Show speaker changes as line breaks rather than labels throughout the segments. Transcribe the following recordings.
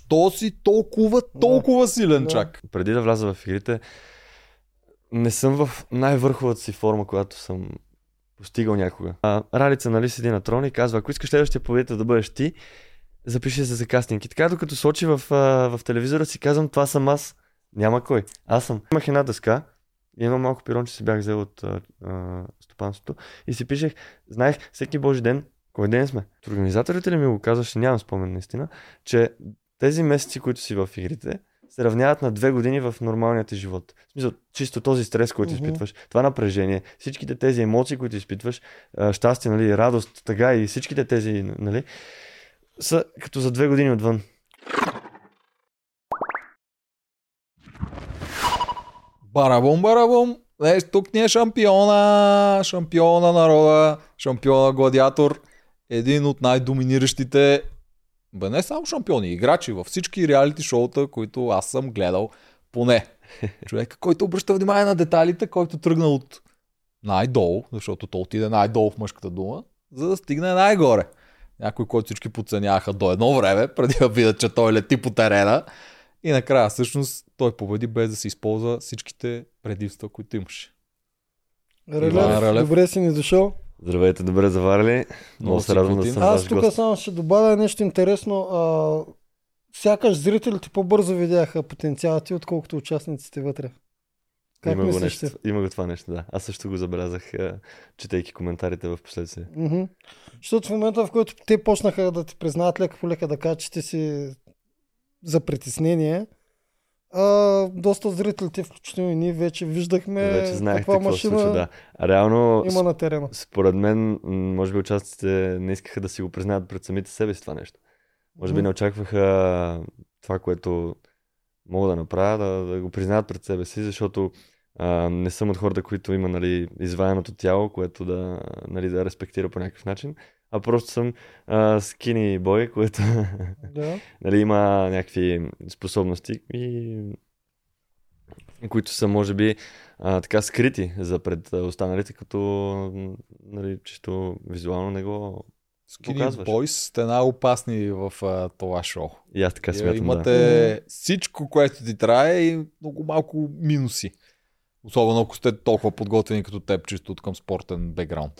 Защо си толкова, толкова силен
Да.
чак?
преди да вляза в игрите, не съм в най-върховата си форма, която съм постигал някога. А, Ралица нали седи на трона и казва, ако искаш следващия победител да бъдеш ти, запиши се за кастинг. И така, докато сочи в, а, в телевизора си казвам, това съм аз. Няма кой. Аз съм. Имах една дъска и едно малко пиронче си бях взел от а, а, стопанството и си пишех, знаех всеки божи ден, кой ден сме. От Организаторите ли ми го казваше, нямам спомен наистина, че тези месеци, които си в игрите, се равняват на две години в нормалния ти живот. В смисъл, чисто този стрес, който
Мгм.
изпитваш, това напрежение, всичките тези емоции, които изпитваш, а, щастие, нали, радост, тъга и всичките тези, нали, са като за две години отвън.
Барабум, барабум. Е, тук ни е шампиона, шампиона народа, шампиона гладиатор. Един от най-доминиращите, бе не само шампиони, играчи във всички реалити шоута, които аз съм гледал поне. Човек, който обръща внимание на детайлите, който тръгна от най-долу, защото то отиде най-долу в мъжката дума, за да стигне най-горе. Някой, който всички подценяваха до едно време, преди да видят, че той лети по терена. И накрая, всъщност, той победи без да се използва всичките предимства, които имаше. Иван
Релев,
Релев.
добре си ни дошъл.
Здравейте, добре заварили. Много се
си
радвам да
готин.
съм
Аз
ваш
тук
гост.
само ще добавя нещо интересно. А, сякаш зрителите по-бързо видяха потенциала ти, отколкото участниците вътре. Как
Има го,
мислиш
нещо,
ти?
има го това нещо, да. Аз също го забелязах, а, четейки коментарите в последствие.
Мгм. Защото в момента, в който те почнаха да ти признаят лека по лека да кажат, че ти си за притеснение, а, доста зрителите, включително и ние, вече виждахме
Вече знаехте
каква
какво се
машина
случва, да. А реално,
има на терена.
Според мен, м, може би участниците не искаха да си го признаят пред самите себе си това нещо. Може би
Мгм.
не очакваха това, което мога да направя, да, да го признаят пред себе си, защото а, не съм от хората, които има нали, изваяното тяло, което да, нали, да респектира по някакъв начин, а просто съм а, скини бой, което
Да.
нали, има някакви способности и които са, може би, а, така скрити за пред а, останалите, като м, нали, чисто визуално не го...
Skinny
Показваш.
Boys сте най-опасни в а, това шоу.
И аз така
Е,
смятам,
Имате
да.
всичко, което ти трябва и много малко минуси. Особено ако сте толкова подготвени като теб, чисто от към спортен бекграунд.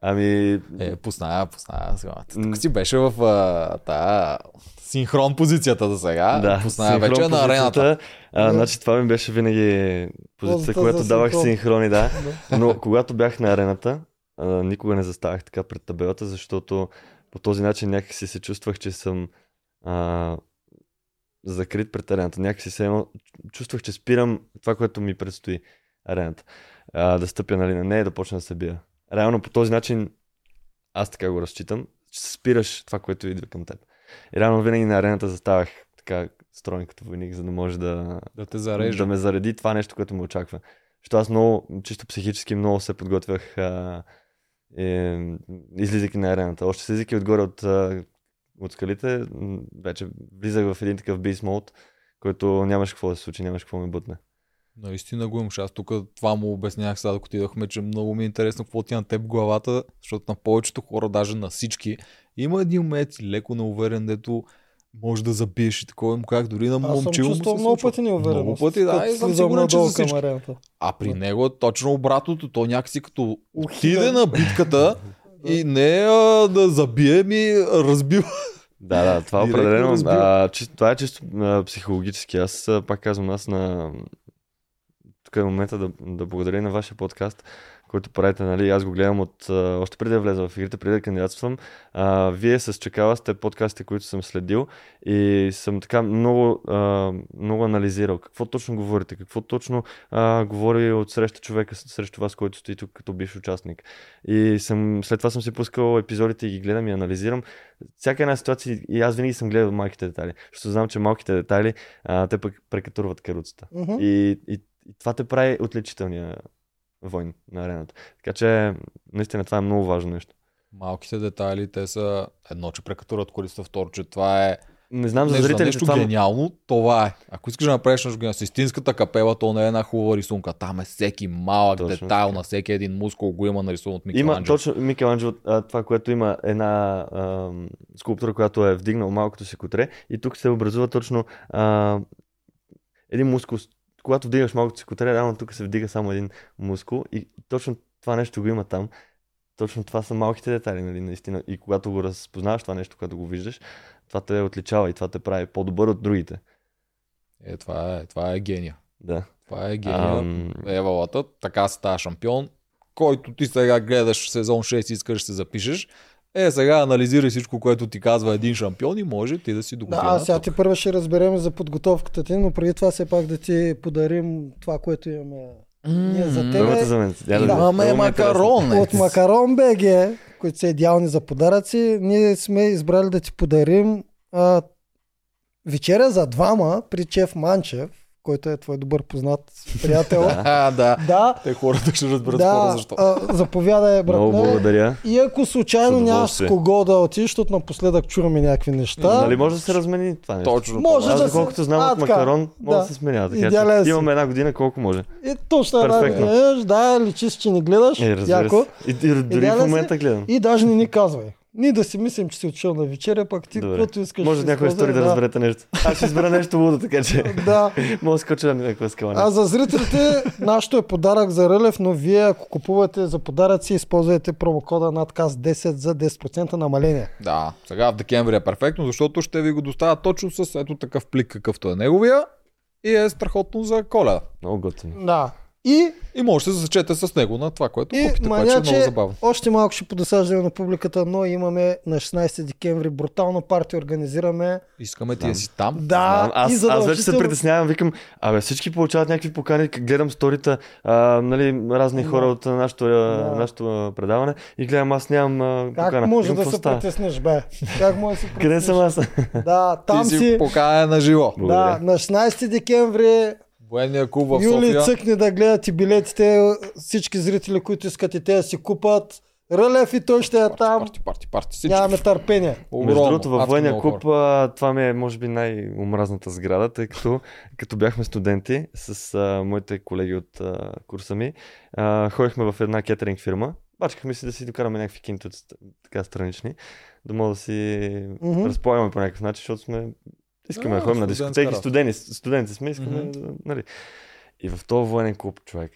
Ами,
Е, пусна, пусна. сега. Тук
М.
си беше в а, та, синхрон позицията за сега.
да,
пусна вече
синхрон
на арената.
позицията. А,
Да.
Значи това ми беше винаги
Позата
позицията,
за
която давах
синхрон.
синхрони, да.
да.
Но когато бях на арената, а, никога не заставах така пред табелата, защото по този начин някакси се чувствах, че съм а, закрит пред арената. Някакси се едно, чувствах, че спирам това, което ми предстои арената. А, да стъпя нали, на нея и да почна да се бия. Реално по този начин аз така го разчитам, че спираш това, което идва към теб. И реално винаги на арената заставах така стройен като войник, за да може да,
Да те
да
зарежда.
ме зареди това нещо, което ме очаква. Защото аз много, чисто психически, много се подготвях, а, е, излизайки на арената. Още слизайки отгоре от, а, от скалите, м, вече влизах в един такъв beast mode, който нямаше какво да се случи, нямаше какво да ме бутне.
Наистина го имаш. Аз тук това му обяснях сега, докато отидахме, че много ми е интересно какво ти е на теб в главата, защото на повечето хора, даже на всички, има един момент си леко неуверен, дето може да забиеш и такова им как дори на
Аз съм
момче му се
чувствал много
случва.
пъти неувереност.
Много пъти, да,
като
и съм
слизам
сигурен, че за
надолу към
всички.
арената.
А при него е точно обратното. То някакси като отиде
Ухилен.
на битката и не а, да забие, ми разбива.
Да, да, това е
Директно
определено.
разбива.
А, чи, това е чисто а, психологически. Аз а, пак казвам, аз на... Тук е момента да, да благодаря и на вашия подкаст, който правите, нали, аз го гледам от... а, Още преди да влеза в игрите, преди да кандидатствам. А, вие с Чакала сте подкастите, които съм следил и съм така много, а, много анализирал. Какво точно говорите, какво точно а, говори от среща човека с- срещу вас, който стои тук като бивш участник. И съм, след това съм си пускал епизодите и ги гледам и анализирам всяка една ситуация и аз винаги съм гледал малките детайли, защото знам, че малките детайли, а, те пък прекатурват каруцата.
Мгм.
И, и, и това те прави отличителния войн на арената. Така че, наистина, това е много важно нещо.
Малките детайли, те са едно, че прекатурат колиста, второ, че това е
Не знам за
Нещо, за
зрителите
нещо
това, но
гениално, това е. Ако искаш да направиш нещо гениално, с истинската капела, то не е една хубава рисунка. Там е всеки малък
Точно
детайл
така.
на всеки един мускул го има нарисуван от
Има
Микеланджело.
точно Микеланджело, а, това, което има една ам, скулптура, която е вдигнал малкото си котре и тук се образува точно а, един мускул. Когато вдигаш малкото си котре, реално тук се вдига само един мускул и точно това нещо го има там. Точно това са малките детайли, нали, наистина. И когато го разпознаваш това нещо, когато го виждаш, това те отличава и това те прави по-добър от другите.
Е, това е, това е гения.
Да.
Това е гения.
Ам,
Евалата, така става шампион, който ти сега гледаш сезон 6 и искаш да се запишеш. Е, сега анализирай всичко, което ти казва един шампион и може ти да си до
Да,
година.
а сега
тук.
ти първо ще разберем за подготовката ти, но преди това все пак да ти подарим това, което имаме. Ние за
М,
теб-
Другата за мен. Я да- много ме
Е, Имаме
е интересно.
макарон. е.
От Макарон БГ, които са идеални за подаръци, ние сме избрали да ти подарим а, вечеря за двама при Чеф Манчев, който е твой добър познат приятел.
А, да.
да,
Те хората ще разберат
да,
скоро защо.
а, заповядай,
Много
братле.
благодаря.
И ако случайно
С
нямаш с
удоволствие.
кого да отидеш, защото напоследък чуваме някакви неща.
Нали може да се размени това нещо?
Точно.
Може
това.
Аз,
да се-
доколкото знам
А,
от
така.
Макарон, може да
Да.
се сменя. Така,
Идеален
че
си.
имаме една година, колко може.
И точно една
Перфектно.
гледаш, да, личи си, че не гледаш.
Е, разбира
яко.
се. И, и, дори
Идеален
в
Е, си.
момента гледам.
И даже не ни казвай. Ние да си мислим, че си отишъл на вечеря, пък ти
Добре.
каквото искаш.
Може
си
някоя
използвай,
история да разберете нещо. Аз ще избера нещо лудо, така че
Да.
мога да скоча на някаква скала.
А за зрителите, нашето е подарък за релев, но вие ако купувате за подаръци, използвайте промокода надказ 10 за 10% намаление.
Да, сега в декември е перфектно, защото ще ви го доставя точно с ето такъв плик, какъвто е неговия. И е страхотно за коледа.
Много готино.
Да. И,
И може да се засечете с него на това, което
и
купите, което ще е много
маняче,
забавно.
още малко ще подосаждаме на публиката, но имаме на 16 декември брутално парти организираме.
Искаме ти
Знам.
да си там.
Да,
аз, аз
и
вече се
задължително-
притеснявам, викам, абе всички получават някакви покани, к- гледам сторита, а, нали, разни
Да.
хора от а, нашето,
Да.
а, нашето а, предаване и гледам, аз нямам а,
Как
покана.
може
Викам,
да
«Какво
се
става?
притесниш, бе? Как може да се
Къде
притесниш?
съм аз?
Да, там
Ти
си.
си покая на живо.
Да,
Благодаря.
на 16 декември
Военния клуб в
Юли
София.
цъкне да гледат и билетите, всички зрители, които искат и те да си купат. Рълев и той ще е там.
Парти, парти, парти. Всички.
Нямаме търпение.
Огромно,
Между другото, във
адски
военния
много
клуб
хора.
а, това ми е, може би, най-омразната сграда, тъй като като бяхме студенти с а, моите колеги от а, курса ми, а, ходихме в една кетеринг фирма. Бачкахме си да си докараме някакви кинти от ст- така странични, да мога да си
Мгм.
mm-hmm. разполагаме по някакъв начин, защото сме. Искаме
Да,
да ходим на
студентска
дискотеки,
работа.
студени, студенти сме, искаме.
Мгм.
Mm-hmm. Нали. И в този военен клуб, човек,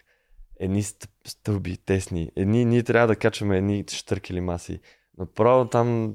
едни стъп- стълби, тесни, едни, ние трябва да качваме едни штъркели маси. Направо там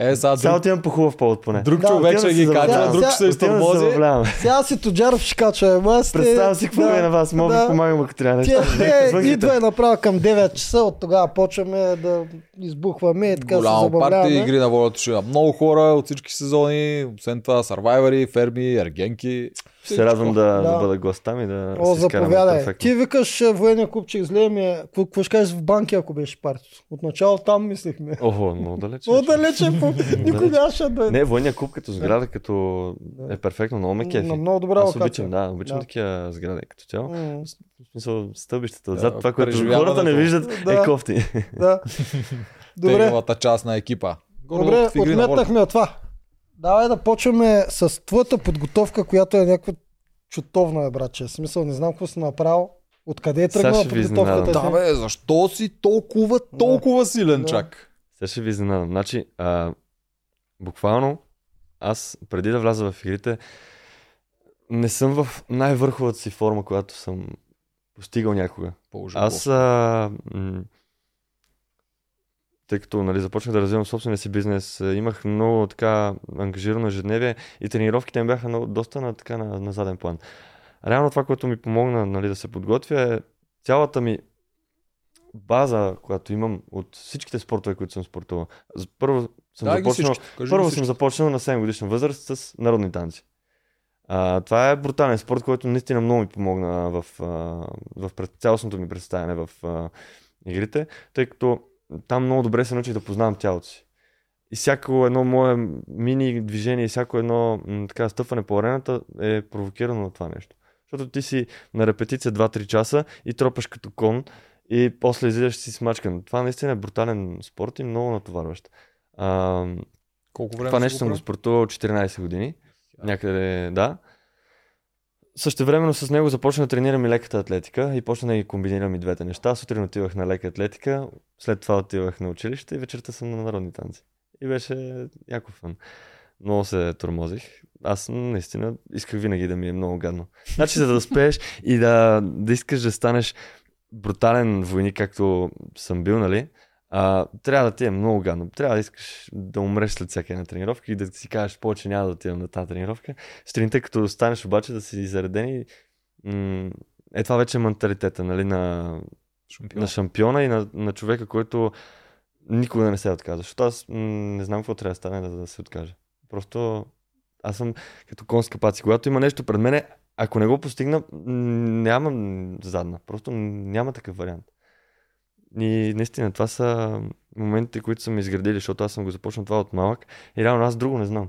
Е, сега
сега
друг,
отивам по хубав повод поне.
друг
Да,
човек
отивам
ще
да
ги
се
качва,
забавлявам.
друг ще се
Отивам да се
изтърмози.
забавлявам.
Сега си Тоджаров ще кача ема. сте-
Представям си какво
да,
е на вас, мога да
да.
ви помагам ако трябва
Тия-
нещо.
Е,
Звънките.
идва е направо към 9 часа, от тогава почваме да избухваме и така се
Голямо парти,
забавляваме.
игри на волята ще има. Много хора от всички сезони, освен това сървайвари, ферми, ергенки.
Ще се радвам да,
Да.
да бъда гост там и да
О,
се изкараме
заповядай.
перфектно.
Ти викаш е, военния купчик, зле ми е. Какво- Какво ще кажеш в банки, ако беше партито? Отначало там мислихме.
Охо, много далече.
Много далече, по- никой
Далече.
нямаше да е
Не, военния клуб като сграда, като е перфектно, много ме
На
кефи.
много добра
Аз
локация.
обичам, да, обичам
Да.
такива сгради като цяло.
М,
В смисъл, стълбищата
Да,
отзад, това, което
преживяването.
хората не виждат,
Да.
е кофти.
Да. Добре,
Тегавата част на екипа. Горе
добре
в игри на волята.
отметнахме от това. Давай да почваме с твоята подготовка, която е някаква чутовна, е, братче. В смисъл, не знам какво си направил. Откъде е
Сега
тръгнала
ще ви
подготовката?
Да,
ти?
бе, защо си толкова, толкова силен
Да.
чак?
Сега ще ви изненадам. Значи, а, буквално, аз преди да вляза в игрите, не съм в най-върховата си форма, която съм постигал някога.
Положи
Аз,
Аз...
а, м- тъй като нали, започнах да развивам собствения си бизнес, а, имах много така ангажирано ежедневие и тренировките ми бяха много, доста на, така, на, на заден план. Реално това, което ми помогна нали, да се подготвя е цялата ми база, която имам от всичките спортове, които съм спортувал. З- Първо съм
Да, ги
започнал
всички. Кажи
първо
Първо
съм
всички.
започнал на 7 годишна възраст с народни танци. А, това е брутален спорт, който наистина много ми помогна в, а, в пред, цялостното ми представяне в а, игрите, тъй като там много добре се научих да познавам тялото си. И всяко едно мое мини движение, и всяко едно м, така, стъпване по арената е провокирано от това нещо. Защото ти си на репетиция 2-3 часа и тропаш като кон и после излизаш си смачкан. Това наистина е брутален спорт и много натоварващ. А,
Колко време
Това
си
нещо съм го
правил?
спортувал 14 години. Някъде, да. Същевременно с него започна да тренирам и леката атлетика и почна да ги комбинирам и двете неща. Сутрин отивах на лека атлетика, след това отивах на училище и вечерта съм на народни танци. И беше яко фан. Много се тормозих. Аз наистина исках винаги да ми е много гадно. Значи, за да успееш и да, да искаш да станеш брутален войник, както съм бил, нали? А, трябва да ти е много гадно. Трябва да искаш да умреш след всяка една тренировка и да си кажеш повече няма да отивам на тази тренировка. Сутринта, като станеш обаче да си зареден и... М- е това вече е менталитета, нали, на,
Шампион.
на шампиона и на, на човека, който никога не се отказва. Защото аз м- не знам какво трябва да стане да, да се откаже. Просто аз съм като конска паци. Когато има нещо пред мене, ако не го постигна, м, нямам задна. Просто няма такъв вариант. И наистина, това са моментите, които са ме изградили, защото аз съм го започнал това от малък. И реално аз друго не знам.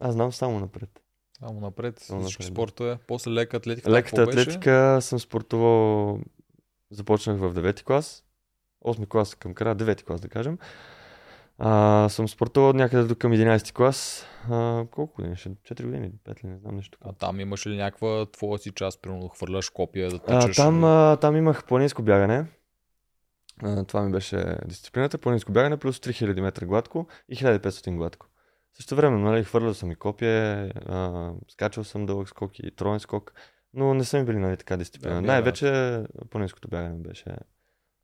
Аз знам само напред.
Само напред,
Само
всички
напред, да.
спортове. После лека атлетика.
Леката
какво беше?
атлетика съм спортувал, започнах в 9-ти клас, 8-ми клас към края, 9-ти клас да кажем. А, съм спортувал някъде до към 11-ти клас. А, колко години? ще? 4 години, 5 ли, не знам нещо.
А там имаш ли някаква твоя си част, примерно да хвърляш копия, да
А,
тичаш?
там, а, там имах планинско бягане. А, това ми беше дисциплината. Планинско бягане плюс 3000 метра гладко и 1500 гладко. Също време, нали, хвърлял съм и копие, а, скачал съм дълъг скок и троен скок, но не са ми били нали, така дисциплина.
Да,
Най-вече планинското бягане беше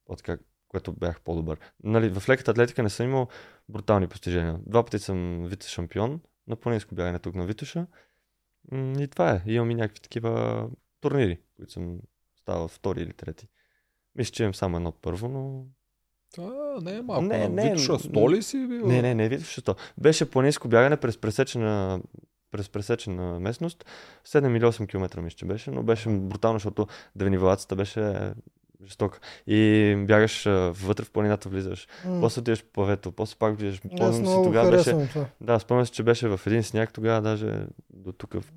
от как, което бях по-добър. Нали, в леката атлетика не съм имал брутални постижения. Два пъти съм вице-шампион на планинско бягане тук на Витуша. М, И това е. Имам и някакви такива турнири, които съм ставал втори или трети. Мисля, че имам само едно първо, но...
А, не, е малко.
Не,
Не,
не,
не. Витуша,
н-
столи си бил?
Не, не, не Витуша, то. Беше планинско бягане през пресечена, през пресечена местност. 7 или 8 км мисля, че беше, но беше брутално, защото девнивелацията беше жестока. И бягаш а, вътре в планината, влизаш. После отиваш по павето, после пак влизаш.
Аз
Помням си
много
тогава беше...
харесвам това.
Да, спомням си, че беше в един сняг тогава, даже до тук. в-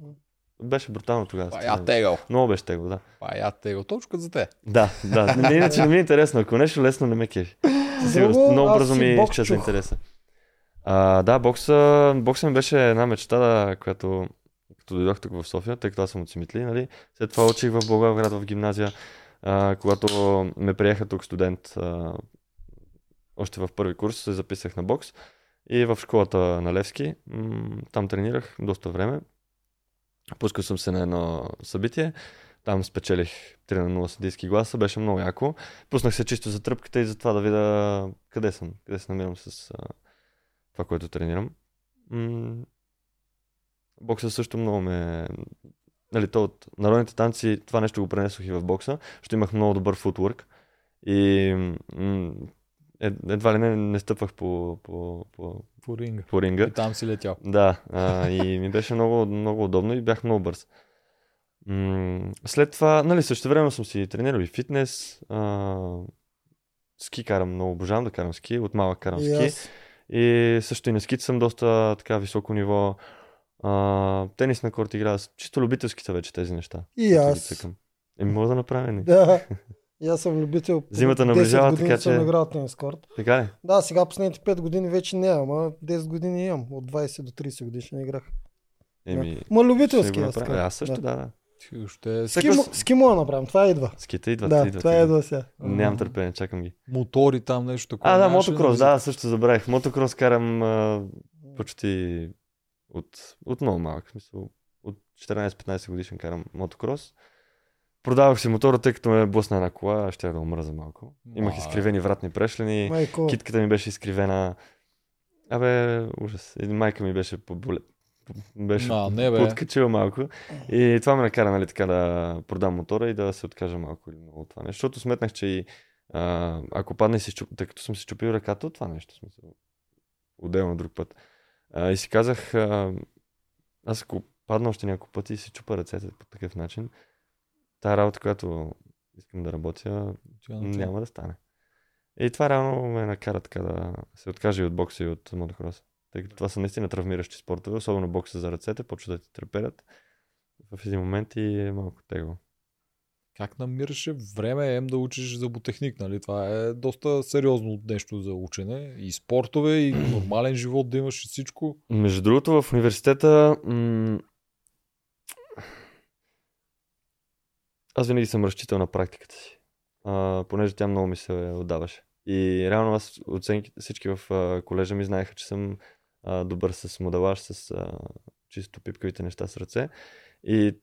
Беше брутално тогава.
Пая тегъл.
Много беше тегло, да.
Пая тегъл. Точно като за те.
Да, да. Не, иначе не ми е интересно. Ако нещо лесно, не ме кефи. Със сигурност.
Друго,
Много
аз
бързо
си
ми
бокс
изчезва
чух.
интереса. А, да, бокса, бокса ми беше една мечта, да, която като дойдох тук в София, тъй като аз съм от Симитли, нали? След това учих в Благоевград в гимназия, а, когато ме приеха тук студент а, още в първи курс, се записах на бокс и в школата на Левски. М, Там тренирах доста време. Пускал съм се на едно събитие. Там спечелих 3 на 0 съдийски гласа. Беше много яко. Пуснах се чисто за тръпката и за това да видя къде съм, къде се намирам с а, това, което тренирам. М- бокса също много ме... Нали, то от народните танци това нещо го пренесох и в бокса, защото имах много добър футворк и м- ед, едва ли не, не стъпвах по, по, по,
По ринга.
по ринга.
И там си летял.
Да, а, и ми беше много, много удобно и бях много бърз. М, След това, нали, също време съм си тренирал и фитнес. А, ски карам много, обожавам да карам ски, от малък карам
И
ски.
аз.
И също и на скит съм доста така високо ниво. А, тенис на корт игра, чисто любителски са вече тези неща.
И
които ги
аз.
цъкам. Еми, мога да направя нали? ни.
Да. И аз съм любител.
Зимата
10
наближава,
години
така че-
съм играл тенис корт.
Така ли?
Да, сега последните 5 години вече не, ама 10 години имам. От 20 до 30 годишни играх.
Еми,
Ма
ще
любителски е,
го
аз
направя.
така.
Аз също, да. да.
Ти Ще
Всеки-
Ски, мо- ски мога да направим, това идва.
Скита идват,
Да,
идват.
това е
идват.
идва сега.
Нямам търпение, чакам ги.
мотори там, нещо такова.
А, да,
нямаше ли
мотокрос,
да
да, също забравих. Мотокрос карам а, почти от, от много малък. В Смисъл, от 14-15 годишен карам мотокрос. Продавах си мотора, тъй като ме е блъсна една кола, ще да умра за малко. Имах
Мале.
изкривени вратни прешлени,
Майко,
китката ми беше изкривена. Абе, ужас. И майка ми беше поболе... Беше
А, не, бе.
подкачила малко. И това ме накара, нали, така да продам мотора и да се откажа малко или много от това нещо. Защото сметнах, че и а, ако падне и си чуп... тъй като съм си чупил ръката от това нещо, в смисъл, отделно друг път. А, и си казах, а, аз ако падна още няколко пъти и си чупа ръцете по такъв начин, тая работа, която искам да работя,
Тя на тя.
няма да стане. И това реално ме накара така да се откаже и от бокса и от мотокрос. Тъй като това са наистина травмиращи спортове, особено бокса за ръцете, почва да ти треперят в един момент и е малко тегло.
Как намираше време ем да учиш зъботехник, нали? Това е доста сериозно нещо за учене. И спортове, и нормален живот да имаш и всичко.
Между другото, в университета. М- аз винаги съм разчитал на практиката си. А, понеже тя много ми се отдаваше. И реално аз оценки, всички в а, колежа ми знаеха, че съм а, добър с моделаж, с а, чисто пипкавите неща с ръце. И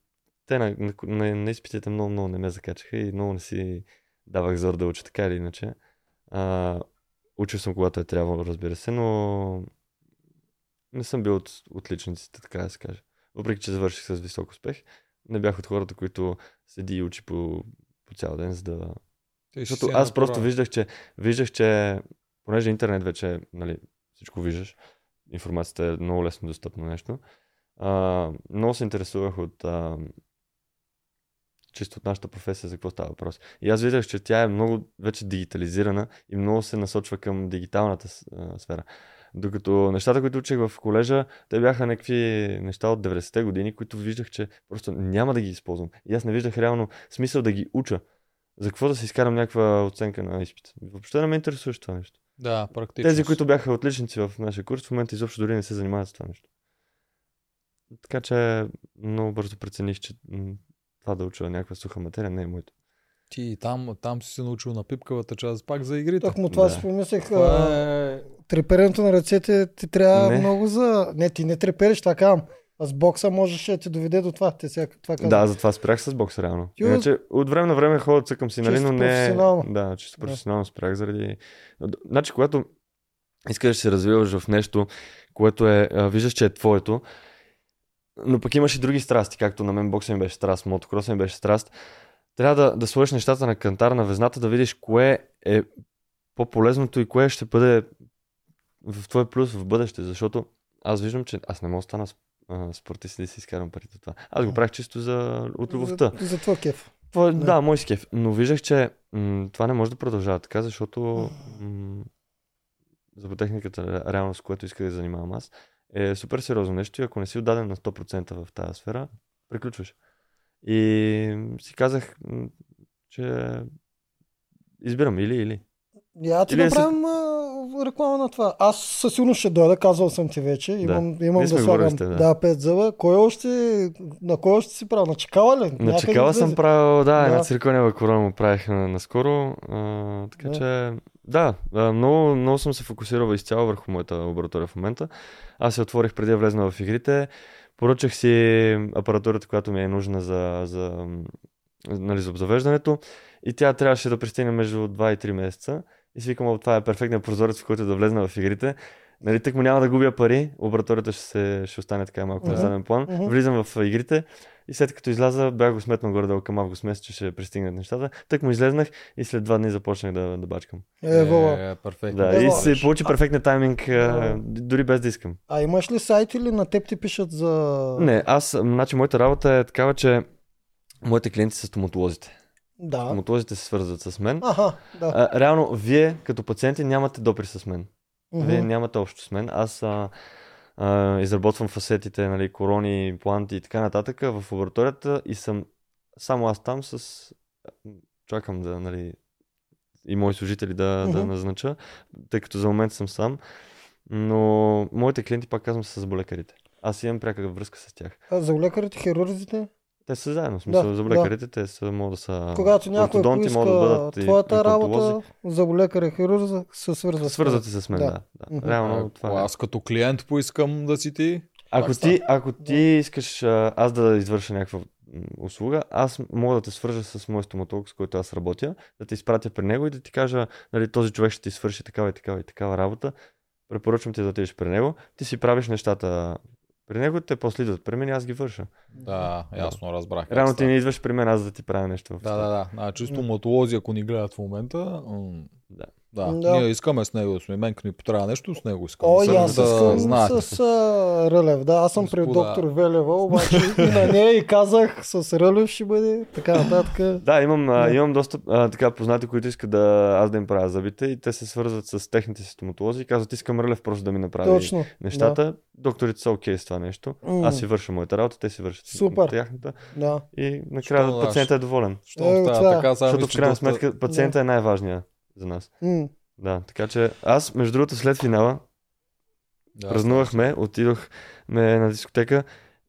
те на, на, на, на изпитите много, много не ме закачаха и много не си давах зор да уча така или иначе. А, учил съм когато е трябвало, разбира се, но не съм бил от отличниците, така да се каже. Въпреки, че завърших с висок успех, не бях от хората, които седи и учи по, по цял ден, за да...
Ти си
Защото
една
аз просто
пора.
виждах, че, виждах, че понеже интернет вече, нали, всичко виждаш, информацията е много лесно достъпно нещо, а, много се интересувах от а, чисто от нашата професия, за какво става въпрос. И аз видях, че тя е много вече дигитализирана и много се насочва към дигиталната с- а, сфера. Докато нещата, които учих в колежа, те бяха някакви неща от 90-те години, които виждах, че просто няма да ги използвам. И аз не виждах реално смисъл да ги уча. За какво да си изкарам някаква оценка на изпит? Въобще не ме интересуваше това нещо.
Да, практично.
Тези, които бяха отличници в нашия курс, в момента изобщо дори не се занимават с това нещо. Така че много бързо прецених, че м, това да уча някаква суха материя не е моето.
Ти там, там си се научил на пипкавата част, пак за игрите.
Тък му това
Да.
си помислех.
Това
а,
е...
Треперенето на ръцете ти трябва
Не.
много за... Не, ти не трепериш, така. ам. А с бокса можеше да ти доведе до това. Те сега това казват.
Да, затова спрях с бокс реално.
Ти-
Иначе от време на време ходя цъкам си, нали,
Чисто
но не...
професионално.
Да, чисто
Да.
професионално спрях заради... Значи, когато искаш да се развиваш в нещо, което е, а, виждаш, че е твоето, но пък имаш и други страсти, както на мен бокса ми беше страст, мотокрос ми беше страст. Трябва да, да сложиш нещата на кантар на везната, да видиш кое е по-полезното и кое ще бъде в твой плюс в бъдеще, защото аз виждам, че аз не мога да стана с- а, спортист и да си изкарам парите от това. Аз го правих чисто за от любовта.
За, за твой кеф.
Това,
Да.
да. да, мой скеф. Но виждах, че м- това не може да продължава така, защото м- зъботехниката, ре- реално с което исках да се занимавам аз, е супер сериозно нещо и ако не си отдаден на 100% в тази сфера, приключваш. И м, си казах, м, че избирам или, или.
Я ти
Или да се-
направим а, реклама на това. Аз със сигурност ще дойда, казвал съм ти вече. Имам, имам
Ние
да
сме
слагам
говорили с теб, да.
да, пет зъба. Кой още, на кой още си правил? На чекала ли?
На
Някъде
чекала
излезе.
съм правил, да, една
Да.
цирконева корона му правих на- наскоро. А, така
Да.
че, да, а, много, много съм се фокусирал изцяло върху моята лаборатория в момента. Аз се отворих преди да влезна в игрите. Поръчах си апаратурата, която ми е нужна за, за, м, нали, за обзавеждането. И тя трябваше да пристигне между 2 и 3 месеца. И си викам, «О, това е перфектният прозорец, в който да влезна в игрите. Нали, тък му няма да губя пари, лабораторията ще, се, ще остане така малко на
Мгм.
заден план.
Мгм.
Влизам в игрите и след като изляза, бях го сметнал горе-долу към август месец, че ще пристигнат нещата. Тък му излезнах и след два дни започнах да, да бачкам.
Е, вола.
е, перфектно.
Да,
Ево,
и се
виж.
получи перфектният тайминг, а,
Да.
дори без да искам.
А имаш ли сайт или на теб ти пишат за...
Не, аз, м, значи моята работа е такава, че моите клиенти са стоматолозите.
Да.
Стоматолозите се свързват с мен.
Аха, да.
А, реално, вие като пациенти нямате допри с мен.
Мгм.
Вие нямате общо с мен. Аз а, а, изработвам фасетите, нали, корони, импланти и така нататък в лабораторията и съм само аз там с... Чакам да, нали, и мои служители да, да
Мгм.
назнача, тъй като за момент съм сам. Но моите клиенти, пак казвам, са заболекарите. Аз имам пряка връзка с тях.
А за лекарите, хирурзите?
Те са заедно, в смисъл,
Да,
да, заболекарите, те са, могат да са
Когато някой
ортодонти,
поиска
могат да бъдат и
твоята
имплантолози.
работа, за лекаря хирурза се свързва.
Свързват се с мен,
Да.
да. да.
Мгм.
Реално това
Ако
е.
аз като клиент поискам да си ти,
Ако
Пак
ти, ако ти искаш а, аз да извърша някаква м, услуга, аз мога да те свържа с моят стоматолог, с който аз работя, да те изпратя при него и да ти кажа, нали, този човек ще ти свърши такава и такава и такава работа. Препоръчвам ти да отидеш при него. Ти си правиш нещата при него, те после идват при мен и аз ги върша.
да, ясно разбрах. как
Реално ти
става.
не идваш при мен, аз да ти правя нещо. в
Да, да, да. Значи стоматолози, ако ни гледат в момента, м,
Да.
Да.
Да.
Ние искаме с него да сме. Мен, като ни потрябва нещо, с него искаме.
О, и
Само
аз
да
искам
знаете.
с а, Рълев. Да, аз съм при
Господа.
доктор Велева, обаче и на нея и казах с Рълев ще бъде така нататък.
Да, имам, а,
Да.
имам доста а, така познати, които искат да аз да им правя зъбите и те се свързват с техните стоматолози и казват, искам Рълев просто да ми направи
Точно.
нещата. Да. Докторите са окей с това нещо.
М.
Аз си върша моята работа, те си вършат
Супер.
тяхната
Да.
и накрая
Що да
пациентът е доволен.
Щом
Е,
става
това е.
така, само
Защото в
че
крайна
доста-
сметка пациентът е най-важният за нас.
М.
Да, така че аз, между другото, след финала
Да,
празнувахме, отидохме на дискотека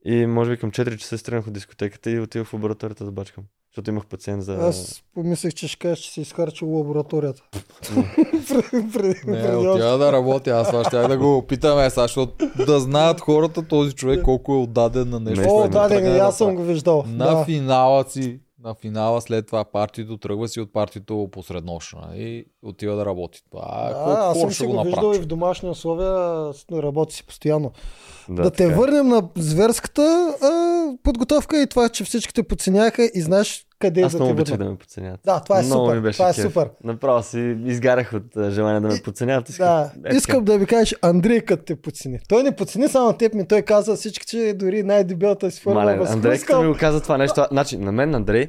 и може би към 4 часа се тръгнах от дискотеката и отидох в лабораторията да бачкам. Защото имах пациент за...
Аз помислих, че ще кажеш, че си изхарчил лабораторията.
Не.
Преди- преди-
Не,
преди още.
отида да работя. Аз това ще да го опитаме, сега, защото да знаят хората този човек колко е отдаден на нещо.
Не,
което
О,
не,
да, да,
тръгне
да, аз съм
прави.
го виждал.
На
Да.
финала си, на финала след това партито тръгва си от партито посред нощ нали? и отива да работи. Това е
Да,
колко
аз
хора
съм
ще
си
го
го виждал и в
направи.
домашни условия, с- работи си постоянно. Да, те
така е.
върнем на зверската а, подготовка и това, че всичките подценяха и знаеш къде е
Аз
да
много
те
обичах
върна.
да ме подценят.
Да, това е
много
супер.
Ми беше
това е
кеф.
супер.
Направо си изгарях от а, желание да ме подценят. Исках,
Да,
е, така.
искам да ви кажа, Андрей като те подцени. Той не подцени само теб ми, той каза всички, че дори най-дебелата си форма
Мале,
е
Андрей, като ми
възхускал.
го каза това нещо, а- значи на мен Андрей,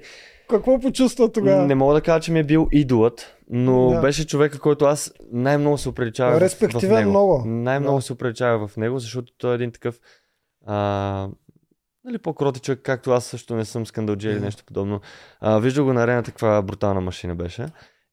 Какво почувства тогава?
не мога да кажа, че ми е бил идолът, но
Да.
беше човека, който аз най-много се оприличавах в-
Респективен
в него.
много.
Най-много
Да.
се оприличавах в него, защото той е един такъв а, нали, по-кротичък, както аз също не съм скандалджия или
Мгм.
нещо подобно. А, виждал го на арената каква брутална машина беше.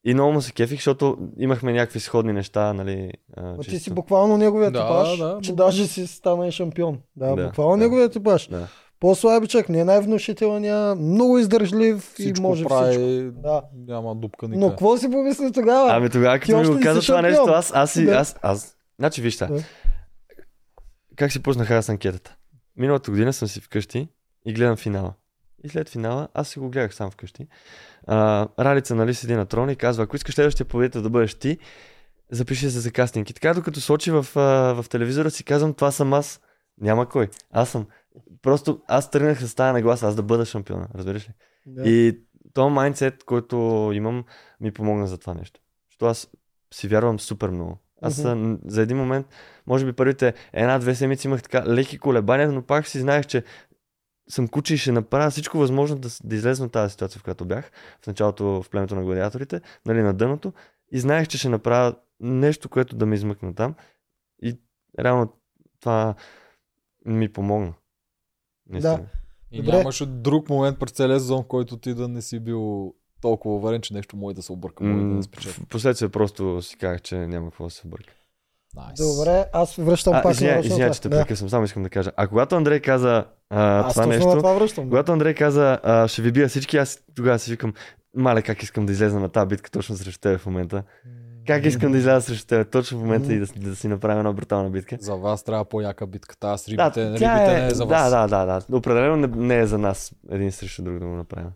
И много му се кефих, защото имахме някакви сходни неща, нали, а,
А ти си
чисто.
буквално неговият
Да,
типаж,
да,
че
бу-
даже си стана и шампион. Да,
Да,
буквално
да.
неговият типаж.
Да.
По-слабичък, не най-внушителния, много издържлив
Всичко
и може всичко.
прави,
Да.
няма дупка
Но
никъде.
какво си помисли тогава?
Ами тогава,
Ти
като ми
още
го
не
каза
си
това нещо,
шампион.
аз, аз, и,
Да.
аз, аз, значи виж сега.
Да.
Как си пуснах аз анкетата? Миналата година съм си вкъщи и гледам финала. И след финала, аз си го гледах сам вкъщи. А, Ралица, нали, седи на трона и казва, ако искаш следващия победител да бъдеш ти, запиши се за кастинг. И така, докато сочи в, а, в телевизора, си казвам, това съм аз. Няма кой. Аз съм. Просто аз тръгнах с тази нагласа, аз да бъда шампиона. Разбираш ли?
Да.
И то майндсет, който имам, ми помогна за това нещо. Защото аз си вярвам супер много. Аз
Мгм.
mm-hmm. за един момент, може би първите една-две седмици имах така леки колебания, но пак си знаех, че съм куче и ще направя всичко възможно да, с- да излезна от тази ситуация, в която бях в началото в племето на гладиаторите, нали, на дъното. И знаех, че ще направя нещо, което да ме измъкне там. И реално това ми помогна. Наистина.
И
Добре.
нямаше друг момент през целия сезон, в който ти да не си бил толкова уверен, че нещо може да се обърка, може да
М,
не спечели.
в последствие просто си казах, че няма какво да се бърка.
Nice.
Добре, аз връщам
А,
пак
извиня,
нарочно
извиня,
това.
че те
Да.
прекъсвам, само искам да кажа. А когато Андрей каза а,
Аз
това
точно
нещо,
на това връщам. да.
когато Андрей каза, а, ще ви бия всички, аз тогава си викам, мале, как искам да излезна на тази битка точно срещу тебе в момента. Как искам да изляза срещу тебе точно в момента и да, да си направя една брутална битка.
За вас трябва по-яка битката, аз
Да,
рибите,
тя
рибите
е...
не е за вас.
да, да, да, да. Определено не, не е за нас един срещу друг да го направим.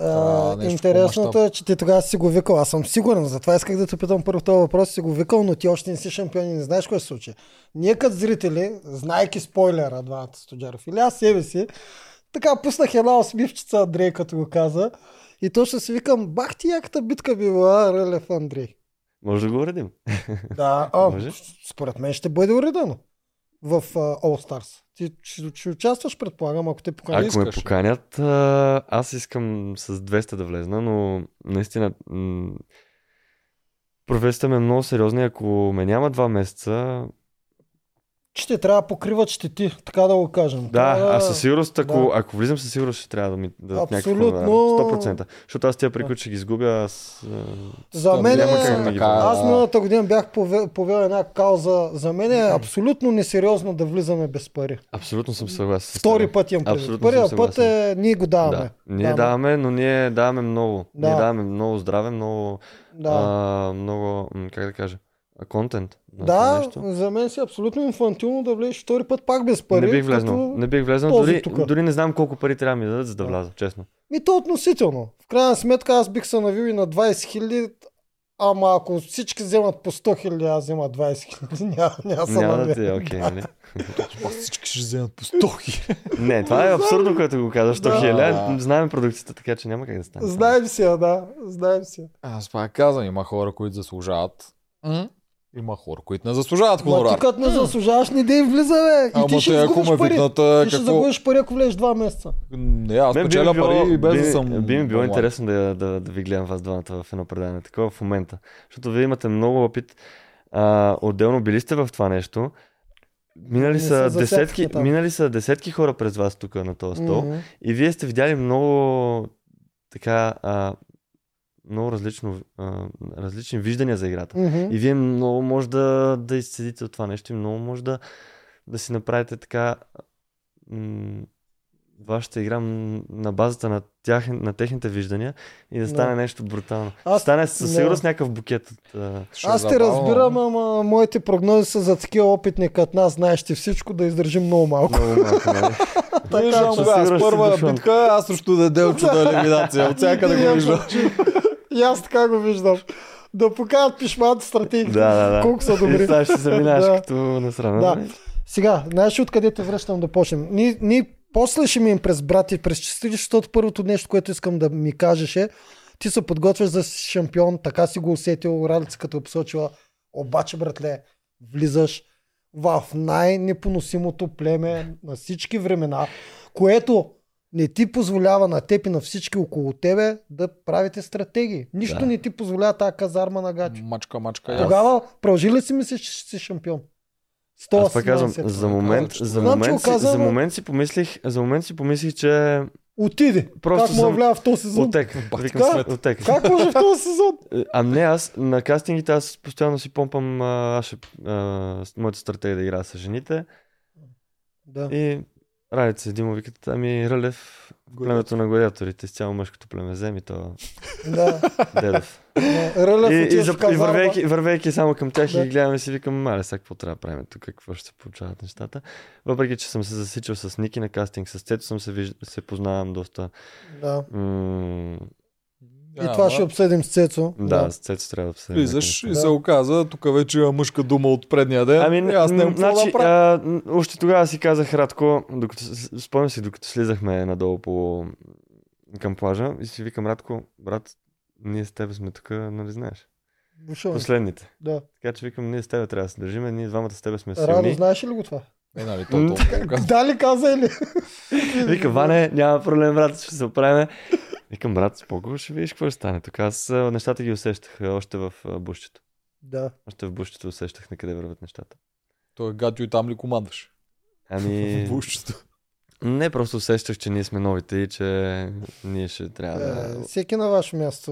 А,
А,
нещо
интересното
по-мащаб.
е, че ти тогава си го викал. Аз съм сигурен, затова исках да те питам първо този въпрос. Си го викал, но ти още не си шампион и не знаеш кое се случи. Ние като зрители, знаеки спойлера, двамата студяров, или аз себе си, така пуснах една усмивчица Андрей, като го каза. И точно си викам, бах ти яката битка била Релев Андрей.
Може да го уредим.
Да, а,
Може.
с- според мен ще бъде уредено в а, All Stars. Ти ще, ще участваш, предполагам, ако те поканят.
Ако ме
искаш.
поканят, а, аз искам с 200 да влезна, но наистина м- професията ми е много сериозна и ако ме няма два месеца,
Ще те трябва да покриват щети, така да го кажем.
да,
Трябва-
аз със сигурност, ако,
да.
ако влизам със сигурност ще трябва да ми дадат някакво
Абсолютно.
хонорар. 100%. Защото аз тия приключи ги изгубя, аз... а,
За мен е...
няма как да ги правя.
Аз миналата година бях повел, повел една кауза. За мен е абсолютно несериозно да влизаме без пари.
Абсолютно съм съгласен. с
Втори
теб.
път имам предвид.
Абсолютно
Първия
съм
път е ние го даваме.
Да. Ние даваме, но ние даваме много.
Да.
Ние даваме много здраве, много,
Да,
а, много м, как да кажа, а, контент. на това
да.
нещо.
да за мен си е абсолютно инфантилно да влезеш втори път пак без пари.
не бих влезнал.
като-
Не бих влезнал.
този
Дори,
тука.
дори не знам колко пари трябва да ми дадат, за да
Да.
вляза, честно.
Ми то относително. В крайна сметка аз бих се навил и на 20 000, Ама ако всички вземат по 100 хиляди, аз взема 20 хиляди, няма, няма съм
Няма да
навек.
ти е окей, нали?
Па всички ще вземат по 100 хиляди.
Не, това е абсурдно, което го казваш.
Да.
Да. Хиляд, знаем продукцията, така че няма как да стане.
Знаем си, я, да, знаем си. я.
Аз пак казвам, има хора, които заслужават. М? Има хора, които не заслужават
Ма
хонорар.
ти като не заслужаваш, не да им влиза, бе. И
Ама
ти ще
те, ако ме
загубиш пари.
викнат,
Ти
а,
ще
какво...
загубиш пари, ако влезеш два месеца.
Не, аз
Мен би ми
печеля
било-
пари и без
би,
да
ми-
съм...
Би ми било
онлайн.
интересно да, да, да ви гледам вас двамата в едно предаване, такова в момента. Защото вие имате много опит. А, отделно били сте в това нещо. Минали
Не
са,
се
десетки,
засякахме там.
минали са десетки хора през вас тук на този стол.
Мгм.
И вие сте видяли много така а, много различно, а, различни виждания за играта.
Мгм.
И вие много може да, да изцедите от това нещо и много може да, да си направите така м- вашата игра м- на базата на, тях, на техните виждания и да
Да.
стане нещо брутално.
Аз-
Аз, стане със
да.
сигурност някакъв букет от... А...
Ще е
Аз те
забавно.
разбирам, ама моите прогнози са за такива опитни като нас, знаеш ти всичко, да издържим много малко.
Много малко, нали?
Виждам
Така,
го,
със
аз
сигурност си
първа
дошъл.
битка, аз срещу Деделчо да елиминация. От всякъде
И
го
аз-
виждам.
И аз така го виждам. Да покажат пишмата стратегии.
да, да, да.
Колко са добри.
И сега ще се минаваш
Да.
като насрана.
Да.
нали?
Сега, знаеш ли откъде те връщам да почнем? Ние, ние после ще ми им през брат и през чистили, защото първото нещо, което искам да ми кажеш е, ти се подготвяш за шампион, така си го усетил, Ралица като е посочила, обаче, братле, влизаш в най-непоносимото племе на всички времена, което не ти позволява на теб и на всички около тебе да правите стратегии. Нищо
Да.
не ти позволява тази казарма на гачо.
Мачка, мачка.
Аз-
я.
Тогава продължи ли си мислиш, че си шампион? Сто
Аз пак
осемнадесет.
казвам, за момент,
Казвам, че-
за
Знам, че
момент,
го
си,
казвам,
за
но-
момент си помислих, за момент си помислих, че
Отиде.
Просто
как му
съм-
съм... в този сезон?
отек.
Бах,
Викам
така?
свет, отек. Е,
Как може в този сезон?
А не, аз на кастингите аз постоянно си помпам а, аз ще, а, с- моята стратегия да играя с жените.
Да.
И Радица и Димо викат, ами Рълев, племето на гладиаторите, с цяло мъжкото племе, вземи то
да.
дедов.
Рълев
и,
и,
и,
отиваш
за,
в
и
казарма.
вървейки, вървейки, само към тях
Да.
и ги гледам и си викам, мале, сега какво трябва да правим тук, какво ще се получават нещата. Въпреки, че съм се засичал с Ники на кастинг, с Тето съм се, виж... се познавам доста.
Да.
М-
И това ще обсъдим с Цецо.
да, с Тето трябва да се.
Влизаш и
Да.
се оказа, тук вече има мъжка дума от предния ден.
Ами,
Ами, аз не
м,
знам какво
значи,
да правя.
а, м, още тогава си казах Радко, докато, с- спомням си, докато слизахме надолу по, към плажа и си викам Радко, брат, ние с тебе сме тук, нали знаеш?
Бушон.
Последните.
Да.
Така че викам, ние с тебе трябва да се държиме, ние двамата с тебе сме
Радо,
силни.
знаеш ли го това?
Е, нали, то толкова го казва.
Дали каза или?
Вика, Ване, няма проблем, брат, ще се оправиме. Викам, брат, споко, ще видиш какво ще стане. Тук аз а, нещата ги усещах а, още в а, бущето.
Да.
Още в бущето усещах на къде върват нещата.
Той гатио и там ли командваш?
Ами,
Бушчето.
не просто усещах, че ние сме новите и че ние ще трябва да...
Е, Всеки на ваше място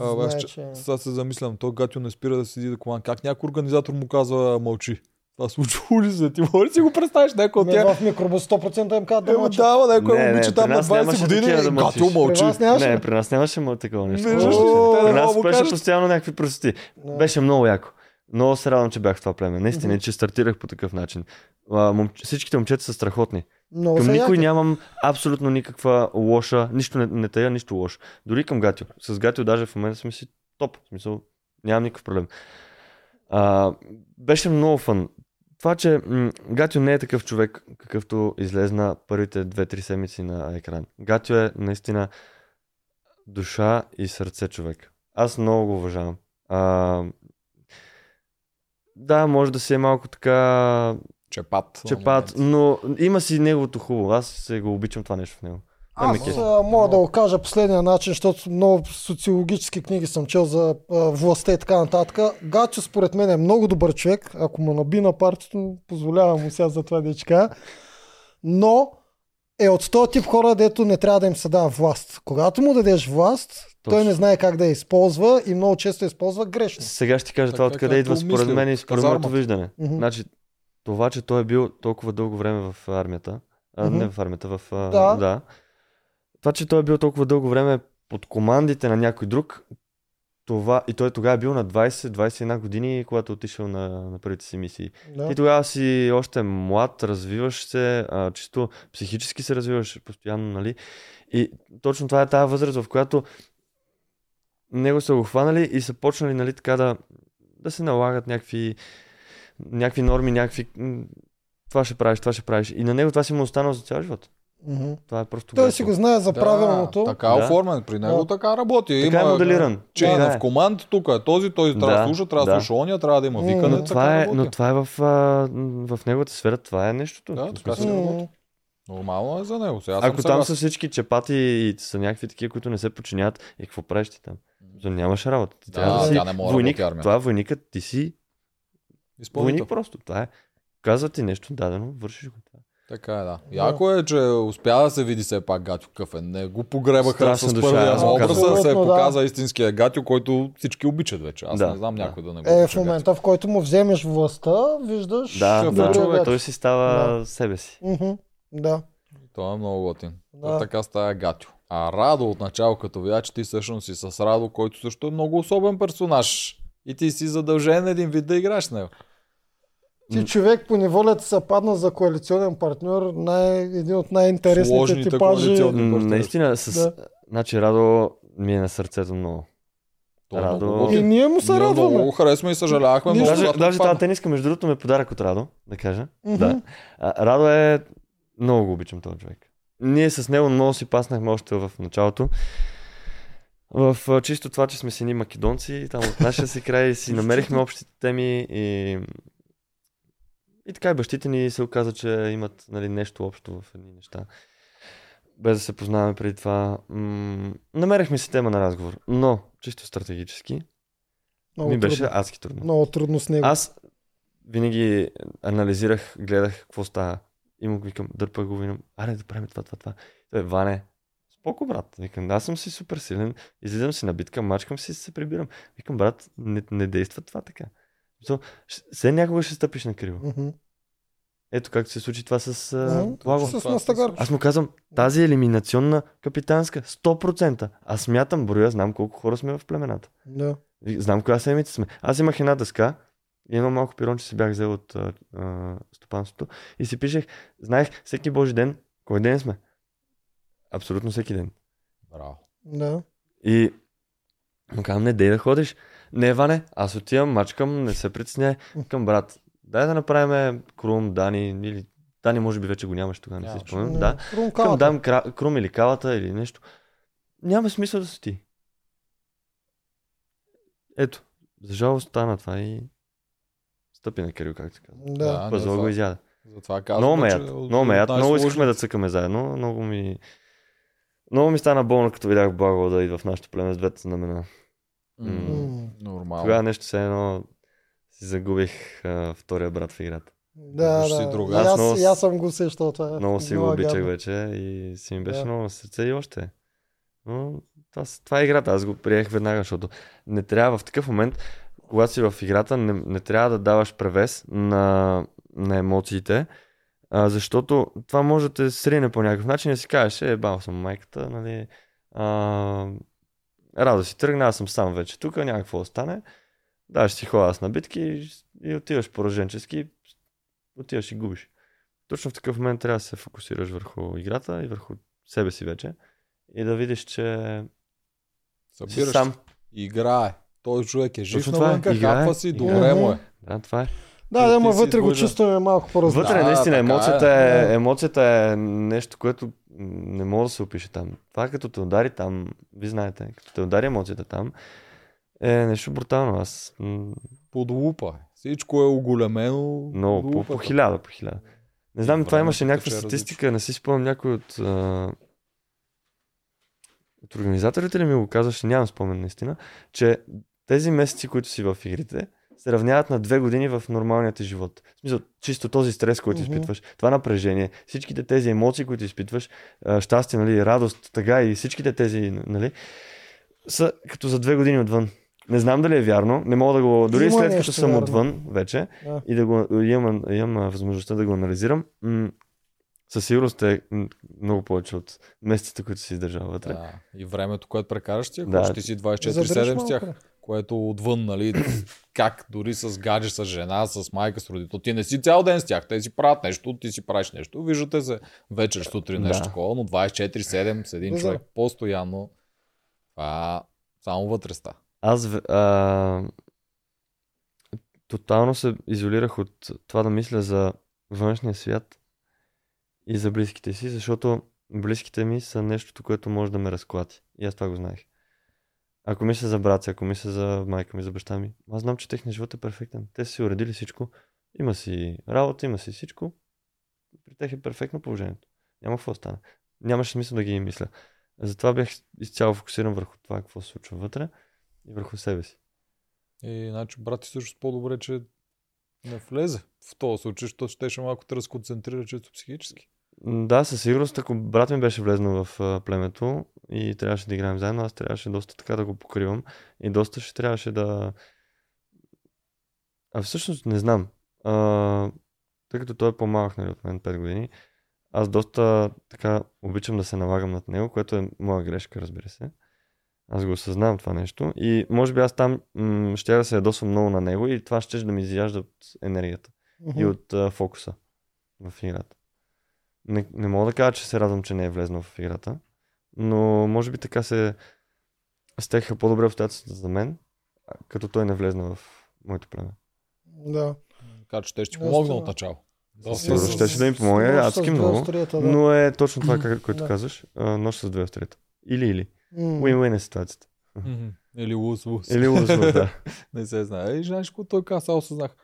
А,
знае,
аз че-
че...
Сега се замислям, той гатио не спира да седи да команда. Как някой организатор му казва мълчи? Това случва ли се? Ти може да си го представиш някой от
Ме
тях?
в микробус 100% им казват да
Ема
мълчат.
дава,
Не,
някой
не,
момиче
при
там на
нас нямаше
20 години
такива да
и
мълчиш.
гатио
При
мълчи.
вас нямаше.
Не, при нас нямаше мо- такова нещо.
Виждаш ли?
О,
Те да
При нас
мога да
беше
кажат,
постоянно някакви простоти.
Да.
Беше много яко. Много се радвам, че бях в това племе. Наистина,
Мгм.
че стартирах по такъв начин. А, момч... Всичките момчета са страхотни.
Много
Към
са
никой
яки.
нямам абсолютно никаква лоша, нищо не, не тая, нищо лошо. Дори към Гатио. С Гатио даже в момента сме си топ. В смисъл, нямам никакъв проблем. А, беше много фън. Това, че м- Гатио не е такъв човек, какъвто излезна първите 2-3 седмици на екран. Гатио е наистина душа и сърце човек. Аз много го уважавам. А, да, може да си е малко така
Чепат. Ами, на
Чепат,
момент.
но има си неговото хубаво. Аз се го обичам това нещо в него. Ай,
ами,
ме
Аз
кефи.
а, мога да го кажа последния начин, защото много социологически книги съм чел за а, властта и така нататък. Гачо според мен е много добър човек. Ако му наби на партито, позволявам му сега за това да чека. Но е от този тип хора, дето не трябва да им се дава власт. Когато му дадеш власт, той
Точно.
не знае как да я използва и много често я използва грешно.
Сега ще ти кажа
Е. Така,
това откъде
както
идва според
мисля,
мен и
от
според моето
казармата.
виждане.
Мгм.
Значи, това, че той е бил толкова дълго време в армията, а,
Мгм.
не в армията, в... а,
Да.
да. Това, че той е бил толкова дълго време под командите на някой друг, това, и той тогава е бил на 20-21 години, когато е отишъл на, на първите си мисии.
Да.
Ти тогава си още млад, развиваш се, а, чисто психически се развиваш постоянно, нали? И точно това е тази възраст, в която него са го хванали и са почнали, нали, така да, да се налагат някакви, някакви норми, някакви... м, Това ще правиш, това ще правиш. И на него това си му е останало за цял живот.
Мгм.
Това е просто...
Той
готино.
си го знае за правилното.
Да, така е
Да.
оформен. При него
Да.
така работи.
Така е моделиран.
Че
Да,
да,
да
в
е.
команд, тук е този, той трябва да,
Да,
слуша, трябва да,
да.
слуша ония, трябва да има
М,
викане.
но
Но това, е,
така
но
работи.
това е в, а, в неговата сфера, това е нещото.
Да,
В
така
смисъл,
се
Мгм.
работи. Нормално е за него. Сега съм
Ако там
съгласен.
са всички чепати и са някакви такива, които не се подчиняват, е какво правиш ти там? То нямаш работа. Ти
Да,
трябва да
тя
си
не може да
войник.
работи армия.
това е войникът, ти си
Изпълнител.
войник просто. Това е. Казва ти нещо дадено, вършиш го. Това.
Така е, да. Яко е, че успя да се види все пак Гатю какъв е. Не го погребаха
Страшна
с
душа,
първия
аз
му
го
образа,
казвам.
се
Абсолютно, да.
показа истинския Гатю, който всички обичат вече. Аз
Да,
не знам
да.
някой да не го
Е, в
обича Гатю.
момента, в който му вземеш властта, виждаш...
Да,
Шеф
да.
на
добрия
Той
гад.
си става себе си.
Мгм, Да.
Това е много готин.
Да.
Да. Така става Гатю. А Радо от начало, като видя, че ти всъщност си с Радо, който също е много особен персонаж. И ти си задължен един вид да играеш с него.
Ти човек по неволята се падна за коалиционен партньор, най- един от най-интересните
Сложните
типажи.
коалиционни.
М,
просто
Наистина, с...
Да.
значи Радо ми е на сърцето много.
Той е
Радо.
много готин.
И ние му се
Ние Много
радваме.
го харесваме и съжалявахме.
Ние
много,
Даже,
когато
даже
отпадна.
тази тениска, между другото, ме подарък от Радо, да кажа.
Мгм.
Да. А, Радо е... Много го обичам този човек. Ние с него много си паснахме още в началото. В а, чисто това, че сме си ни македонци, там от нашия си край си намерихме общите теми и... И така и бащите ни се оказа, че имат нали, нещо общо в едни неща. Без да се познаваме преди това. М- намерихме си тема на разговор, но чисто стратегически
Много
ми беше
трудно.
адски трудно.
Много трудно с него.
Аз винаги анализирах, гледах какво става. И му викам, дърпа го, викам, аре да правим това, това, това. Той, Ване, споко, брат. Викам, аз съм си супер силен, излизам си на битка, мачкам си и се прибирам. Викам, брат, не, не действа това така. So, се някога ще стъпиш на криво.
Мгм.
Ето както се случи това с
Мгм.
uh, Благо.
С
това
Мастагар.
се
Аз му казвам, тази елиминационна капитанска, 100%. Аз смятам броя, знам колко хора сме в племената.
Да.
Ви- Знам коя седмица сме. Аз имах една дъска и едно малко пиронче си бях взел от а, а, стопанството и си пишех, знаех всеки божи ден, кой ден сме. Абсолютно всеки ден.
Браво.
Да.
И му казвам, не, дей да ходиш. Не, Ване, аз отивам, мачкам, не се притесняй. Към брат, дай да направим Крум, Дани или... Дани може би вече го нямаш тогава, не си
Нямаше.
спомням. Да.
Рункалата.
Към дам кра... крум или кавата или нещо. Няма смисъл да си ти. Ето, за жалост стана това и стъпи на Кирил, както се казва.
Да.
не,
Пазо го
това-
изяда.
Затова казвам,
Много ме
че е
яд,
от-
много ме
от
яд, много
най-сложни-
искахме да цъкаме заедно, много ми... Много ми стана болно, като видях Благо да идва в нашото племе с двете знамена.
М,
М.
Нормално.
Тогава нещо се едно си загубих а, втория брат в играта.
Да,
Виж си
да.
друга.
И
Аз
Аз,
много
и
с-
аз съм го усещал това. е
Много си го обичах
гадно.
вече и си ми беше
Да.
много на сърце и още. е. Но това, с- това е играта, аз го приех веднага, защото не трябва в такъв момент, когато си в играта, не, не трябва да даваш превес на, на емоциите, а, защото това може да те срине по някакъв начин и да си кажеш, е, бал съм майката, нали, а, радо си тръгна, аз съм сам вече тук, някакво остане. Да, ще си ходя аз на битки и- и отиваш пораженчески, отиваш и губиш точно в такъв момент трябва да се фокусираш върху играта и върху себе си вече и да видиш, че си
Събираш
сам.
Играе. Той човек е жив
Точно това е.
навънка,
Играе.
хапва си,
Играе.
добре му е.
Да, това е.
Да,
Ти-
да,
ти
ма
си
вътре го
длъжен.
чувстваме малко по-различно.
Вътре,
Да,
наистина,
така
емоцията
е.
е,
Да.
емоцията е нещо, което м, не може да се опише там. Това като те удари там, ви знаете, като те удари емоцията там, е нещо брутално. Аз м,
Под лупа. е. Всичко е оголемено.
много,
под
по,
лупата.
по хиляда, по хиляда. Не знам, това
времето
имаше някаква
тече различно.
статистика, не си спомням някой от, а, от организаторите ли ми го казваше, нямам спомен наистина, че тези месеци, които си в игрите, се равняват на две години в нормалния ти живот. В смисъл, чисто този стрес, който
Мгм.
изпитваш, това напрежение, всичките тези емоции, които изпитваш, а, щастие, нали, радост, тъга и всичките тези, нали, са като за две години отвън. Не знам дали е вярно, не мога да го... Дори
Има
след
нещо
като съм
вярно.
отвън вече
Да.
и да го имам, имам а, възможността да го анализирам, м- със сигурност е м, много повече от месеците, които си издържал вътре.
Да. И времето, което прекараш ти, ако
Да.
ще си 24-7
Задръж
с тях,
малко.
което отвън, нали, как дори с гадже, с жена, с майка, с родител. Ти не си цял ден с тях, те си правят нещо, ти си правиш нещо. Виждате се вечер, сутрин, нещо
Да.
такова, но 24-7 с един
Да, да.
човек постоянно. Това Само вътре ста.
Аз в- а, тотално се изолирах от това да мисля за външния свят и за близките си, защото близките ми са нещото, което може да ме разклати. И аз това го знаех. Ако мисля за брат си, ако мисля за майка ми, за баща ми, аз знам, че техният живот е перфектен. Те са си уредили всичко. Има си работа, има си всичко. При тях е перфектно положението. Няма какво да стане. Нямаше смисъл да ги мисля. Затова бях изцяло фокусиран върху това, какво се случва вътре и върху себе си.
И значи брат ти също по-добре, че не влезе в този случай, защото щеше малко да разконцентрира чисто психически.
М, Да, със сигурност, ако брат ми беше влезнал в а, племето и трябваше да играем заедно, аз трябваше доста така да го покривам и доста ще трябваше да... А всъщност не знам. А, тъй като той е по-малък нали, от мен 5 години, аз доста така обичам да се налагам над него, което е моя грешка, разбира се. Аз го осъзнавам това нещо и може би аз там м- ще да се ядосвам много на него и това ще да ми изяжда от енергията и от а, фокуса в играта. Не, не мога да кажа, че се радвам, че не е влезнал в играта, но може би така се стеха по-добре обстоятелствата за мен, а, като той не влезна в моето племе.
Да.
Така че те ще ти
Да,
помогна
стана.
от начало.
Сигурно
с-
щеше да им помогне,
Нощ с
адски
две
много,
острията, да.
Но е точно това, как- което
Да.
казваш. а, Нощ с две острията. Или, или.
М.
Win-win е ситуацията.
Мгм. Или лус лус.
Или лузва, да.
Не се знае. И знаеш какво той каза, сега осъзнах.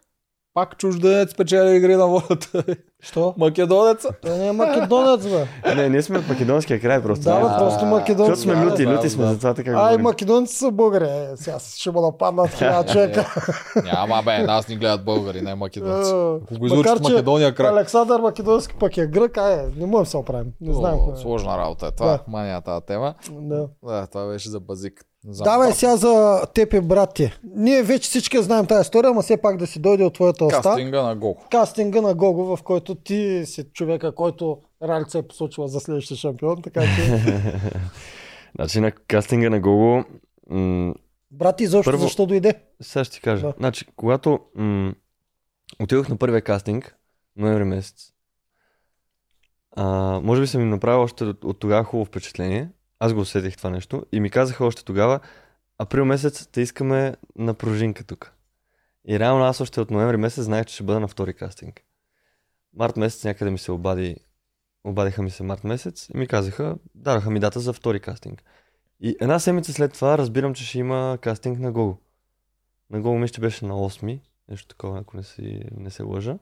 Пак чужденец спечели игри на волята.
Що?
Македонеца.
Той не е македонец, бе.
Не, ние сме от македонския край просто.
Да, бе,
А,
просто македонци.
Защото сме люти,
Да,
люти сме,
да.
затова така
Ай,
говорим.
македонци са българи. Е, Сега ще му нападнат хиляда човека.
Е, Няма бе, нас ни гледат българи, не македонци. Ако го излучат
Е, Макар,
в
че
Македония край.
Александър Македонски пък е грък, ай, не можем да се оправим. Не знаем
О,
кой е.
Сложна работа е това.
Да.
Мания тази тема.
Да.
Да, това беше за базик. За
Давай сега за теб и брат ти. Ние вече всички знаем тази история, ама все пак да си дойде от твоята уста.
кастинга на Гоко.
Кастинга на Гого, в който ти си човека, който Ралица е посочила за следващия шампион, така че
Значи на кастинга на Google м,
брат ти изобщо
Първо-
защо дойде?
Сега ще ти кажа.
Да.
Да. Значи, когато м- отидох на първия кастинг, ноември месец, а, може би съм им направил още от, от тогава хубаво впечатление. Аз го усетих това нещо и ми казаха още тогава, април месец те искаме на пружинка тук. И реално аз още от ноември месец знаех, че ще бъда на втори кастинг. Март месец някъде ми се обади, обадиха ми се март месец и ми казаха, дараха ми дата за втори кастинг. И една седмица след това разбирам, че ще има кастинг на Google. На Гол мисля, че беше на 8-ми, нещо такова, ако не, си, не се лъжа.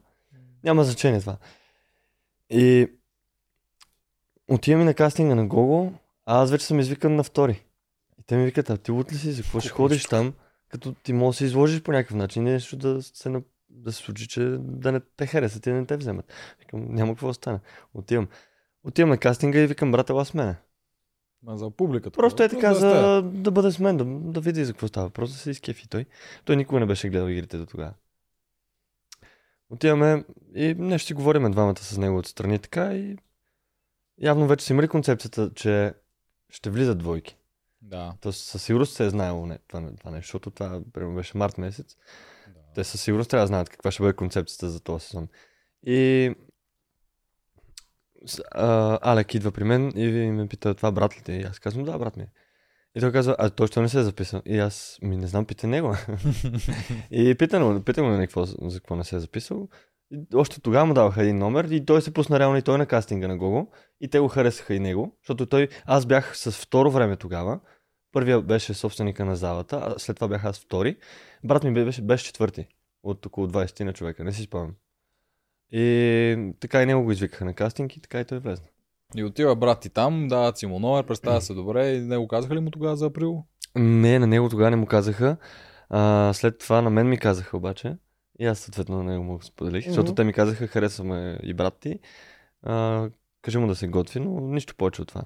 Няма значение това. И отиваме на кастинга на Гого, а аз вече съм извикан на втори. И те ми викат, а ти лут ли си, за какво ще ходиш там, като ти можеш да се изложиш по някакъв начин, нещо да се, на- да се случи, че да не те харесат и да не те вземат. Викам, няма какво да стане. Отивам. Отивам на кастинга и викам, брат, ела с мене.
Ма За публиката.
Просто е така,
да сте.
за да бъде с мен, да, да види за какво става. Просто се изкефи той. Той никога не беше гледал игрите до тогава. Отиваме и нещо си говориме двамата с него отстрани така и явно вече са имали концепцията, че ще влизат двойки.
Да.
То със сигурност се е знаело не, това, това нещо, защото това примерно беше март месец.
да.
Те със сигурност трябва да знаят каква ще бъде концепцията за този сезон. И с- а, Алек идва при мен и ви- ме пита това брат ли ти? е? И аз казвам да, брат ми. е. И той казва, а той ще не се е записал. И аз ми не знам, пита него. и питам го, питам го на какво, за какво не се е записал. И още тогава му даваха един номер и той се пусна реално и той на кастинга на Гого. И те го харесаха и него, защото той, аз бях с второ време тогава. Първия беше собственика на залата, а след това бях аз втори. Брат ми беше, беше четвърти от около 20 на човека, не си спомням. И така и него го извикаха на кастинг и така и той влезна.
И отива брат ти там, дават си му номер, представя се добре и не го казаха ли му тогава за април?
Не, на него тогава не му казаха. А, след това на мен ми казаха обаче. И аз съответно на него му го споделих, защото
Мгм.
те ми казаха, харесваме и брат ти. А, кажи му да се готви, но нищо повече от това.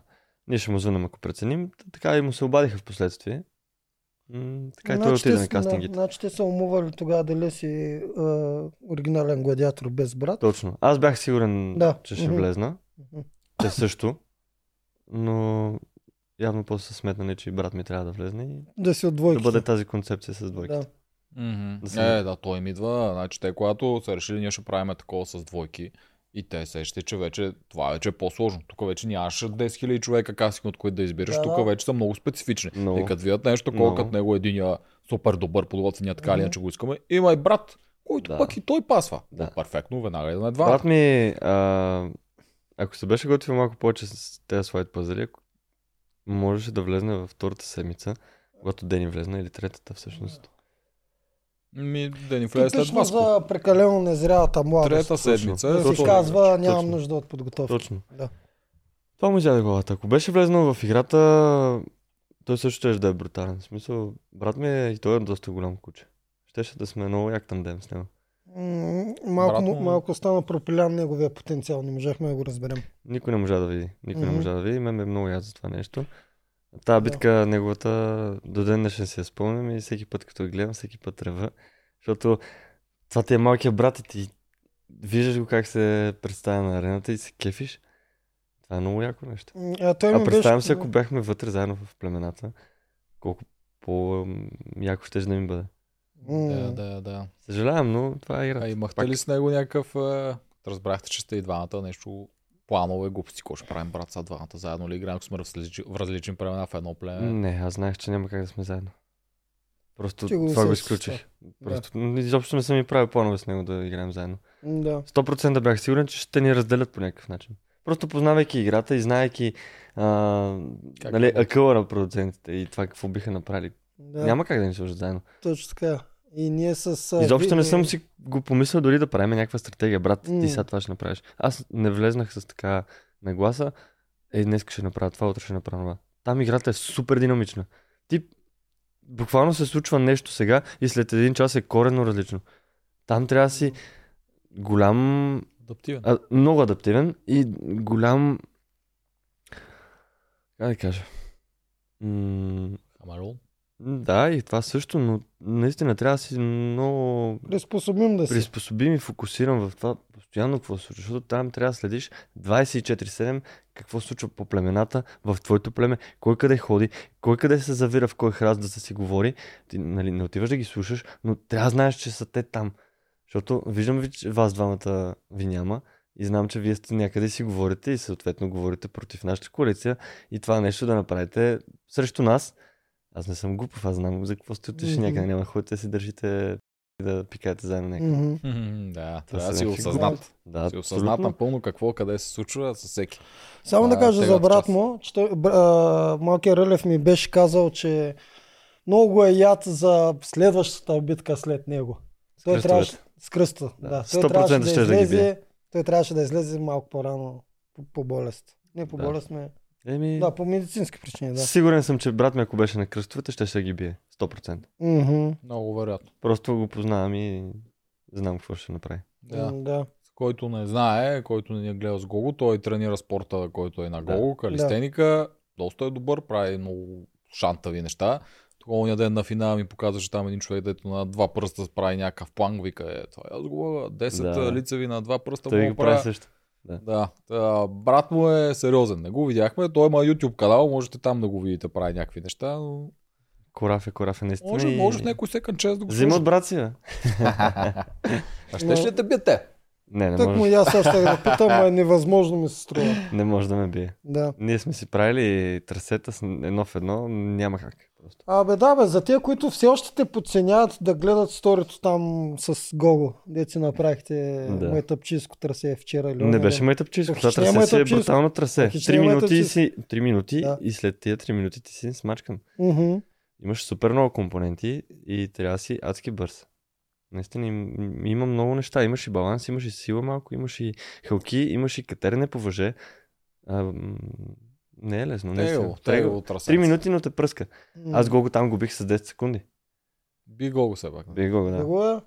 Ние ще му звънем, ако преценим. Т- Така и му се обадиха в последствие. М- така и той
Значи те
отиде на
са- да,
кастингите.
Значи те са умували тогава дали си а, оригинален гладиатор без брат.
Точно. Аз бях сигурен,
Да.
че ще
Мгм.
влезна.
Мгм.
Те също. Но явно после са сметнали, че и брат ми трябва да влезне и
Да си от
да
двойки.
бъде тази концепция с двойките.
да.
Да.
Mm-hmm.
Да се-
Е, да, той им идва. Значи те, когато са решили, ние ще правим такова с двойки. И те сещате, че вече това вече е по-сложно. Тук вече нямаш 10 000 човека кастинг, от които да избираш.
Да, да.
Тук вече са много специфични.
Много.
И като видят нещо такова,
Много.
като него единия супер добър подвод, ние така или
Мгм.
иначе го искаме, има и брат, който
Да.
пък и той пасва.
Да.
Перфектно, веднага и на два.
Брат ми, а, ако се беше готвил малко повече с тези слайд пазари, ако- можеше да влезне във втората седмица, когато Дени влезна или третата всъщност.
Ми, да ни влезе е след
Типично
вас.
за прекалено незрялата младост.
Трета седмица.
Да си
Точно.
казва, нямам
Точно.
нужда от подготовка.
Точно.
Да.
Това му изяде главата. Ако беше влезнал в играта, той също ще да е брутален. В смисъл, брат ми е и той е доста голям куче. Щеше да сме много як тандем с него.
М, Малко,
Брат
му,
му-
малко стана пропилян неговия потенциал, не можахме да го разберем.
Никой не можа да види. Никой не
Мгм.
можа да види. Мен ме е много яд за това нещо. Тая битка, неговата, до ден днешен си я спомням и всеки път, като я гледам, всеки път трева. Защото това ти е малкият брат и ти виждаш го как се представя на арената и се кефиш. Това е много яко нещо.
М, А, той
А
ми
представям
беше...
си, ако бяхме вътре заедно в племената, колко по-яко ще да ми бъде.
М,
Да, да, да.
Съжалявам, но това е
А
игра.
имахте
пак.
ли с него някакъв... е, Разбрахте, че сте и двамата нещо планове, глупости, какво ще правим, брат, са двамата заедно ли играем, ако сме в различни, в различни племена в едно племе.
Не, аз знаех, че няма как да сме заедно. Просто
Ти го
това го
усещаш
изключих. Просто н- изобщо не съм и правил планове с него да играем заедно.
м, Да.
100% бях сигурен, че ще ни разделят по някакъв начин. Просто познавайки играта и знаеки а,
Как
нали,
работи.
акъла на продуцентите и това какво биха направили.
Да,
Няма как да ни сложат заедно.
точно така. И ние с... а,
Изобщо не
ви-
съм си го помислил дори да правим някаква стратегия, брат, ти
е. М.
сега това ще направиш. Аз не влезнах с така нагласа, е, днес ще направя това, утре ще направя това. Там играта е супер динамична. Ти буквално се случва нещо сега и след един час е коренно различно. Там трябва да си голям,
Адаптивен.
а, много адаптивен и голям, как да кажа, М,
Хамелеон.
да, и това също, но наистина трябва да си много
Приспособим да си.
приспособим и фокусирам в това постоянно какво се случва, защото там трябва да следиш 24-7 какво се случва по племената, в твоето племе, кой къде ходи, кой къде се завира, в кой храст да си говори. Ти нали, не отиваш да ги слушаш, но трябва да знаеш, че са те там. Защото виждам ви, че вас двамата ви няма и знам, че вие сте някъде и си говорите и съответно говорите против нашата коалиция и това нещо да направите срещу нас. Аз не съм глупав, аз знам за какво сте отишли
Мгм.
някъде, няма да ходите да си държите и да пикаете заедно някъде.
Мгм.
Мгм, Да,
Това
трябва да
са
си
някакви
осъзнат.
Да,
Си осъзнат
абсолютно.
напълно какво, къде се случва със всеки.
Само да
А,
кажа за
тегата
брат
част.
му, че той, бр- а, малкият Рълев ми беше казал, че много е яд за следващата битка след него. Той
кръстовете.
трябваше с кръста. Да.
Да.
Той
100%
трябваше да
щеш да ги
излезе,
бие.
той трябваше да излезе малко по-рано по, по болест. Не по
Да.
болест, но
Еми,
да, по медицински причини, да.
сигурен съм, че брат ми, ако беше на кръстовете, ще ще ги бие. 100%.
Мгм.
Много вероятно.
Просто го познавам и знам какво ще направи.
Да.
М, да.
Който не знае, който не ни е гледал с Гого, той тренира спорта, който е на
Да.
Гого, калистеника, доста е добър, прави много шантави неща. Тук ония ден на финала ми показваше там един човек, дето на два пръста прави някакъв план, вика, е, това аз го мога, 10
Да.
лицеви на два пръста
Той
мога
го
да правя.
прави също.
Да, а, брат му е сериозен, не го видяхме, той има YouTube канал, можете там да го видите, прави някакви неща, но
Кораф е, кораф е наистина.
може,
и-
може в някой секънд чест да го
Взима
слуша.
от брат си, бе.
А ще ще те бият те?
Не, не
Так му и
може,
аз сега ще да питам, а е невъзможно ми се струва.
не може да ме бие.
Да.
Ние сме си правили трасета с едно в едно, няма как. Просто.
Абе да, бе, за тия, които все още те подценяват да гледат сторито там с Гого, деци направихте
Да.
майтъпчийско трасе вчера или
Не
онзи
беше
ден.
майтъпчиско. Това
Хищния
трасе си е
майтъпчийско.
брутално трасе.
Хищния
Три минути, и
майтъпчийско.
си, три минути
Да.
и след тия три минути ти си смачкан.
Мгм.
имаш супер много компоненти и трябва да си адски бърз. Наистина им- им- има много неща. Имаш и баланс, имаш и сила малко, имаш и хълки, имаш и катерене по въже. А, м, не е лесно. Не е
Его,
лесно.
его, трасенце.
Три минути, но те пръска.
М.
Аз го там губих с 10 секунди.
Би го се пак.
Бих го,
Да
да.
го е.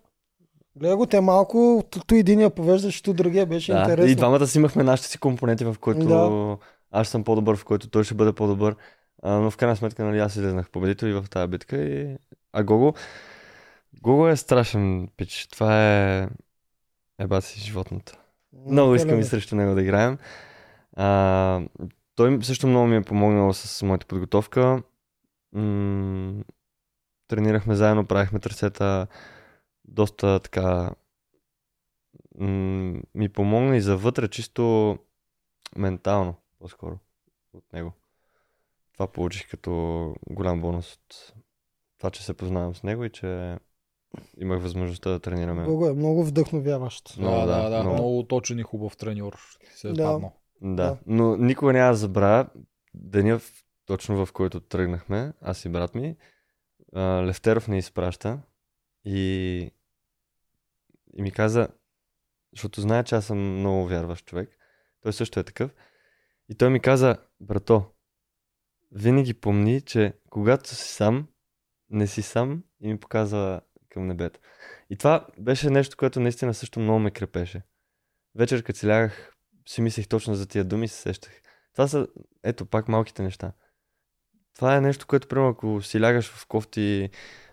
Гледай го, те малко, ту- ту единия повеждаш, ту другия беше
да.
интересно.
И двамата си имахме нашите си компоненти, в които
Да.
аз съм по-добър, в който той ще бъде по-добър. А, но в крайна сметка, нали, аз излезнах победител и в тази битка. И... А Гого... Гого е страшен пич. Това е... Еба си животното.
М,
Много искам
пелено.
и срещу него да играем. А, той м- също много ми е помогнал с моята подготовка. М- тренирахме заедно, правихме трасета доста така м- ми помогна и за вътре, чисто ментално, по-скоро от него. Това получих като голям бонус от това, че се познавам с него и че имах възможността да тренираме.
Много е, много вдъхновяващ.
Много,
да, да,
да,
да.
много.
Много точен и хубав треньор. Се е
Да.
да.
Да,
Да.
но никога няма да забравя деня, в- точно в който тръгнахме, аз и брат ми. А, Левтеров не изпраща и, и ми каза, защото знае, че аз съм много вярващ човек. Той също е такъв. И той ми каза, брато, винаги помни, че когато си сам, не си сам и ми показва към небето. И това беше нещо, което наистина също много ме крепеше. Вечер, като си лягах си мислех точно за тия думи и се сещах. Това са, ето, пак малките неща. Това е нещо, което, примерно, ако си лягаш в кофти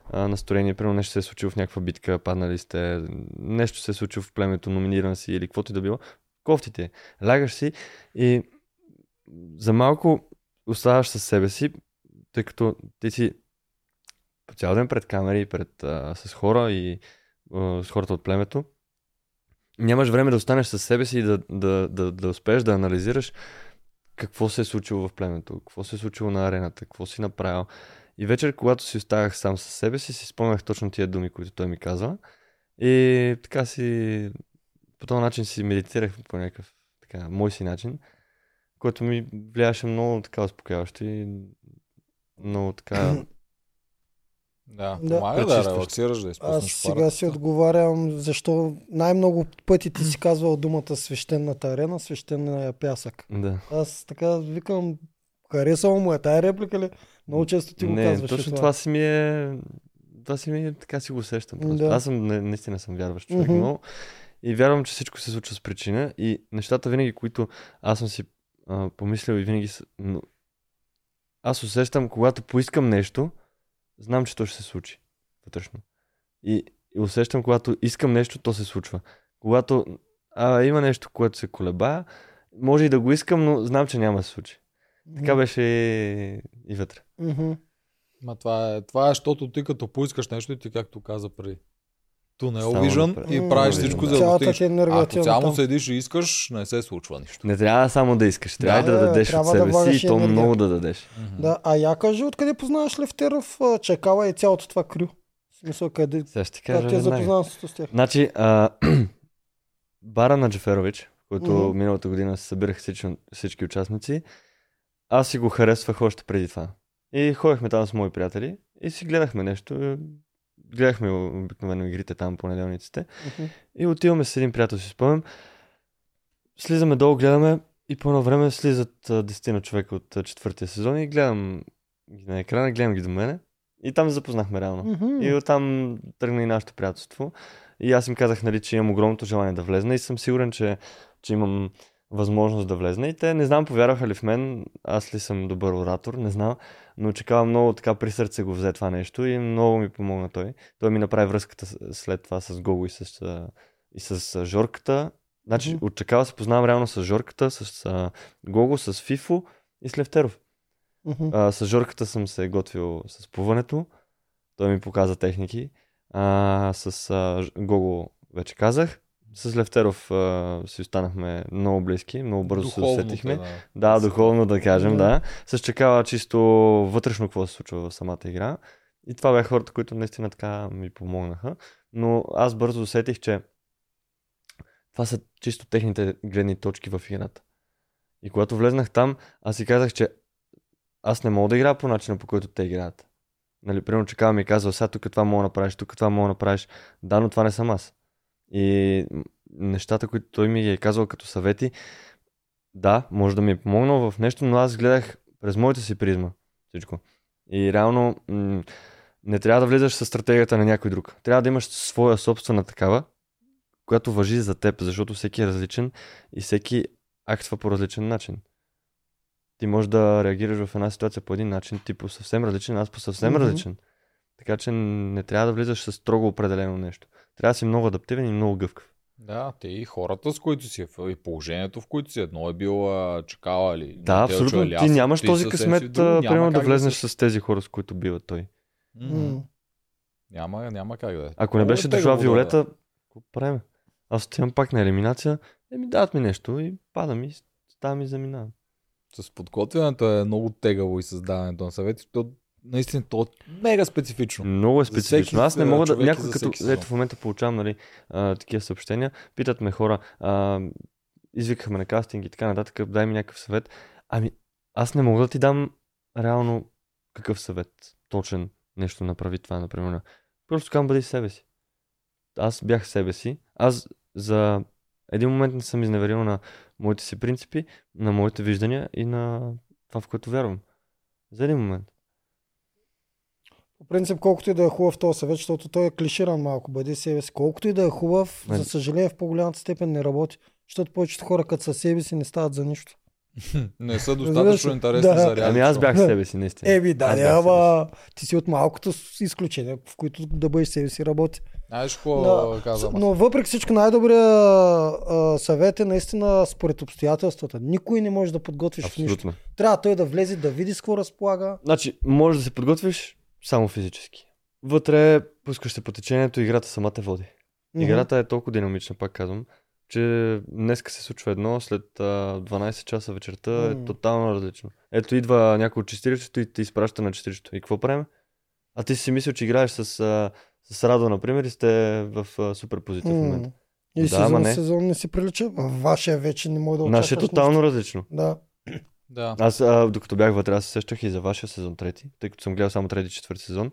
а, настроение, примерно нещо се е случило в някаква битка, паднали сте, нещо се е случило в племето, номиниран си или каквото и да било, кофтите. е. Лягаш си и за малко оставаш със себе си, тъй като ти си по цял ден пред камери, пред, а, с хора и а, с хората от племето нямаш време да останеш със себе си и да, да, да, да успееш да анализираш какво се е случило в племето, какво се е случило на арената, какво си направил. И вечер, когато си оставах сам със себе си, си спомнях точно тия думи, които той ми казва. И така си, по този начин си медитирах по някакъв така, мой си начин, който ми влияеше много така успокояващо и много така...
Да,
Да.
помага да,
Пречистващо.
релаксираш, да изпуснеш
Аз сега
пара.
си отговарям защо най-много пъти ти си казвал думата свещената арена, свещения пясък.
да.
Аз така викам, харесало му е тая реплика ли? Много често ти го
Не,
казваш.
точно
това.
това си ми е... Това си ми е, така си го усещам. Просто.
Да.
Аз съм, не, наистина съм вярващ човек
Мгм.
много. И вярвам, че всичко се случва с причина. И нещата винаги, които аз съм си а, помислил и винаги... с- Но... Аз усещам, когато поискам нещо, знам, че то ще се случи вътрешно. И, и усещам, когато искам нещо, то се случва. Когато а, има нещо, което се колебая, може и да го искам, но знам, че няма да се случи. Така беше и, и вътре.
Мгм.
Ма това е, това е, защото ти като поискаш нещо и ти, както каза при Тунел
Само
Vision
направи.
и
Мгм.
правиш
Tunnel
всичко
Vision,
за да
Цялата
достигнеш.
ти енергия
Ако
отива
само
там.
седиш и искаш, не се случва нищо.
Не трябва само да искаш, трябва
Да,
да, да
да,
дадеш от
трябва да
себе
влагаш
си и то
енергия.
много да дадеш.
Мгм.
Да, а я кажи откъде познаваш Левтеров, а, Чакала и цялото това крю. В смисъл къде,
Сега ще ти кажа
как ти е
веднага.
запознанството с тях.
Значи, а, бара на Джаферович, който
Мгм.
миналата година се събираха всички, всички участници, аз си го харесвах още преди това. И ходихме там с мои приятели и си гледахме нещо. е, Гледахме обикновено игрите там понеделниците.
Мгм.
И отиваме с един приятел, си спомням. Слизаме долу, гледаме и по едно време слизат а, десетина човека от а, четвъртия сезон и гледам ги на екрана, гледам ги до мене. И там се запознахме реално.
Мгм.
И оттам тръгна и нашето приятелство. И аз им казах, нали, че имам огромното желание да влезна и съм сигурен, че, че имам възможност да влезна. И те не знам, повярваха ли в мен, аз ли съм добър оратор, не знам, но чекава много така при сърце го взе това нещо и много ми помогна той. Той ми направи връзката с- след това с Гого и с, а, и с а, Жорката. Значи,
Мгм.
mm-hmm. от чекава се познавам реално с Жорката, с а, Гого, с Фифо и с Левтеров.
Мгм.
А, с Жорката съм се готвил с плуването. Той ми показа техники. А, с а, Ж- Гого вече казах. С Левтеров а, си останахме много близки, много бързо се
Духовно
усетихме.
те, да.
Да, духовно да кажем,
Да.
да. С чекава чисто вътрешно какво се случва в самата игра. И това бяха хората, които наистина така ми помогнаха. Но аз бързо усетих, че това са чисто техните гледни точки в играта. И когато влезнах там, аз си казах, че аз не мога да играя по начина, по който те играят. Нали, примерно чекава ми е казал, сега тук това мога да направиш, тук това мога да направиш. Да, но това не съм аз. И м, нещата, които той ми ги е казал като съвети, да, може да ми е помогнал в нещо, но аз гледах през моята си призма всичко. И реално м- не трябва да влизаш със стратегията на някой друг. Трябва да имаш своя собствена такава, която въжи за теб, защото всеки е различен и всеки актва по различен начин. Ти можеш да реагираш в една ситуация по един начин, ти по съвсем различен, аз по съвсем
Мгм.
mm-hmm. различен. Така че не трябва да влизаш с строго определено нещо. Трябва да си много адаптивен и много гъвкав.
Да, те и хората, с които си, е в- и положението, в което си, едно е било а, чакала или
Да,
Телчо
абсолютно.
или
ти
аз,
нямаш този
съвсем си друго,
късмет, друго,
няма
примерно, да
как
влезнеш
се-
с тези хора, с които бива той.
Мгм.
Мгм.
Няма, няма как да е.
Ако не
Много е
беше дошла
тегаво, да, да.
Виолета, какво правим? Аз отивам пак на елиминация, и ми дават ми нещо и падам и ставам и заминавам.
С подготвянето е много тегаво и създаването на съвети. То, наистина, то е мега специфично.
Много е
За всеки
специфично. Аз не мога да.
човек и
Някой
за
като.
всеки сезон.
Ето в момента получавам нали, а, такива съобщения. Питат ме хора. А, извикахме на кастинг и така нататък. Дай ми някакъв съвет. Ами, аз не мога да ти дам реално какъв съвет. Точен нещо направи това, например. Просто казвам, бъди себе си. Аз бях себе си. Аз за един момент не съм изневерил на моите си принципи, на моите виждания и на това, в което вярвам. За един момент.
По принцип, колкото и да е хубав този съвет, защото той е клиширан малко, бъди себе си. Колкото и да е хубав,
Не.
за съжаление в по-голямата степен не работи. Защото повечето хора, като са себе си, не стават за нищо.
Не са
Разбираш
достатъчно
ли?
интересни
Да.
за реалното.
Ами аз бях себе си, наистина.
Е,
Еби, Е, да,
Аз
не,
бях
ама ти си от малкото с- изключение, в които да бъдеш себе си работи.
Знаеш какво
Да,
казвам? аз?
Но въпреки всичко най-добрият а, съвет е наистина според обстоятелствата. Никой не може да подготвиш в нищо.
Абсолютно.
Трябва той да влезе, да види с какво разполага.
Значи, може да се подготвиш само физически. Вътре пускаш се по течението, играта сама те води. Играта е толкова динамична, пак казвам, че днеска се случва едно, след а, 12 часа вечерта е
Мгм.
тотално различно. Ето идва някой от чистилището и те изпраща на чистилището. И какво правим? А ти си мислил, че играеш с, а, с Радо, например, и сте в а, супер позиция е в
Мгм.
момента.
И
Да, ама
сезон,
не.
сезон не си прилича. а Вашия вече не може да очакваш.
Наше е тотално
нищо.
различно.
Да.
Да.
Аз, а, докато бях вътре, аз се сещах и за вашия сезон трети, тъй като съм гледал само трети и четвърти сезон.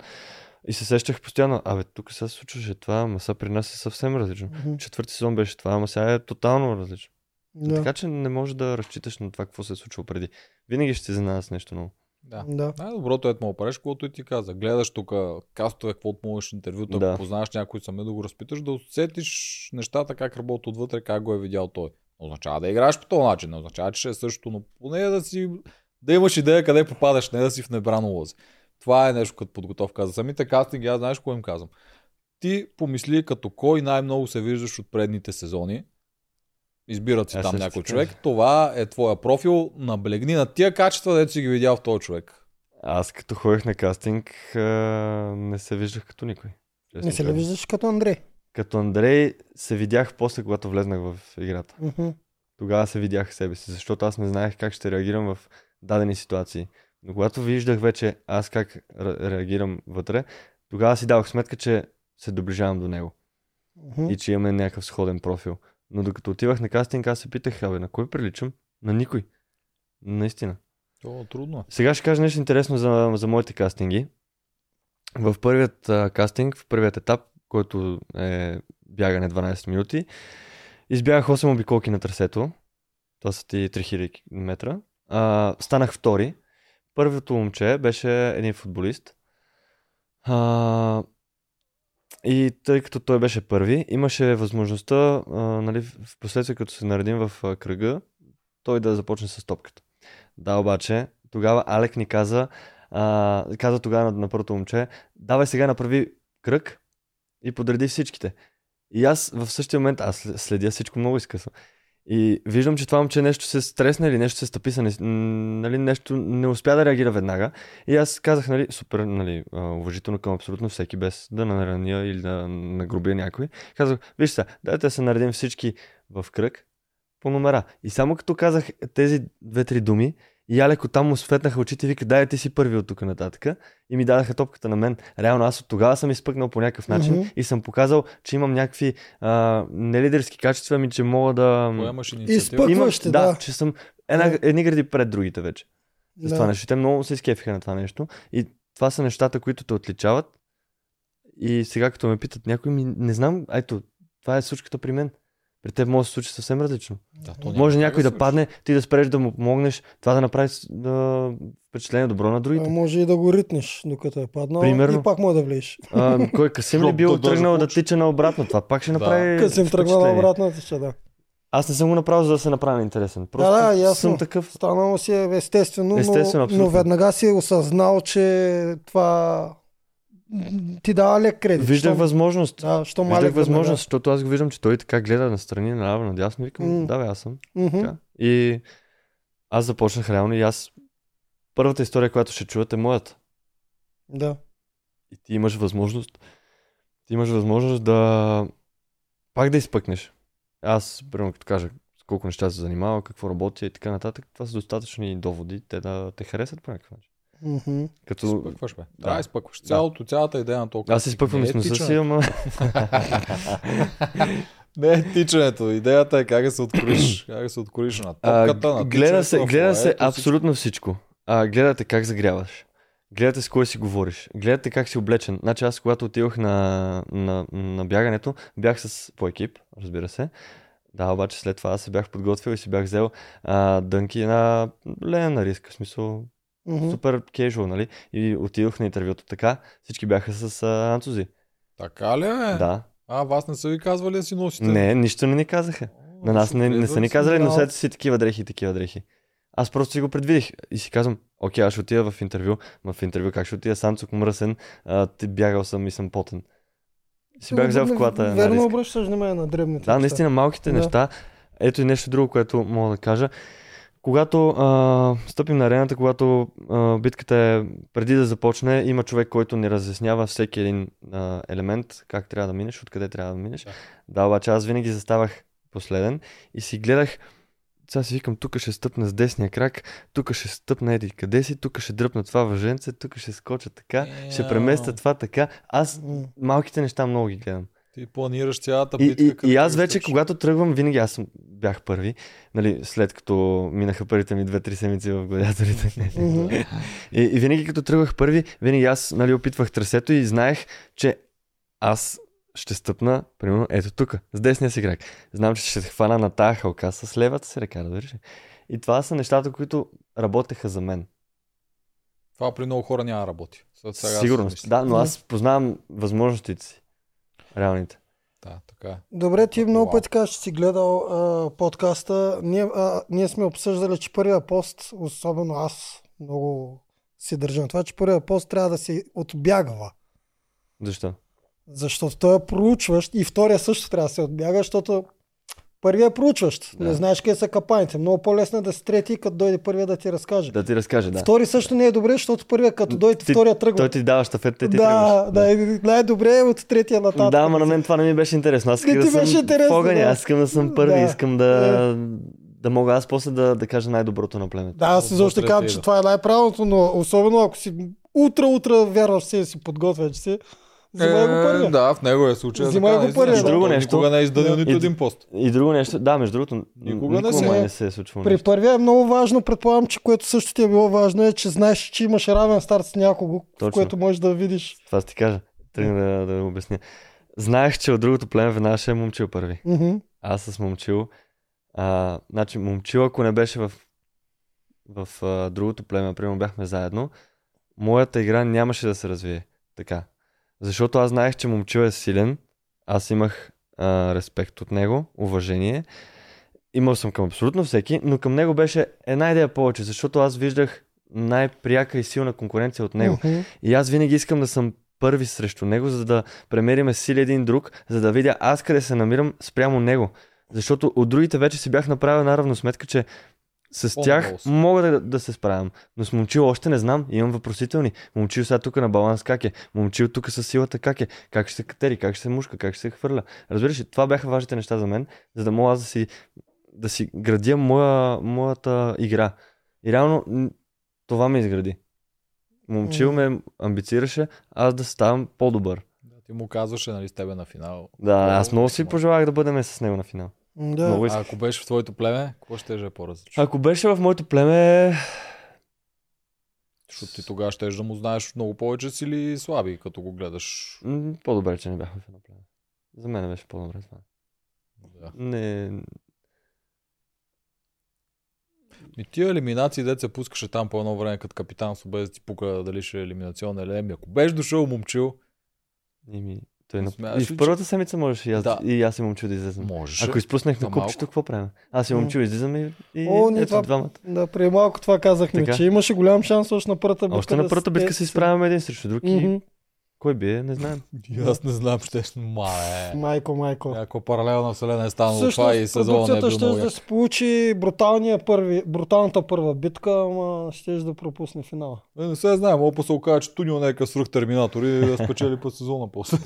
И се сещах постоянно, абе, тук сега се случваше това, ама сега при нас е съвсем различно.
Мгм.
Четвърти сезон беше това, ама сега е тотално различно.
Да.
Така че не може да разчиташ на това, какво се е случило преди. Винаги ще се знае с нещо ново.
да.
да.
Най-доброто е да му оправиш, което и ти каза. Гледаш тук кастове, каквото можеш интервюта,
Да.
ако познаваш някой саме да го разпиташ, да усетиш нещата как работи отвътре, как го е видял той. Не означава да играеш по този начин, не означава, че ще е същото, но поне да си да имаш идея къде попадаш, не да си в небрано лози. Това е нещо като подготовка. За самите кастинги, аз знаеш какво им казвам. Ти помисли като кой най-много се виждаш от предните сезони. Избират си
Аз
там
също
някой
така.
човек. Това е твоя профил. Наблегни на тия качества, дето си ги видял в този човек.
Аз като ходех на кастинг, а, не се виждах като никой. честно
Не се ли
казано.
виждаш като Андрей?
Като Андрей се видях после, когато влезнах в играта.
Мгм.
тогава се видях себе си, защото аз не знаех как ще реагирам в дадени ситуации. Но когато виждах вече аз как ре- реагирам вътре, тогава си давах сметка, че се доближавам до него
Мгм.
и че имаме някакъв сходен профил. Но докато отивах на кастинг, аз се питах, абе, на кой приличам? На никой. Наистина.
То е трудно.
Сега ще кажа нещо интересно за, за моите кастинги. В първият а, кастинг, в първият етап, който е бягане 12 минути, избягах 8 обиколки на трасето. Това са ти 3000 метра. А, станах втори. Първото момче беше един футболист. А, и тъй като той беше първи, имаше възможността, а, нали, в- в последствие като се наредим в а, кръга, той да започне с топката. Да, обаче, тогава Алек ни каза, а, каза тогава на, на първото момче, давай сега направи кръг и подреди всичките. И аз в същия момент, аз след- следя всичко много изкъсно. И виждам, че това момче нещо се стресна или нещо се стъписа, не- м, нали, нещо не успя да реагира веднага. И аз казах, нали, супер, нали, а, уважително към абсолютно всеки, без да нараня или да нагрубя някой. Казах, виж сега, дайте да се наредим всички в кръг по номера. И само като казах тези две-три думи, и Алеко там му светнаха очите и вика, дай ти си първи от тук нататък. И ми дадаха топката на мен. Реално аз от тогава съм изпъкнал по някакъв начин
Мгм.
и съм показал, че имам някакви а, не лидерски качества, ми, че мога да...
Поемаш инициатива.
Изпък-
Имам,
Пъкващи,
да,
да.
да, че съм една,
Да.
едни гради пред другите вече. За
Да.
това нещо. Те много се изкефиха на това нещо. И това са нещата, които те отличават. И сега като ме питат някой, ми не знам, ето, това е случката при мен. При теб може да се случи съвсем различно.
Да, то няма
може
как
някой да,
се
падне, ти да спреш да му помогнеш, това да направи с- да, впечатление добро на
А,
другите.
може и да го ритнеш, докато е паднал.
Примерно.
И пак може да влезеш.
А, кой Касим ли
Жоп да
бил
дойде
тръгнал да
получи.
тича на обратно? Това пак ще
Да.
направи.
Като съм тръгнал на
Е, впечатление.
обратната ще да.
Аз не съм го направил, за да се направя интересен. Просто
да, ясно.
съм такъв.
Станало си е естествено,
Естествено,
естествено но,
абсолютно.
но веднага си е осъзнал, че това м, ти дава лек кредит.
Виждах
Е, Щом-
възможност.
Да, що малек
Виждах
веднага.
възможност, защото аз го виждам, че той така гледа настрани, наляво, надясно. Викам,
М.
да, бе, аз съм.
Мгм.
Така. И аз започнах реално и аз. Първата история, която ще чуете, е моята.
Да.
И ти имаш възможност. Ти имаш възможност да. Пак да изпъкнеш. аз, примерно, като кажа с колко неща се занимава, какво работя и така нататък, това са достатъчни доводи, те да те харесат по някакъв начин.
Мгм.
Като...
Изпъкваш, бе. Да,
Да.
изпъкваш. Цялото, цялата идея на толкова.
Аз изпъквам
Не
и
е
с носа си,
тичането.
ама...
Не е тичането. Идеята е как да се откроиш, как да се откроиш на топката,
А,
на е
гледа се,
тичането,
гледа
на
се
фоаето, всичко.
абсолютно всичко. А, гледате как загряваш. Гледате с кой си говориш. Гледате как си облечен. Значи аз, когато отидох на, на, на бягането, бях с по екип, разбира се. Да, обаче след това аз се бях подготвил и си бях взел а, дънки на лена риска, в смисъл
Мгм.
супер кежуал, нали? И отидох на интервюто така, всички бяха с а, анцузи.
Така ли е?
Да.
А, вас не са ви казвали да си носите?
Не, нищо не ни казаха.
О,
На нас
ще
не, не
влезат
са ни
си
казали,
на-
носете си такива дрехи и такива дрехи. Аз просто си го предвидих и си казвам, окей, аз ще отида в интервю, ма в интервю как ще отида, санцук мръсен, а, ти бягал съм и съм потен. Си бях взел в колата една
Верно
риска.
обръщаш внимание на дребните
Да,
неща.
наистина малките
Да.
неща. Ето и нещо друго, което мога да кажа. Когато а, стъпим на арената, когато а, битката е преди да започне, има човек, който ни разяснява всеки един а, елемент, как трябва да минеш, откъде трябва да минеш.
Да.
Да. да, обаче аз винаги заставах последен и си гледах, сега си викам, тук ще стъпна с десния крак, тук ще стъпна еди къде си, тук ще дръпна това въженце, тук ще скоча така, ще
Яу.
преместя това така. Аз
М.
малките неща много ги гледам.
Ти планираш цялата
И,
битка.
и,
къде
и аз
ще
вече,
стъпиш.
когато тръгвам, винаги аз съм, бях първи, нали, след като минаха първите ми две-три седмици в гладиаторите.
Мгм.
и, и винаги като тръгвах първи, винаги аз нали, опитвах трасето и знаех, че аз ще стъпна, примерно, ето тук, с десния си крак. Знам, че ще се хвана на тая халка с левата си ръка, разбираш ли? И това са нещата, които работеха за мен.
Това при много хора няма да работи. Сега
Със
си
сигурност.
мисля.
Да, но
Да.
аз познавам възможностите си. Реалните.
Да, така е.
Добре, ти много
Вау.
пъти казваш, че си гледал а, подкаста. Ние, а, ние сме обсъждали, че първия пост, особено аз, много си държа на това, че първия пост трябва да си отбягава.
Защо?
Защото той е проучващ и втория също трябва да се отбяга, защото първия е проучващ.
Да.
Не знаеш къде са капаните. Много по-лесно е да си трети, като дойде първия да ти разкаже.
Да ти разкажа, да.
Втори също не е добре, защото първия като дойде,
Ти-
втория тръгва.
Той ти дава щафетата и ти
да,
тръгваш.
да, и най-добре е от третия нататък.
Да, ама на мен това не ми беше интересно. Аз
Не
искам да
ти беше
съм
интересно,
в огъня,
да.
аз искам да съм първи,
Да.
искам да, да мога аз после да, да кажа най-доброто на племето.
Да, аз
От
изобщо
вътре
казвам,
ти
че
идва.
това е най-правилното, но особено ако си утра-утра вярваш в себе си, подготвя, че си, взимай го първия.
Е, да, в неговия случай. е
Взимай
така,
го
наистина,
първия,
защото
да.
той
Друго
Никога
нещо.
не е издадил
Да.
нито
И-
един пост.
И друго нещо, да, между другото, н-
Никога не
никога
се-
май не се е случвало
При
нещо.
първия е много важно, предполагам, че което също ти е било важно е, че знаеш, че имаш равен старт с някого, в
Точно.
което можеш да видиш.
Това ще ти кажа, тръгна да, да го обясня. Знаех, че от другото племе веднага ще е момчил първи.
Мгм.
Аз с момчил, а, значи момчил, ако не беше в, в а, другото племе, примерно бяхме заедно, моята игра нямаше да се развие. Така. Защото аз знаех, че момчил е силен. Аз имах а, респект от него, уважение. Имал съм към абсолютно всеки, но към него беше една идея повече, защото аз виждах най-пряка и силна конкуренция от него.
Мгм.
И аз винаги искам да съм първи срещу него, за да премериме сили един друг, за да видя аз къде се намирам спрямо него. Защото от другите вече си бях направил наравно сметка, че с
По-надолу
тях
си.
мога да, да се справям. Но с момчил още не знам, имам въпросителни. Момчил сега тук на баланс как е? Момчил тук с силата как е? Как ще се катери? Как ще се мушка? Как ще се хвърля? Разбираш ли, това бяха важните неща за мен, за да мога аз да си, да си градя моя, моята игра. И реално н- това ме изгради. Момчил ме амбицираше аз да ставам по-добър.
Да, Ти му казваше, нали, с тебе на финал.
Да, аз много си
Може.
пожелах да бъдем с него на финал.
М, Да.
Много
А ако беше в твоето племе, какво ще е по-различно?
Ако беше в моето племе,
Защото ти тогава ще да му знаеш много повече сили и слаби, като го гледаш.
м, по-добре, че не бяхме в едно племе. За мен беше по-добре това.
Да.
Не,
И тия елиминации, дет се пускаше там по едно време, като капитан с без да ти пука дали ще е елиминационен или еми. Ако беше дошъл момчил,
не ми... Той
Не
на...
смяташ
И
ли,
в първата седмица можеш и аз,
Да.
да. и аз и момчил да излезем.
можеше.
Ако изпуснахме
За малко.
купчето, какво правим? Аз и
М.
момчил излизам и, и
О, ние
ето
това-
двамата.
Да, преди малко това казахме,
Така.
че имаше голям шанс още на първата битка.
Още на първата битка се изправяме един срещу друг и
Мгм.
Кой бие, не знаем.
И Аз не знам, ще ще... Мале.
Майко, майко.
Някаква паралелна вселена е станала
Всъщност,
това и сезона не е
продукцията
бил
ще
много
да
як.
се получи бруталния първи, бруталната първа битка, ама ще да пропусне финала.
Е, Не се знае, мога се окаже, че Тунио нека сръх Терминатор и да спечели по сезона после.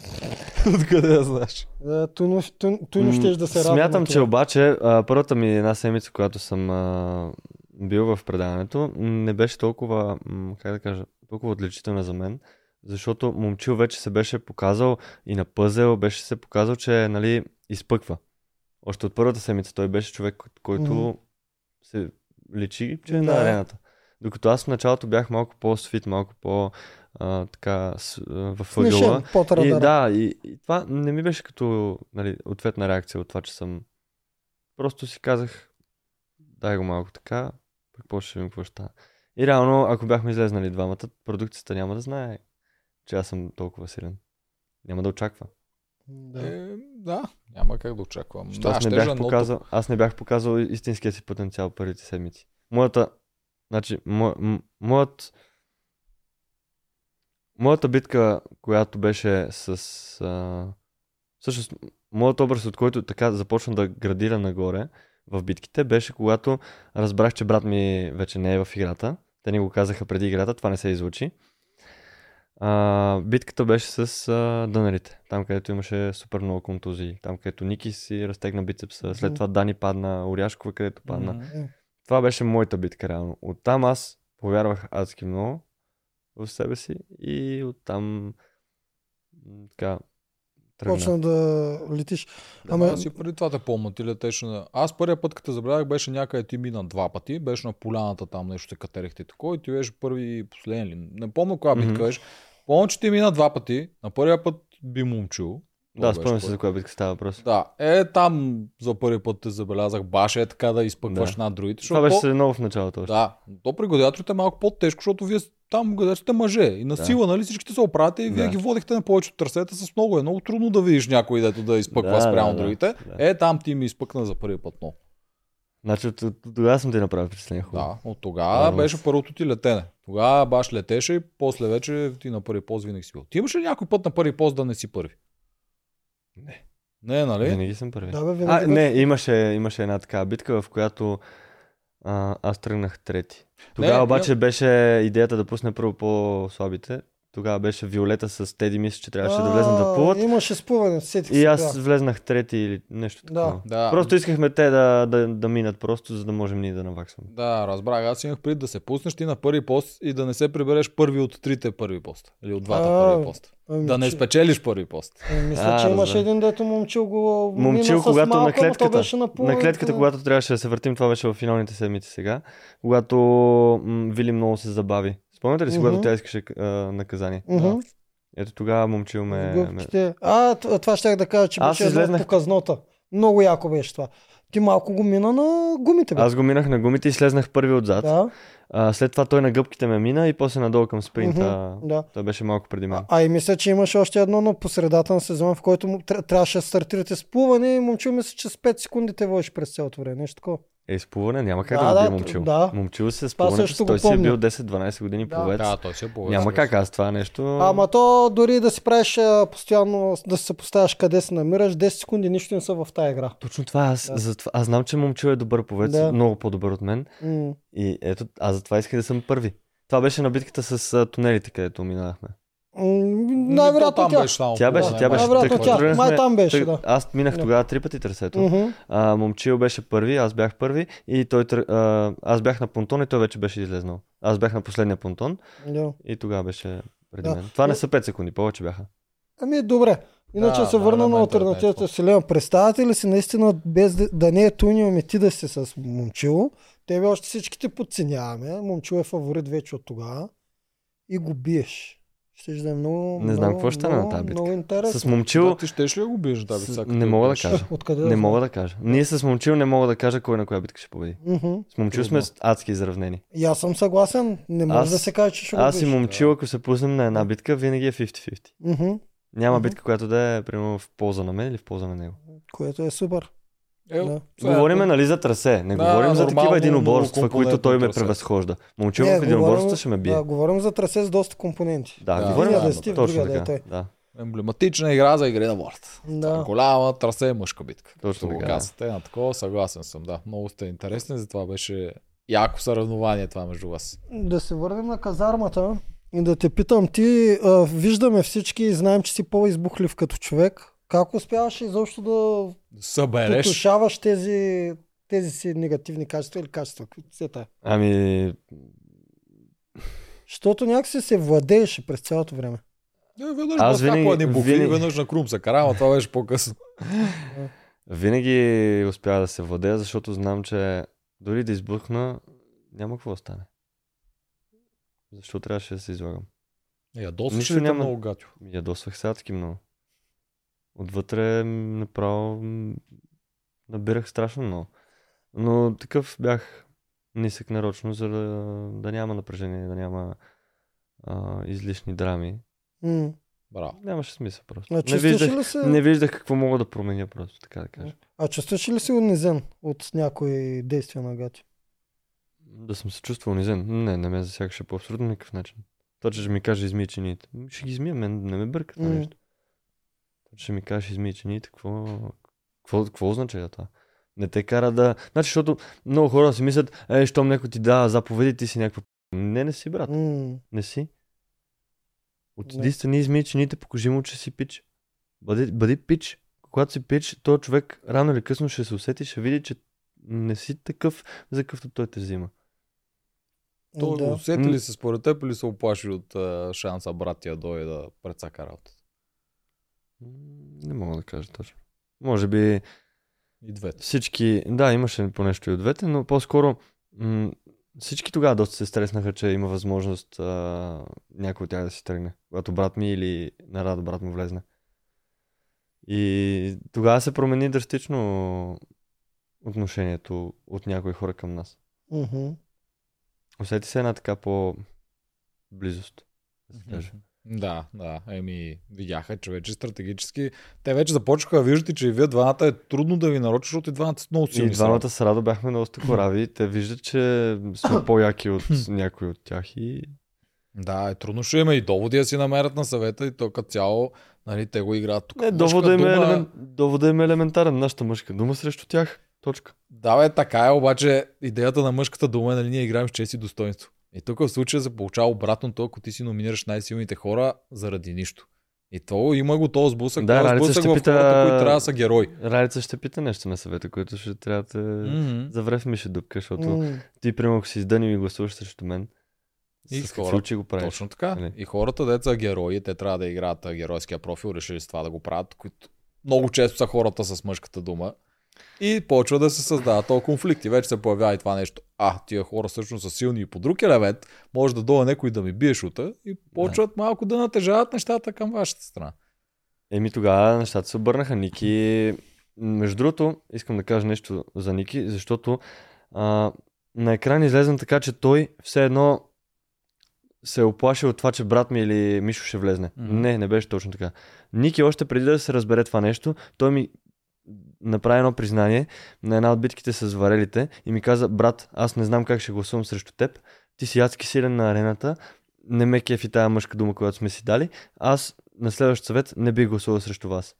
Откъде я знаеш?
Е, Туно, тун, туно ще да се радва.
Смятам,
на
че е
това.
обаче а, първата ми една седмица, която съм а, бил в предаването, м, не беше толкова, м, как да кажа, толкова отличителна за мен, защото момчил вече се беше показал и на пъзел беше се показал, че нали, изпъква. Още от първата седмица той беше човек, който
Мгм.
се личи, че е
Да.
на арената. Докато аз в началото бях малко по-свит, малко по- а, така, с, а, във
Снишен
ъгъла. И,
под радара.
да, и, и това не ми беше като нали, ответна реакция от това, че съм... Просто си казах, дай го малко така, пък после ще видим какво ще стане. И реално, ако бяхме излезнали двамата, продукцията няма да знае, че аз съм толкова силен. Няма да очаква.
Да.
Е, да, няма как да очаквам.
Защото
Да,
аз, не
щеше
бях
едното.
показал, аз не бях показал истинския си потенциал първите седмици. Моята, значи, мо, м- моят, моята битка, която беше с... А, всъщност, моят образ, от който така започна да градира нагоре в битките, беше когато разбрах, че брат ми вече не е в играта. Те ни го казаха преди играта, това не се излучи. А, битката беше с а, дънерите, там където имаше супер много контузии, там където Ники си разтегна бицепса, след
Мгм.
това Дани падна, Оряшкова където падна.
М.
Това беше моята битка реално. Оттам аз повярвах адски много в себе си и оттам м, така тръгна.
Почна да летиш.
Да,
Ама-
Ама... Аз и преди това те помня, ти летеше на... Аз първия път, като те забравях, беше някъде ти мина два пъти, беше на поляната там нещо, те катерихте и такова и ти беше първи и последен ли. Не помня коя
Мгм.
битка беше. Помня, че ти мина два пъти, на първия път би момчил.
Да,
Това беше
спомням се
първи.
за коя битка става въпрос.
Да, е там за първи път те забелязах, баш е така да изпъкваш
Да.
над другите.
Това
Защото...
беше се много в началото още.
Да, то при гладиаторите е малко по-тежко, защото вие с- там гладиаторите мъже и на
Да.
сила, нали всичките се оправяте и вие
Да.
ги водихте на повечето трасета с много. Е много трудно да видиш някой, дето да изпъква
Да,
спрямо
да, да,
другите.
да.
Е, там ти ми изпъкна за първи път, но.
Значи от, от, от тогава съм ти направил впечатление хубаво.
Да, от тогава
Арлес.
беше първото ти летене. Тогава баш летеше и после вече ти на първи пост винаги си бил. Ти имаш ли някой път на първи пост да не си първи?
Не.
Не, нали?
Винаги съм първи.
Да, бе,
А,
винаги
не, имаше, имаше една така битка, в която а, аз тръгнах трети. Тогава
Не,
не, обаче беше идеята да пусне първо по-слабите. Тогава беше Виолета с Теди, мисля, че трябваше да влезнат да плуват.
Имаше спуване, сетих
И
се,
аз
да.
влезнах трети или нещо
Да.
такова.
Да.
Просто искахме те да, да, да минат просто, за да можем ние да наваксваме.
Да, разбрах. Аз имах пред да се пуснеш ти на първи пост и да не се прибереш първи от трите първи поста. Или от двата
А,
първи поста.
Ами,
Да не е
че-
спечелиш първи пост.
Е, Мисля,
А,
че имаше
разбрах.
един дето момчил го мина
Момчил,
с
когато
малко,
на
ама то
клетката-
беше на,
На клетката, когато трябваше да се въртим, това беше в финалните седмици сега, когато м- Вили много се забави. Спомняте ли си, когато
Мгм.
тя искаше а, наказание?
Мгм.
Ето тогава момчил ме... ме...
Гъбките. А, т- това щях да кажа, че
Аз
беше излезнах... едно
излезнах-
от показнота. Много яко беше това. Ти малко го мина на гумите, бе.
Аз го минах на гумите и слезнах първи отзад.
Да,
А, след това той на гъбките ме мина и после надолу към спринта.
Мгм, да.
Той беше малко преди мен.
А, а и мисля, че имаше още едно на посредата на сезона, в който му тря- трябваше да стартирате с плуване и момчил мисля, че с 5 секунди те водиш през цялото време. Нещо такова.
Е, изплуване няма как
Да,
да, да бие
да,
момчил.
да.
Момчил се с
Това
плуването
също
си.
го
Той си е
помня.
бил 10-12 години пловец.
Да, той си е повече.
няма как аз това нещо.
Ама то дори да си правиш а, постоянно, да се съпоставяш къде се намираш, 10 секунди нищо не са в тая игра.
Точно това аз,
Да.
затова, аз знам, че момчил е добър пловец,
Да.
много по-добър от мен.
М.
И ето, аз затова исках да съм първи. Това беше на битката с а, тунелите, където минахме.
М, Най-вероятно
там
тя.
беше само
Тя беше,
поне,
тя беше.
май.
Най-вероятно
тъй
тя.
като
Май там беше,
Тъй-
да.
Аз минах
Да.
тогава три пъти трасето.
Мгм.
А, момчил беше първи, аз бях първи и той, тръ- а, аз бях на понтон и той вече беше излезнал. Аз бях на последния понтон
Да.
и тогава беше преди
Да.
мен. Това не са 5 секунди, повече бяха.
Ами добре. Иначе
Да,
се
да,
върна
да,
на
ме интересува
альтернативата
нещо.
Селена. Представяте ли си наистина, без да, да не е Тунио, ми ти да си с момчило? Тебе още всичките подценяваме. Момчило е фаворит вече от тогава. И го биеш. Ще да е много.
Не знам
много,
какво ще стане на
много-
тази битка.
Много интересно. Е,
С момчил
Да, ти щеш ли да го биеш, да, бе,
С-
сега,
не
като
мога да
беше?
кажа.
Откъде
не
да
мога да кажа. Ние с момчил не мога да кажа кой на коя битка ще победи.
знам? Мгм.
С момчил сме с адски изравнени.
И аз съм съгласен. Не може
Аз-
да се каже, че ще го
Аз и
биеш.
момчил, ако се пуснем на една битка, винаги е 50-50.
Мгм.
Няма
Мгм.
битка, която да е примерно в полза на мен или в полза на него.
Което е супер.
Е,
Да.
това е-
Говориме нали за трасе, не
Да,
говорим за
нормално,
такива единоборства,
многокомпонентно
които той ме
трасе.
превъзхожда. Момче
Не,
в единоборства
Е, говорим-
ще ме бие.
Да, говорим за трасе с доста компоненти.
Да,
Да,
говорим
да,
за
да,
Стив,
точно
другия да е
така. Да,
Емблематична игра за игри на борт.
Да.
Голяма трасе мъжка битка.
Точно
Го
така.
казвате е, на такова, съгласен съм, да. Много сте интересни, затова беше яко съревнование това между вас.
Да се върнем на казармата и да те питам ти, а, виждаме всички и знаем, че си по-избухлив като човек. Как успяваш изобщо да
Събереш.
потушаваш тези, тези си негативни качества или качества? които Все тая.
Ами,
Защото някакси се владееше през цялото време.
Е, веднъж
Аз
Аз винаги,
винаги-
един бухли,
винаги-
веднъж на Крум се кара, ама това беше по-късно.
винаги успя да се владея, защото знам, че дори да избухна, няма какво да стане. Защо трябваше да се излагам?
Ядосваш
Нищо
ли те
няма.
много гатю?
Ми Ядосвах се адски много. Отвътре м, направо м, набирах страшно много. Но такъв бях нисък нарочно, за да, да няма напрежение, да няма а, излишни драми.
М.
Браво.
Нямаше смисъл просто.
А
Не
чувстваш
виждах,
ли се,
не виждах какво мога да променя просто, така да кажа.
а чувстваш ли се унизен от някои действия на гати?
Да съм се чувствал унизен. Не, не ме засягаше по абсолютно никакъв начин. Това, че ще ми каже измий чиниите. Ми, Ще ги измия, мен не ме бърка това
Мгм.
нещо. Това, че ще ми каже измий чиниите, какво, какво, какво означава това? Не те кара да... Значи, защото много хора си мислят, е, щом някой ти дава заповеди, ти си някаква... п***». Не, не си, брат.
М.
Не си. Отиди страни, измий чиниите, покажи му, че си пич. Бъди, бъди пич. Когато си пич, то човек рано или късно ще се усети, ще види, че не си такъв, за какъвто той те взима.
Той да.
Да.
усети ли
М.
се според теб или се оплаши от а, шанса брат ти да дойде да прецака работата?
М, Не мога да кажа точно. Може би
И двете.
всички, да, имаше по нещо и от двете, но по-скоро м- всички тогава доста се стреснаха, че има възможност а- някой от тях да си тръгне, когато брат ми или на рада брат му влезне. И тогава се промени драстично отношението от някои хора към нас.
Мгм.
Усети се една така по-близост, да се
Мгм.
каже.
Да, да. Еми, видяха, че вече стратегически. Те вече започнаха, виждате, че и вие двамата е трудно да ви нарочиш, защото и двамата са много силни.
И двамата с Радо бяхме много стокорави. Те виждат, че сме по-яки от някои от тях и
Да, е трудно ще има и доводи да си намерят на съвета и то като цяло, нали, те го играят тук.
Не,
мъжка
довода им, е
дума-
елемен... довода им е елементарен. Нашата мъжка дума срещу тях. Точка.
Да, бе, така е, обаче идеята на мъжката дума е, нали, ние играем с чест и достоинство. И тук в случая се получава обратното, ако ти си номинираш най-силните хора заради нищо. И то има го този сблъсък,
Да,
този
Ралица
сблъсък
ще
в
пита-
хората, които трябва да са герой.
Ралица ще пита нещо на съвета, което ще трябва да... Mm.
Мгм.
Заврев ми ще дупка, защото mm.
М.
ти, примерно, ако си издънил и гласуваш срещу мен,
И
с
с
какво
хора.
че го правиш?
Точно така.
Нали?
И хората, деца герои, те трябва да играят а, геройския профил, решили с това да го правят, които много често са хората с мъжката дума. И почва да се създава този конфликт. И вече се появява и това нещо. А, тия хора всъщност са силни и по друг елемент. Може да дойде някой да ми бие шута. И почват малко да натежават нещата към вашата страна.
Еми тогава нещата се обърнаха. Ники... Между другото, искам да кажа нещо за Ники, защото а, на екран излезе така, че той все едно се е оплашил от това, че брат ми или Мишо ще влезне.
Мгм.
Не, не беше точно така. Ники още преди да се разбере това нещо, той ми направи едно признание на една от битките с варелите и ми каза, брат, аз не знам как ще гласувам срещу теб, ти си адски силен на арената, не ме кефи тая мъжка дума, която сме си дали, аз на следващ съвет не бих гласувал срещу вас.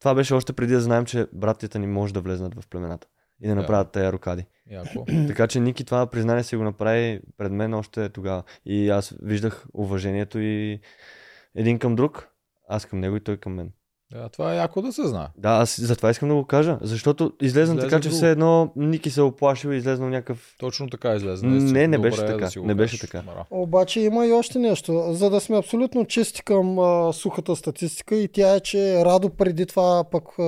Това беше още преди да знаем, че братята ни може да влезнат в племената и да
Да.
направят тези рокади.
Яко.
Така че Ники това признание си го направи пред мен още тогава. И аз виждах уважението и един към друг, аз към него и той към мен.
Да, това е яко да се знае.
Да, аз затова искам да го кажа, защото излезнам
Излезе
така, че
друго.
все едно Ники се е оплашил и излезнал някакъв...
Точно така излезе.
Не,
наистина.
не беше
Добре е
така.
си го
Не беше
кажеш,
така.
Мара.
Обаче има и още нещо. За да сме абсолютно чисти към а, сухата статистика и тя е, че Радо преди това пък а,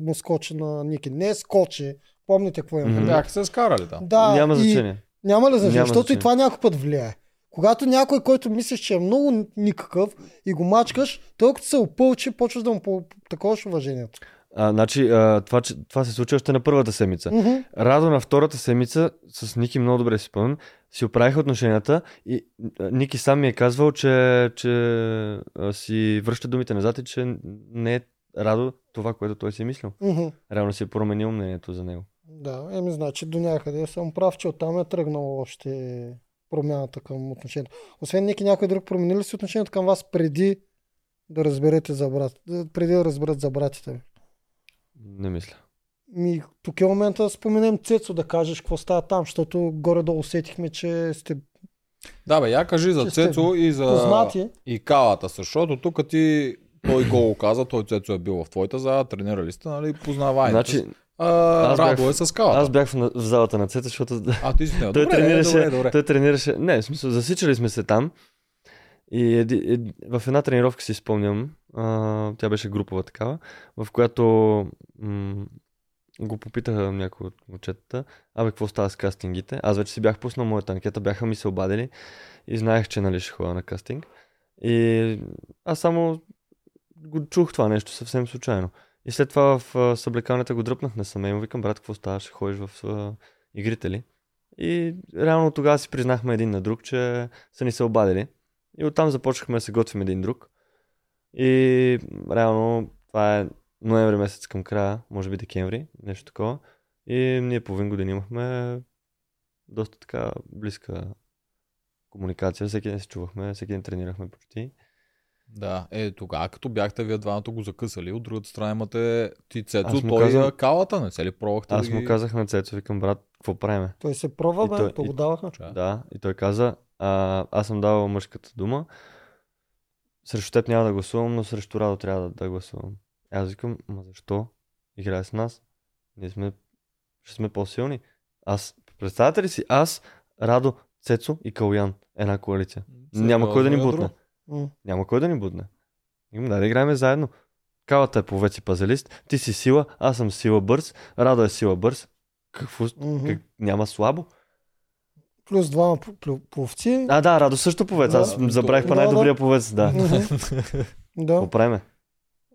му скочи на Ники. Не скочи. Помните какво е?
Мгм.
Бяха се скарали там.
Да,
Няма
и...
значение.
Няма ли значение?
Няма
Защото
значение.
и това някой път влияе. Когато някой, който мислиш, че е много никакъв и го мачкаш, той като се опълчи, почваш да му по- таковаш уважението.
А, значи, а, това, че, това се случи още на първата седмица.
Мгм.
Радо на втората седмица с Ники много добре си спомням, си оправиха отношенията и а, Ники сам ми е казвал, че, че а, си връща думите назад и че не е Радо това, което той си е мислил.
Мгм.
Реално си е променил мнението за него.
Да, еми значи до някъде съм прав, че оттам е тръгнало още промяната към отношението. Освен Ники, някой друг променил ли си отношението към вас преди да разберете за брат, да- преди да разберат за братите ви?
Не мисля.
Ми, тук е момента да споменем Цецо да кажеш какво става там, защото горе-долу усетихме, че сте
Да, бе, я кажи за
Че сте
Цецо и за
познати.
и Калата, защото тук ти той го го каза, той Цецо е бил в твоята зала, тренирали сте, нали, познавай.
значи,
а,
аз бях-
Радо е с Калата.
аз бях в, на- в залата на Цета, защото
А ти си не,
той
Е, добре,
тренираше,
добре, добре.
Той тренираше. Не, в смисъл, засичали сме се там. И еди, еди, в една тренировка си спомням, а, тя беше групова такава, в която м- го попитаха някои от момчетата, абе, какво става с кастингите? Аз вече си бях пуснал моята анкета, бяха ми се обадили и знаех, че нали ще ходя на кастинг. И аз само го чух това нещо съвсем случайно. И след това в а, съблекалнята го дръпнах на саме и му викам, брат, какво става, ще ходиш в а, игрите ли? И реално тогава си признахме един на друг, че са ни се обадили. И оттам започнахме да се готвим един друг. И реално това е ноември месец към края, може би декември, нещо такова. И ние половин година имахме доста така близка комуникация. Всеки ден се чувахме, всеки ден тренирахме почти.
Да, е тогава, като бяхте вие двамата го закъсали, от другата страна имате ти Цецо,
Аз му
той
казвам-
за Калата, не се ли пробвахте
Аз
да
му
ги-
казах на Цецо, викам брат, какво правиме?
Той се
И
пробва,
той- и-
бе, погодаваха.
Чай.
Да, и той каза, а, аз съм давал мъжката дума, срещу теб няма да гласувам, но срещу Радо трябва да, да гласувам. И Аз викам, ма защо? Играе с нас. Ние сме, ще сме по-силни. Аз, представяте ли си, аз, Радо, Цецо и Калуян, една коалиция. Няма кой да ни
Сериозно
бутне.
ядро.
М.
Няма кой да ни будне. Викам, дай да играем заедно. Калата е повече пазалист, ти си сила, аз съм сила бърз, Радо е сила бърз. Какво?
Мгм.
Как, няма слабо.
Плюс двама пл- пл- пловци.
А, да, Радо също повец.
Да.
Аз забравих па
Да, да.
най-добрия повец, да.
Мгм. Да.
По време.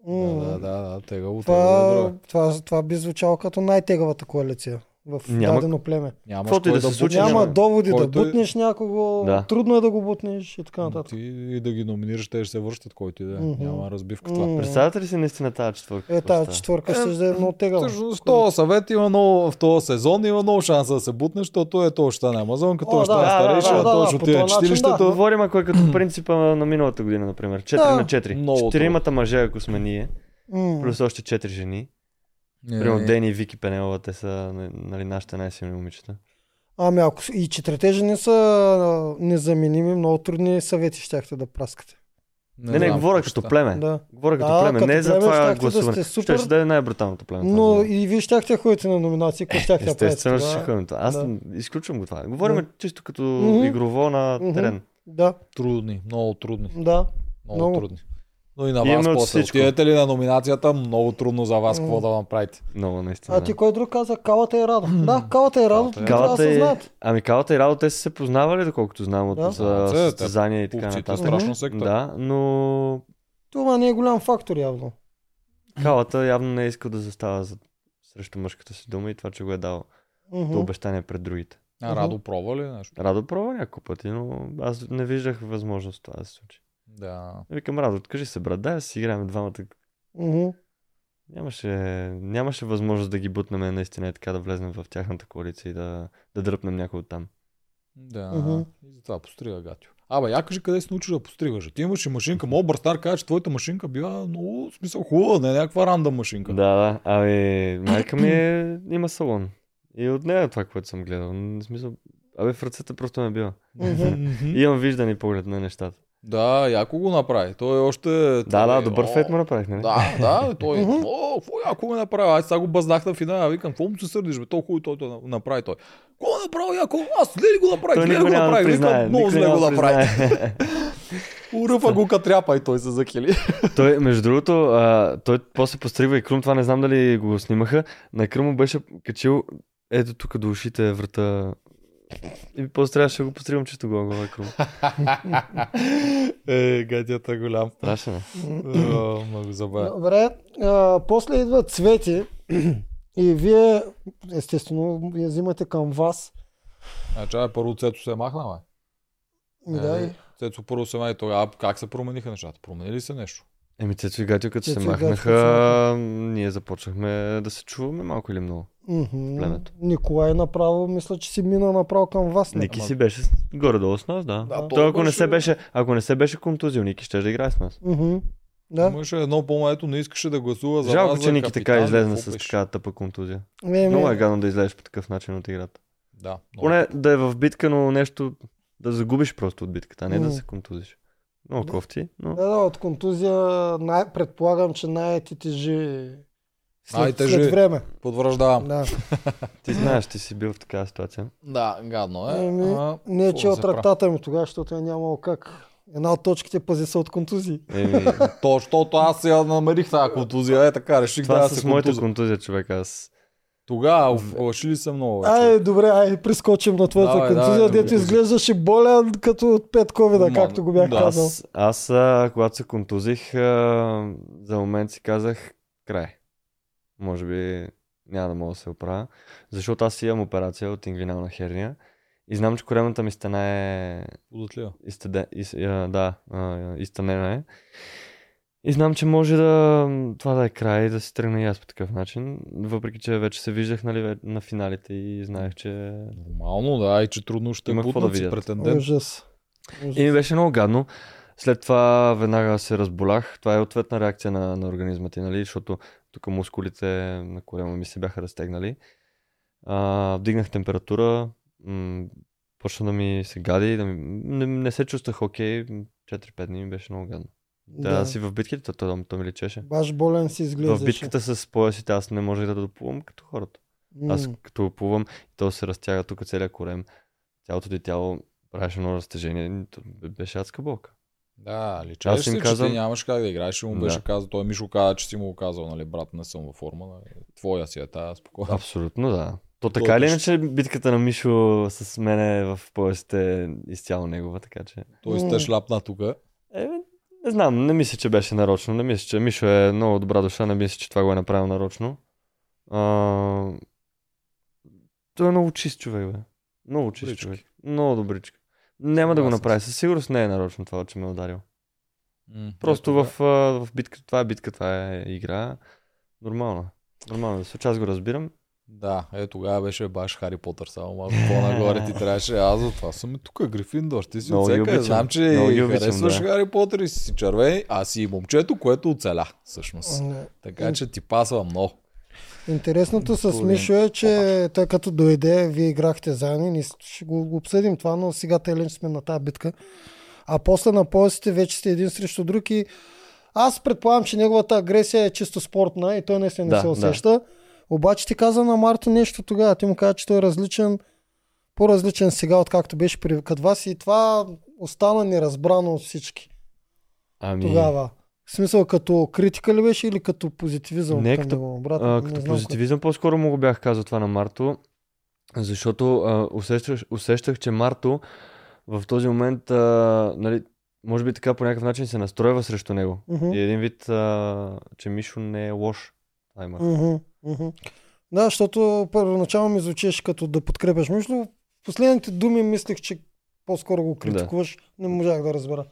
Да, да, да,
М.
да, тегаво, тегаво
Това,
ядро.
това, това би звучало като най-тегавата коалиция в
Няма-
дадено племе.
Нямаш
каквото и
кой
да се
бутне.
случи, Че
Няма
няма-
доводи
който
да
е-
бутнеш някого,
Да.
трудно е да го бутнеш и така нататък.
Ти и да ги номинираш, те ще се връщат, който и да е.
Мгм.
Няма разбивка в
М.
това.
Представяте ли си наистина тази четвърка?
Е,
какво
тази
става?
четвърка
Е,
ще ще е много тегава.
Всъщност, в този съвет има много, в този сезон има много шанса да се бутне, защото е то ще стане Амазонка,
О,
то ще
да,
стане
да,
старейшина,
да,
да,
то
да,
ще
по
отиде в
този начин,
читилището.
да.
Говорим ако е като принципа на миналата година, например. 4
Да.
на 4.
Много трудно.
Четиримата мъже, ако сме ние,
М.
плюс още 4 жени.
Е,
Примерно Дени и Вики Пенелова, те са на- нали, нашите най-силни момичета.
Ами ако с- и четирите жени са а, незаменими, много трудни съвети щяхте да праскате.
Не, не,
знам
говоря
какво
като
ще
племе.
Да.
Говоря като
Да,
племе,
като
не за
племе
това
щяхте да
гласуване.
сте
Ще
супер.
ще да е най-бруталното племе. това за
Но
мен.
и вие щяхте да ходите на номинации, ако щяхте да правите.
Естествено ще
това.
ходим. това. Аз
Да.
изключвам го това. Говорим
Да.
чисто като
Мгм.
игрово на
Мгм.
терен.
Да,
Трудни, много трудни,
да.
много,
Много.
трудни. Но и на
Имаме
вас
от
после.
всичко.
Отидете ли на номинацията, много трудно за вас
М.
какво да направите.
Много наистина.
А ти кой друг каза? Калата и Радо. Да, Калата и Радо.
Калата е-
трябва да
Калата
се
и,
знаят.
ами Калата и Радо, те са се познавали, доколкото знам от
Да.
Да, те-
да. състезания и така
Пупците,
нататък.
страшно секта.
Да, но
Това не е голям фактор явно.
Калата явно не е искал да застава за... срещу мъжката си дума и това, че го е дал
Мгм.
като обещание пред другите.
А Радо пробва ли нещо?
Радо пробва няколко пъти, но аз не виждах възможност това да се случи. Е,
Да.
Викам, Радо, откажи се, брат, дай да си играем двамата.
Мгм.
Нямаше, нямаше възможност да ги бутнем наистина и така да влезнем в тяхната коалиция и да, да дръпнем някой от там.
Да,
Мгм.
и затова пострига гатио. Абе, я кажи къде се научиш да постригаш. Ти имаш и машинка. Моят брастар каза, че твоята машинка била много в смисъл хубава, не е някаква рандъм машинка.
Да, да. Ами, майка ми е, има салон. И от нея е това, което съм гледал. М, В смисъл, абе, в ръцете просто ме бива.
Мгм.
И имам виждане и поглед на нещата.
да, яко го направи. Той е още...
Да,
той е,
да, добър
о,
фейт му направих, нали?
Да, да, той е,
Мгм.
о, какво яко го направи, аз сега го базнах на финала, викам, какво му се сърдиш, бе, толкова хубаво той то направи той. Кво направи, яко, аз ли го направих,
Той
ли
никога
го
няма да
направих,
признае.
викам, много
Никога
зле
няма
го
да
направи.
признае.
Уръфа го катряпа и той се захили.
Той, между другото, а, той после постригва и Крум, това не знам дали го снимаха. На Крум му беше качил ето тук до ушите е врата. И после трябваше да го постригвам чисто го глава Крум.
е, гадята голям.
Страшен е.
О, Много забавя.
Добре. А, после идват цвети и вие, естествено, я взимате към вас.
Значи, абе, първо Цецо се е махна, бе.
Ми, да,
Е,
и-
Цецо първо се махна и тогава как се промениха нещата? Промени ли се нещо?
Еми, Цецо и Гатио, като се
Цецо и Гатио
махнаха,
се
ние започнахме да се чуваме малко или много.
Мгм.
племето.
Николай направо, мисля, че си мина направо към вас. не?
Ники си беше с- горе-долу с нас, да.
Да,
да
той
Той, ако, не
беше-
се беше, ако не се беше контузил, Ники ще да играе с нас.
Мгм.
Да.
Да.
Имаше едно по ето не искаше да гласува за
Жалко,
вас,
че
за
Ники така
капитан,
излезна
какво
с
беше?
така тъпа контузия.
Еми,
Много е гадно да излезеш по такъв начин от играта.
Да. много
Поне да е в битка, но нещо да загубиш просто от битката, а не да
М.
се контузиш. Много
Да.
кофти, но...
Да, да, от контузия най- предполагам, че най-ти тежи след,
Най-тежи.
след време.
Подвръждавам.
Да.
Ти знаеш, ти си бил в такава ситуация.
Да, гадно е.
Еми,
а,
Не,
какво
че
да
от
се прави?
ръктата ми тогава, защото е нямало как. Една от точките пази се от контузии.
Еми,
То, защото аз я намерих тази контузия. Е така, реших да
това
я
с
се
моята
контуза.
контузия, човек, аз...
Тогава лъши ли съм много вече?
Ай, добре, ай, прискочим на твоята
Давай,
контузия,
давай,
дето
добре.
изглеждаше болен като от 5 ковида,
Ма,
както го бях
да,
казал.
Аз, аз а, когато се контузих, а, за момент си казах край. Може би няма да мога да се оправя. Защото аз имам операция от инглинална херния. И знам, че коремната ми стена е
Податлива.
изтъде, из, а, да, а, изтънена е. И знам, че може да това да е край, да си тръгна и аз по такъв начин. Въпреки, че вече се виждах нали, ве- на финалите и знаех, че...
Нормално, да, и че трудно ще
Има какво
бутнат
да
си
видят.
претендент.
Ужас. Ужас.
И ми беше много гадно. След това веднага се разболях. Това е ответна реакция на, на организма ти, нали? Защото тук мускулите на корема ми се бяха разтегнали. А, вдигнах температура, м- почна да ми се гади, да ми... Не, не се чувствах окей. 4-5 дни ми беше много гадно. Да, да. си в битките, то, то, то ми лечеше.
Баш болен си изглеждаше.
В битката с поясите аз не можех да доплувам като хората.
М.
Аз като оплувам, то се разтяга тук целият корем. Цялото ти тяло правеше много разтежение. То беше адска болка.
Да,
Аз им
личаш си,
казвам-
че ти нямаш как да играеш. и Му
Да.
беше казал, той Мишо каза, че си му го казал, нали, брат, не съм във форма. нали, Твоя си е тая, спокойно.
Абсолютно, да. То
Той
така ли
беше-
иначе битката на Мишо с мене е в поясите е изцяло негова, така че...
Той сте шляпна тук.
Е, не знам, не мисля, че беше нарочно. Не мисля, че Мишо е много добра душа, не мисля, че това го е направил нарочно. А... Той е много чист човек, бе. Много чист
Добрички.
човек. Много добричка. Няма да го
Съгласен
направи. Със сигурност не е нарочно това, че ме е ударил.
М,
Просто
ето,
в, а, в битка, това е битка, това е игра. Нормално. е. Нормално да се случва, аз го разбирам.
Да, е тогава беше баш Хари Потър, само малко по-нагоре ти трябваше. Аз затова съм и тук, Грифиндор. Ти си
Много ги
отсека,
обичам.
знам, че
Много ги обичам,
харесваш
да.
Хари Потър и си червени, а си и момчето, което оцеля, всъщност.
Не.
Така че ти пасва много.
Интересното с
Половин
Мишо е, че той като дойде, вие играхте заедно, ние ще го го обсъдим това, но сега телен сме на тази битка. А после на поясите вече сте един срещу друг и аз предполагам, че неговата агресия е чисто спортна и той не се, не
Да,
се
да.
усеща. Обаче ти каза на Марто нещо тогава. Ти му каза, че той е различен, по-различен сега, откакто беше при кът вас и това остана неразбрано от всички
Ами...
тогава. В смисъл като критика ли беше или като позитивизъм?
Не,
към
като-
него, брат,
А,
не
като
знам кое.
позитивизъм по-скоро му го бях казал това на Марто, защото а, усещах, усещах, че Марто в този момент, а, нали, може би така по някакъв начин се настройва срещу него.
Мгм.
И един вид, а, че Мишо не е лош. Това има.
Мгм, мгм. Да, защото първоначално ми звучеше като да подкрепяш. Между другото, в последните думи мислех, че по-скоро го критикуваш. Не можах да разбера.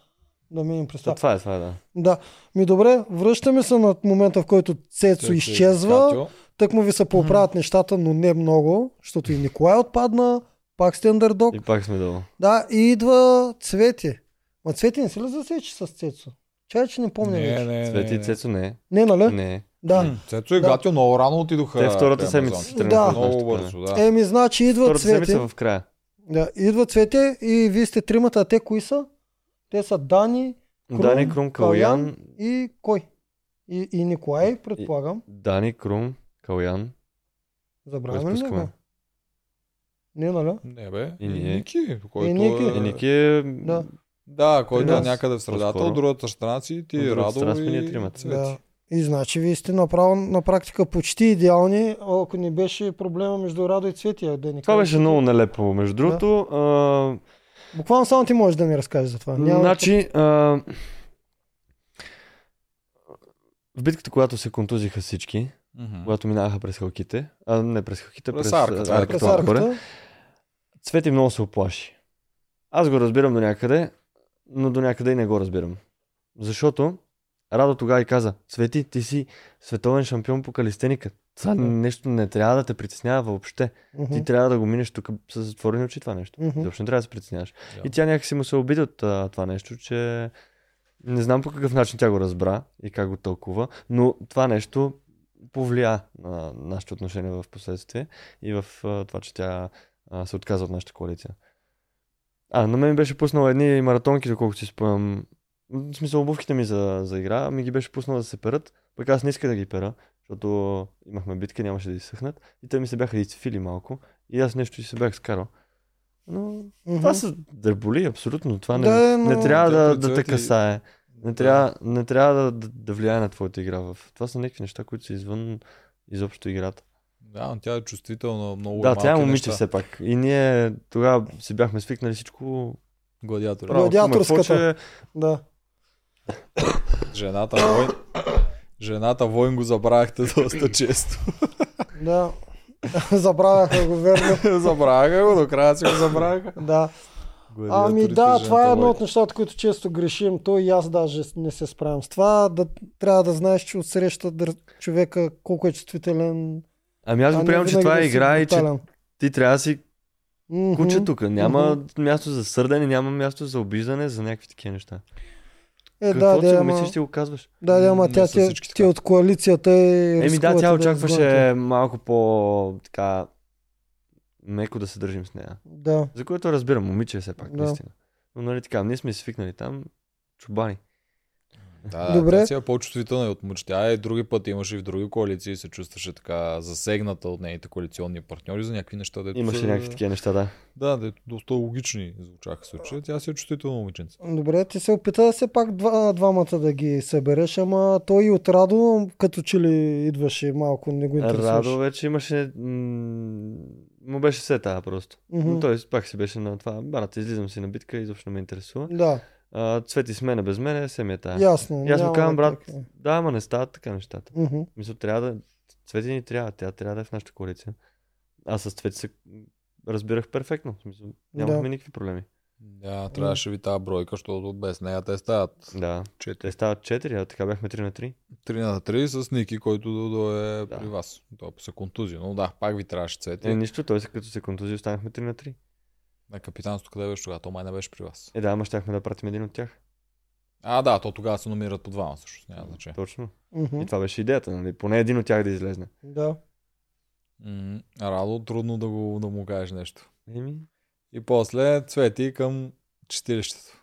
Да минем през
Та,
това.
това е, това е, да.
Да. Ми добре, връщаме се на момента, в който Цецо
Те-
изчезва.
Катю,
Тък му ви се поправят нещата, но не много, защото и Николай отпадна, пак сте андердог.
И пак сме долу.
Да, и идва Цвети. Ма Цвети не се ли засече с Цецо? Чай, че не помня
Не,
вече.
не,
Цвети и
не.
Цецо не. е.
Не, нали?
Не.
Да.
М, Цецо и
Да.
Гатио много рано отидоха.
Те втората
при
седмица
Амазонки.
се тръгнаха
Да.
от нашото
Много
племе.
бързо, да.
Еми, значи идва
Втората
Цвети.
седмица в края.
Да, идва Цвете и вие сте тримата, а те кои са? Те са Дани Крум,
Дани Крум,
Калян.
Калян.
и кой? И, и Николай, предполагам.
Дани Крум, Калян.
Забравяме ли
изпускаме.
го? Не, нали?
Не бе.
И ние.
Ники, който
И Ники.
е-
И Ники е...
Да.
Да, който е
Тринадесет.
някъде в средата,
По-скоро.
от другата страна си,
От
ти
другата
Радо
страна сме ние
и
тримата.
Цвети.
Да. И значи вие сте направо на практика почти идеални, ако не беше проблема между Радо и Цветия. Да ни
Това
кажеш.
беше много нелепо. Между другото, а,
Буквално само ти можеш да ми разкажеш за това. Няма
Значи, а... в битката, когато се контузиха всички,
Мгм.
когато минаха през халките, а не през халките, през,
През
през
арката,
арката,
арката.
арката. нагоре,
касарката.
Цвети много се оплаши. Аз го разбирам до някъде, но до някъде и не го разбирам. Защото Радо тогава и каза, Свети, ти си световен шампион по калистеника. Това
Мгм.
нещо не трябва да те притеснява въобще.
Мгм.
Ти трябва да го минеш тук с затворени очи това нещо.
Мгм.
Защо не трябва да се притесняваш?
Да.
И тя някакси му се обиди от а, това нещо, че не знам по какъв начин тя го разбра и как го тълкува, но това нещо повлия на нашите отношения в последствие и в а, това, че тя а, се отказа от нашата коалиция. А, на мен ми беше пуснала едни маратонки, доколкото си спомням. В смисъл, обувките ми за, за игра ми ги беше пуснала да се перат, пък аз не исках да ги пера, защото имахме битка, нямаше да изсъхнат. И те ми се бяха изцвили малко и аз нещо си се бях скарал. Но
Мгм.
това са дреболи, абсолютно. Това не,
Да,
не
но-
трябва
Те
да,
пред
да те
цвете-
касае. Не трябва, не трябва да, да, да влияе на твоята игра. В... Това са някакви неща, които са извън изобщо играта.
Да, но тя е чувствителна много.
да, тя е
малки
момиче
неща.
все пак. И ние тогава си бяхме свикнали всичко.
Гладиатори.
Право,
Гладиаторската.
какво, че-
Да.
Жената войн. Жената войн го забравяхте доста често.
Да. Забравяха го, верно.
забравяха го, до края си го забравяха.
Да. Ами
Гладиаторите
да,
и
това е
жената
едно
войн.
от нещата, които често грешим. Той и аз даже не се справям с това. Да, трябва да знаеш, че отсреща дър- човека колко е чувствителен.
Ами аз
а
го
не
приемам, че
винаги
това
да
е
си
игра и че
брутален.
ти трябва да си
Мгм.
куче тук. Няма място за сърдене, няма място за обиждане, за някакви такива неща.
Е, да,
Каквото
да,
си го
ама-
мислиш, ти го казваш.
да, да, ама
Не
тя
са
ти,
всички
ти
така.
от коалицията е
Еми да,
рискувате
тя
я
очакваше
изгоните.
малко по така меко да се държим с нея.
Да.
За което разбирам, момиче е все пак,
Да.
да. наистина. Но нали така, ние сме свикнали там, чубани.
Да,
Добре.
Добре. тя си е по-чувствителна и от мъж. Тя е други пъти имаше и в други коалиции и се чувстваше така засегната от нейните коалиционни партньори за някакви неща. Дето
Имаше
са-
някакви такива неща, да.
Да, дето доста логични звучаха в случая. Тя си е чувствителна момиченце.
Добре, ти се опита все пак два, двамата да ги събереш, ама той и от Радо, като че ли идваше малко, не го интересуваше.
Радо вече имаше... м, Му беше се тая просто.
Мгм.
Но той пак си беше на това. Брат, излизам си на битка, изобщо не ме интересува.
Да,
А, цвети с мене, без мене, се ми е тая.
ясно.
И аз му
няма
казвам, брат,
как е.
Да, ама не стават така нещата.
Мгм.
Мисля, трябва да... Цвети ни трябва, тя трябва да е в нашата коалиция. Аз с Цвети се разбирах перфектно. В смисъл, нямахме
Да.
никакви проблеми.
Да, трябваше ви тази бройка, защото без нея те стават
Да.
4.
Те стават 4, а така бяхме 3 на 3.
3 на 3 с Ники, който да дойде
Да.
при вас. Той се контузи, но да, пак ви трябваше цвете.
Е, нищо, той се- като се контузи, останахме 3 на 3.
На капитанството къде беше тогава? То май не беше при вас.
Е, да, ама щяхме да пратим един от тях.
А, да, то тогава се номират по двама, всъщност. Няма значение.
Точно.
Мгм.
И това беше идеята, нали? Поне един от тях да излезне.
Да.
М, Радо, трудно да, го, да му кажеш нещо.
Еми.
И после цвети към чистилището.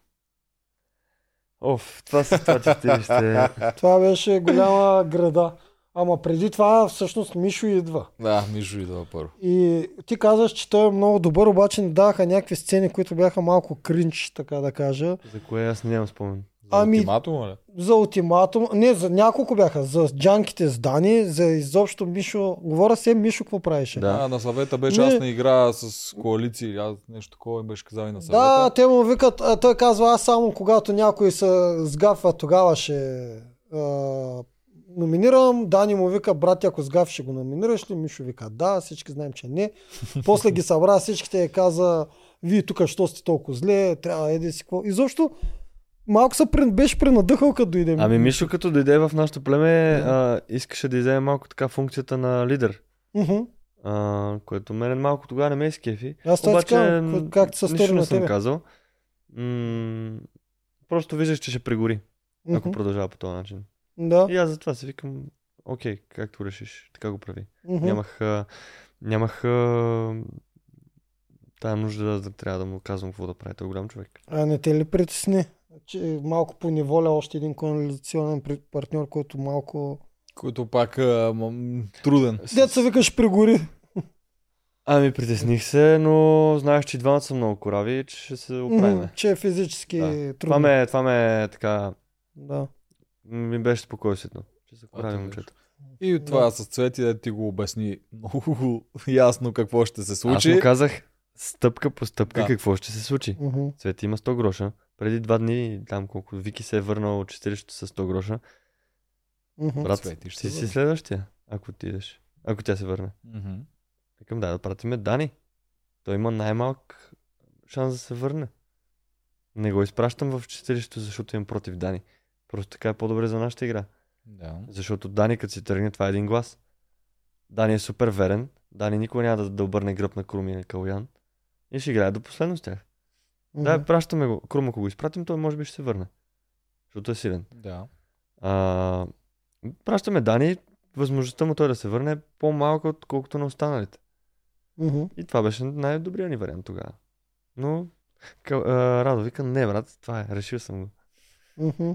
Оф, това с това чистилище.
Това беше голяма града. Ама преди това всъщност Мишо идва.
Да, Мишо идва първо.
И ти казваш, че той е много добър, обаче ни даваха някакви сцени, които бяха малко кринч, така да кажа.
За кое аз нямам спомен.
За
Ами-
ултиматума ли?
За ултиматум, не, за няколко бяха, за джанките с Дани, за изобщо Мишо, говоря се Мишо какво правеше.
Да.
А, на съвета беше
Не.
аз не игра с коалиции или аз нещо такова им беше казал и на съвета.
Да, те му викат, а, той казва, аз само когато някой се сгафва, тогава ще а, номинирам. Дани му вика, брат, ако сгаф ще го номинираш ли? Мишо вика, да, всички знаем, че не. После ги събра всичките и каза, вие тук, що сте толкова зле, трябва еди си какво. И защо малко се прин- беше принадъхал, като дойде.
Ами Мишо като дойде в нашото племе, а, искаше да изземе малко така функцията на лидер.
Мгм.
А, което мен малко тогава не ме изкефи.
Аз това ти
Обаче,
казвам,
м,
как- как ти се
нищо
стори
не
на
съм
тебе.
казал. М- просто виждаш, че ще прегори, ако
Мгм.
продължава по този начин.
Да.
И аз затова си викам, окей, както решиш, така го прави.
Мгм.
Нямах, а, нямах а, тая нужда да, да трябва да му казвам какво да прави. Той е голям човек.
А не те ли притесни? Че малко по неволя още един коалиционен при- партньор, който малко...
Който пак а, м- труден.
Деца викаш пригори.
Ами, притесних се, но знаех, че и двамата са много корави и че ще се
Мгм,
оправим.
Че е физически
Да.
трудно.
това, ме, това ме така...
Да.
Ми беше спокойствието. Че са корави
Ето,
момчета.
И това с цвети да ти го обясни много ясно какво ще се
Аз
случи.
му казах стъпка по стъпка
Да.
какво ще се случи.
Мгм.
Цвети има 100 гроша. Преди два дни, там колко, Вики се е върнал от читалището с 100 гроша.
Мгм.
Брат,
Цвети ще
ти
се
си
върне.
следващия, ако отидеш. Ако тя се върне.
Мгм.
Викам, да, да пратиме Дани. Той има най-малък шанс да се върне. Не го изпращам в читалището, защото имам против Дани. Просто така е по-добре за нашата игра.
Да.
Защото Дани, като си тръгне, това е един глас. Дани е супер верен. Дани никога няма да, да обърне гръб на Круми и на Калуян. И ще играе до последно с тях.
Мгм.
Да, пращаме го. Крум, ако го изпратим, той може би ще се върне. Защото е силен.
Да.
А, пращаме Дани. Възможността му той да се върне е по-малка, отколкото на останалите.
Мгм.
И това беше най-добрият ни вариант тогава. Но къл, а, Радо вика, не брат, това е, решил съм го.
Мгм.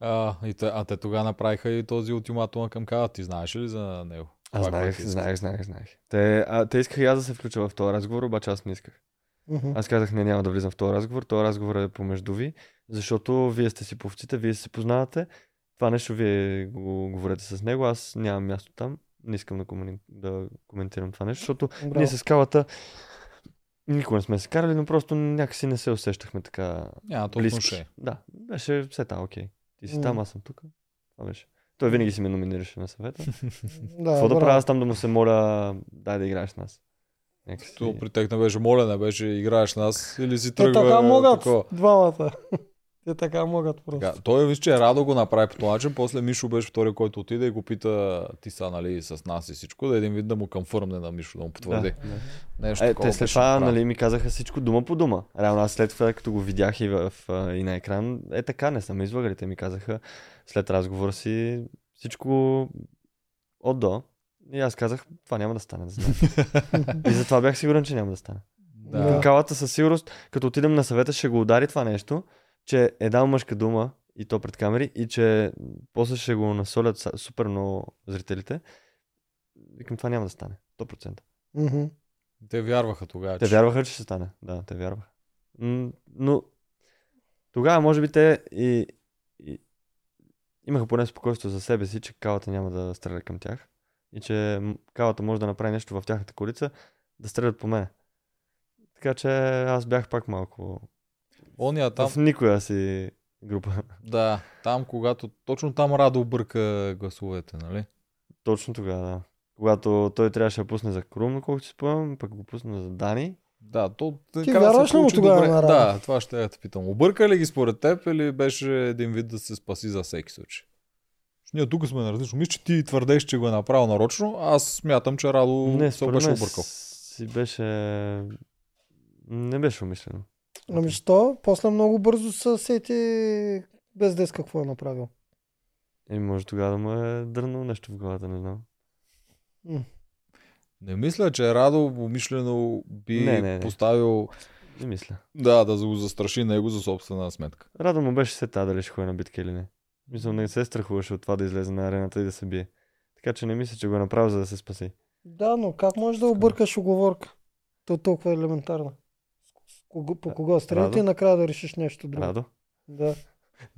А, и те, а те тогава направиха и този ултиматум към Кава. Ти знаеш ли за него?
А,
Това, е
знаех,
което иска.
знаех, знаех, знаех. Те, а, те искаха и аз да се включа в този разговор, обаче аз не исках.
Мгм.
Аз казах, не, няма да влизам в този разговор. Този разговор е помежду ви, защото вие сте си повците, вие се познавате. Това нещо вие го говорите с него, аз нямам място там. Не искам да, комуни... да коментирам това нещо, защото
Браво.
ние с скалата никога не сме се карали, но просто някакси не се усещахме така
Няма то
близки.
отношение.
е. Да, беше все та, окей. Ти си
М.
там, аз съм тук. Това беше. Той винаги си ме номинираше на съвета.
Да,
Какво да
браво.
правя аз там да му се моля, дай да играеш с нас. Някакси...
То при тех не беше молене, беше играеш нас или си
Те
тръгва.
така могат
такова.
двамата. Те така могат просто.
Така, той виж, че Радо го направи по този начин, после Мишо беше втори, който отиде и го пита ти са, нали, с нас и всичко, да един вид да му къмфърмне на Мишо, да му потвърди.
Да, да.
Да. Нещо
Е,
такова
те след
беше
това
направил.
нали, ми казаха всичко дума по дума. Реално аз след това, като го видях и, в, а, и на екран, е така, не съм излагали. Те ми казаха след разговора си всичко от до. И аз казах, това няма да стане. Да знаеш. и затова бях сигурен, че няма да стане.
Да.
Калата със сигурност, като отидем на съвета, ще го удари това нещо, че е дал мъжка дума и то пред камери и че после ще го насолят са- супер много зрителите. Викам, това няма да стане. 100%.
Мгм.
Те вярваха тогава.
Те
че-
вярваха, че ще стане. Да, те вярваха. М, Но тогава, може би, те и, и, имаха поне спокойство за себе си, че калата няма да стреля към тях. И че м- калата може да направи нещо в тяхната колица, да стрелят по мене. Така че аз бях пак малко
Ония там,
в никоя си група.
да, там когато, точно там Радо обърка гласовете, нали?
Точно тогава, да. Когато той трябваше да пусне за Крум, колкото си спомням, пък го пусна за Дани.
Да, то
Ти
така се
вярваш ли му
получи
тогава
добре.
на Радо?
Да, това ще я те питам. Обърка ли ги според теб или беше един вид да се спаси за всеки случай? Защото Ние тук сме на различно. Мисля, че ти твърдеш, че го е направил нарочно. Аз смятам, че Радо
Не,
се
според
беше
мен
объркал.
Си беше... Не беше умишлено.
Ами що? После много бързо се сети без дес какво е направил.
Еми, Ами, може тогава да му е дърнал нещо в главата, не знам.
Не мисля, че Радо умишлено би
Не, не, не.
поставил
Не мисля.
да, да го застраши него за собствена сметка.
Радо му беше се та дали ще ходи на битка или не. Мисля, не се страхуваше от това да излезе на арената и да се бие. Така че не мисля, че го е направил, за да се спаси.
Да, но как можеш да объркаш оговорка? То е толкова елементарно. С Кого, по кого стреляте и
Радо?
накрая да решиш нещо друго.
Радо.
Да.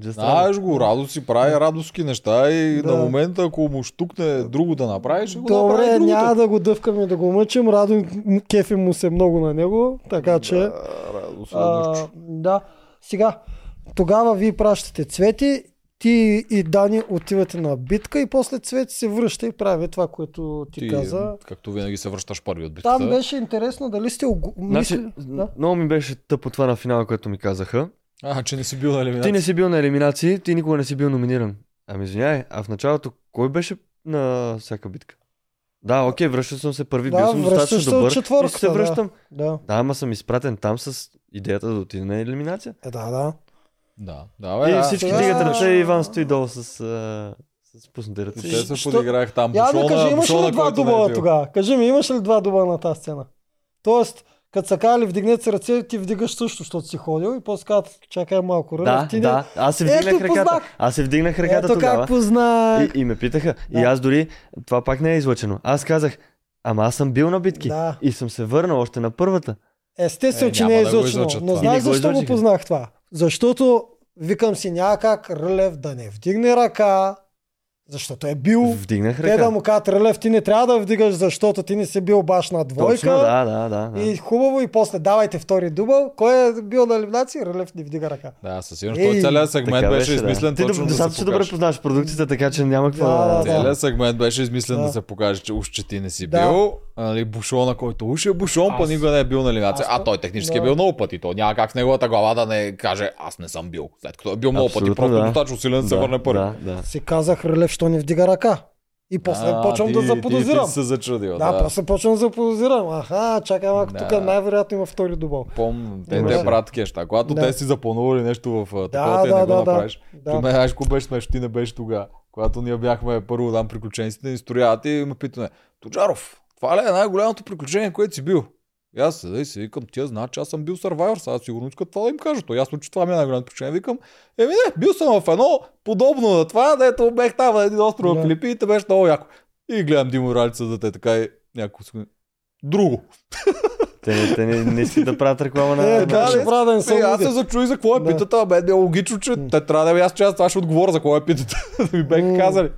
Just Радо.
Знаеш го, Радо си прави радостки неща и
Да.
на момента, ако му штукне друго да направи, ще го направи
Добре,
другото.
няма да го дъвкаме да го мъчим. Радо м- кефи му се много на него, така че...
Да, Радо се
А,
а...
да. Сега, тогава вие пращате цвети, ти и Дани отивате на битка и после цвети се връща и прави това, което ти,
Ти,
каза.
както винаги се връщаш първи от битката.
Там беше интересно дали сте... Ог...
Значи,
мисли- да?
много ми беше тъпо това на финала, което ми казаха.
А, че не си бил на
Ти
елиминация.
не си бил на елиминации, ти никога не си бил номиниран. Ами извиняй, а в началото кой беше на всяка битка? Да, окей, връщал съм се първи,
Да,
бил съм
връщаш
достатъчно
се от
добър. и
четвърката,
се
да.
връщам.
Да.
Да, ама съм изпратен там с идеята да отида на елиминация.
Е, да, да.
Да, да, бе,
и
да.
всички
сега-
дигат ръце и Иван стои долу с, а, с пуснати ръце.
Те се
Що-
подиграх там.
Я ми
Бушона-
кажи, имаш ли
Бушона,
два
който не е
дуба
бил.
тогава? Кажи ми, имаш ли два дуба на тази сцена? Тоест, като са казали, вдигнете се ръце, ти вдигаш също, защото си ходил и после казват, чакай малко,
Да,
Рълев, ти не-
да. Аз се
Ето
вдигнах
и
ръката.
познах.
Аз се вдигнах ръката
Ето
тогава.
как познах.
И, и ме питаха. И
Да.
аз дори, това пак не е излъчено. Аз казах, ама аз съм бил на битки.
Да.
И съм се върнал още на първата.
Естествено,
Е,
че
няма
не е
да го
излъчено.
излъчат
Но
това.
И
знаеш
не го
защо го
излъчиха.
познах това? Защото викам си няма как Рълев да не вдигне ръка, защото е бил.
Вдигнах
Те
ръка.
да му кажат, Рълев, ти не трябва да вдигаш, защото ти не си бил баш на двойка.
Точно, да, да, да. да.
И хубаво и после давайте втори дубъл. Кой е бил на елиминация? Рълев не вдига ръка.
Да, със сигурност.
Ей,
Той целият сегмент
Така
беше
да.
измислен
Ти
точно Е, да се
достатъчно добре
покаже.
познаваш продукцията, така че няма какво
Да, да, да.
Целият сегмент беше измислен
Да.
да се покаже, че уж че ти не си
Да.
бил. нали, Бушона, който уж е Бушон, па
Аз-
никога не е бил на елиминация.
аз-
А той технически
да.
е бил много пъти. То няма как в неговата глава да не каже, аз не съм бил. След като е бил много пъти,
Абсолютно,
просто
да.
да. достатъчно силен да се върне първи.
Да, да.
Си казах, Рълев, що не вдига ръка. И после
А,
почвам да
ти- Ти, ти,
заподозирам.
си се зачудил.
да,
да.
после почвам да заподозирам. Аха, чакай малко,
Да.
тук е най-вероятно има втори дубъл.
Помня, те,
Имаше.
те правят такива неща. Когато
Да.
те си запълнували нещо в а,
Да,
такова, те не
да,
го
да, да.
направиш. Да. При
да.
мен, знаеш, какво беше смешно, ти не беше тогава. Когато ние бяхме първо там приключенците, ни строяват и ме питане. Тоджаров, това ли е най-голямото приключение, което си бил? И аз седа и си викам, тия знаят, че аз съм бил Survivor, сега сигурно искат това да им кажа. То ясно, че това ми е най-голямото приключение. Викам, еми не, бил съм в едно подобно на това, дето бех там на един остров
Да.
в Филипините, беше много яко. И гледам Димо Ралица да те така и няколко секунди. Друго.
Те, те не, не искат да правят реклама на...
Е,
на-
да, ще
да.
правя да не
Съм
съм
аз се
луден.
зачуи за какво е
Да.
питат, а бе, е логично, че
М.
те трябва да ми аз, че аз това ще отговоря за какво е питат. да ми беха
М.
казали.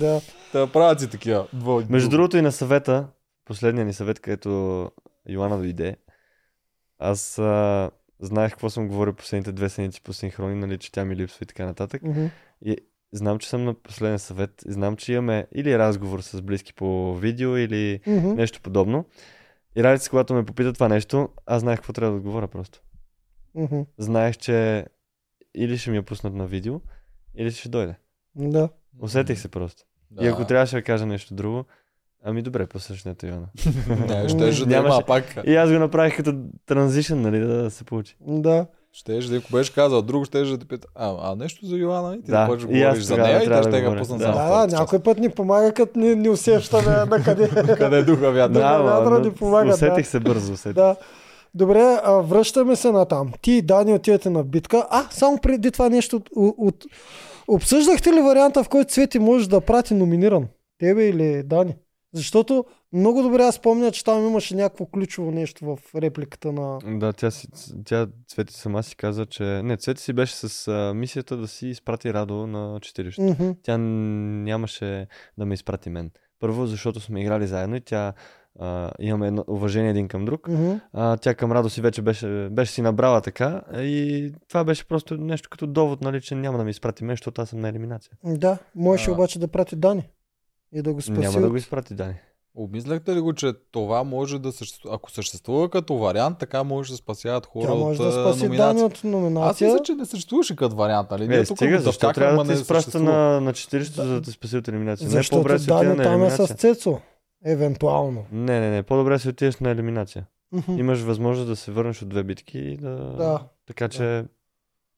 Да.
Та правят си такива. Двой,
Между другото и на съвета, последния ни съвет, където Йоана дойде, аз а, знаех какво съм говорил последните две седмици по синхрони, нали, че тя ми липсва и така нататък.
Мгм.
Знам, че съм на последен съвет, и знам, че имаме или разговор с близки по видео, или
Мгм.
нещо подобно. И Ралица, когато ме попита това нещо, аз знаех какво трябва да отговоря просто.
Мгм.
Знаех, че или ще ми я пуснат на видео, или ще дойде.
Да.
Усетих се просто.
Да.
И ако трябваше да кажа нещо друго, ами добре, посрещнете Йоана.
Не, ще, ще да
Нямаше-
има пак.
И аз го направих като транзишън, нали, да, да се получи.
Да.
Ще, ще, ако беше казал друго, ще да те пита. А, а нещо за Йоана? И ти
Да,
да, почваш да
и аз
говориш за
тогава
нея и
трябва
те
да
ще
говоря.
я пуснат
Да.
за
Да,
втората
да,
част.
някой път ни помага, като ни, ни усещаме на къде.
Къде е духа вятър?
Да,
ама,
Леандро
но
ни помага,
Усетих
да.
се бързо, усетих.
да. Добре, а, връщаме се на там. Ти и Дани отивате на битка. А, само преди това нещо. От, от... Обсъждахте ли варианта, в който Цвети може да прати номиниран? Тебе или Дани? Защото много добре аз помня, че там имаше някакво ключово нещо в репликата на...
Да, тя, си, тя Цвети сама си каза, че... Не, Цвети си беше с а, мисията да си изпрати Радо на четирището.
Мгм.
Тя нямаше да ме изпрати мен. Първо, защото сме играли заедно и тя а, имаме едно, уважение един към друг.
Мгм.
А, тя към Радо си вече беше, беше си набрала така и това беше просто нещо като довод, нали, че няма да ме изпрати мен, защото аз съм на елиминация.
Да, можеше
А.
обаче да прати Дани. И да го спаси.
Няма да
от-
го изпрати, Дани.
Обмисляхте ли го, че това може да съществува? Ако съществува като вариант, така може да спасяват хора
Тя може
от
да
а,
спаси Дани
номинация.
от
Аз
номинация.
мисля, че не съществуваше като вариант, нали?
Е,
Ние тук
стига,
го
защо
дъвчакаме,
трябва
ама
да те
не
изпраща
съществува.
на, на 40 за да те спаси от елиминация? не, е
Защото
по-добре си отида
Дани
на
там е
елиминация.
с Цецо. Евентуално.
Не, не, не, по-добре си отидеш на елиминация.
Мгм.
Имаш възможност да се върнеш от две битки и да...
Да.
Така че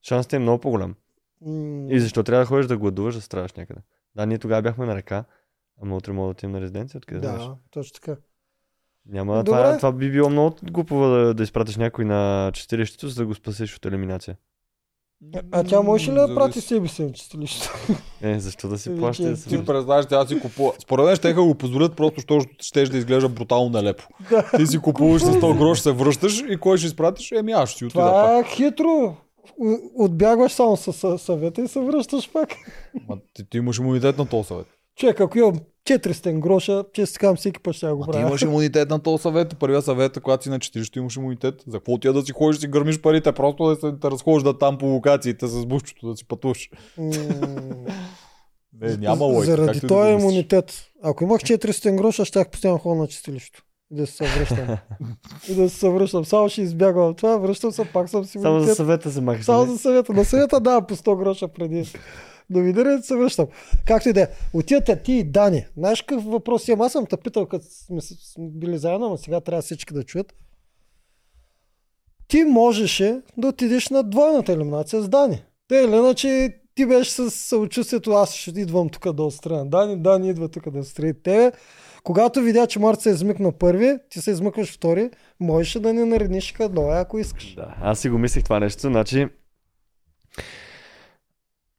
шансът е много по-голям.
М,
И защо трябва да ходиш да гладуваш, да страдаш някъде? Да, ние тогава бяхме на ръка, ама утре мога да отидем на резиденция, откъде да. знаеш.
Да, точно така.
Няма,
Добре.
това, това, би било много глупо да, да изпратиш някой на 40 за да го спасиш от елиминация.
А тя може ли да
Зависи.
прати себе си на чистилище?
Е, защо да си
Ти-
плаща?
ти-
и да се
Ти
връщаш?
представяш, тя си купува. Според мен ще го позволят просто, защото ще да изглежда брутално нелепо. Ти си купуваш с 100 грош, се връщаш и кой ще изпратиш? Еми аз ще си отида пак.
Това е хитро. У- Отбягваш само със със съвета и се връщаш пак. е-
Ма ти, ти имаш имунитет на този съвет.
Човек, ако имам 400 гроша, често казвам всеки път ще я го
Ма ти
правя.
имаш имунитет на този съвет. Първия съвет, е, когато си на 40 имаш имунитет. За какво ти е да си ходиш да си гърмиш парите? Просто да се те разхожда там по локациите с бушчето да си пътуваш.
М,
Не, Е, няма лойка. както и
Заради
да
този
го мислиш.
имунитет. Ако имах 400 гроша, щях постоянно хора на чистилището. И Да се връщам. и да се връщам. Само ще избягвам от това, връщам се, пак съм си
Само за съвета се махаш.
Само
нали?
за съвета. На съвета да, по 100 гроша преди. Довидене се връщам. Както и да е. Отивате ти и Дани. Знаеш какъв въпрос имам? Аз съм те питал, като сме, с- сме били заедно, но сега трябва всички да чуят. Ти можеше да отидеш на двойната елиминация с Дани. Те или иначе ти беше с съучувствието, аз ще идвам тук да отстраня Дани, Дани идва тук да отстрани тебе. Когато видя, че Март се измъкна първи, ти се измъкваш втори, можеше да ни наредниш едно, е, ако искаш.
Да, аз си го мислех това нещо, значи...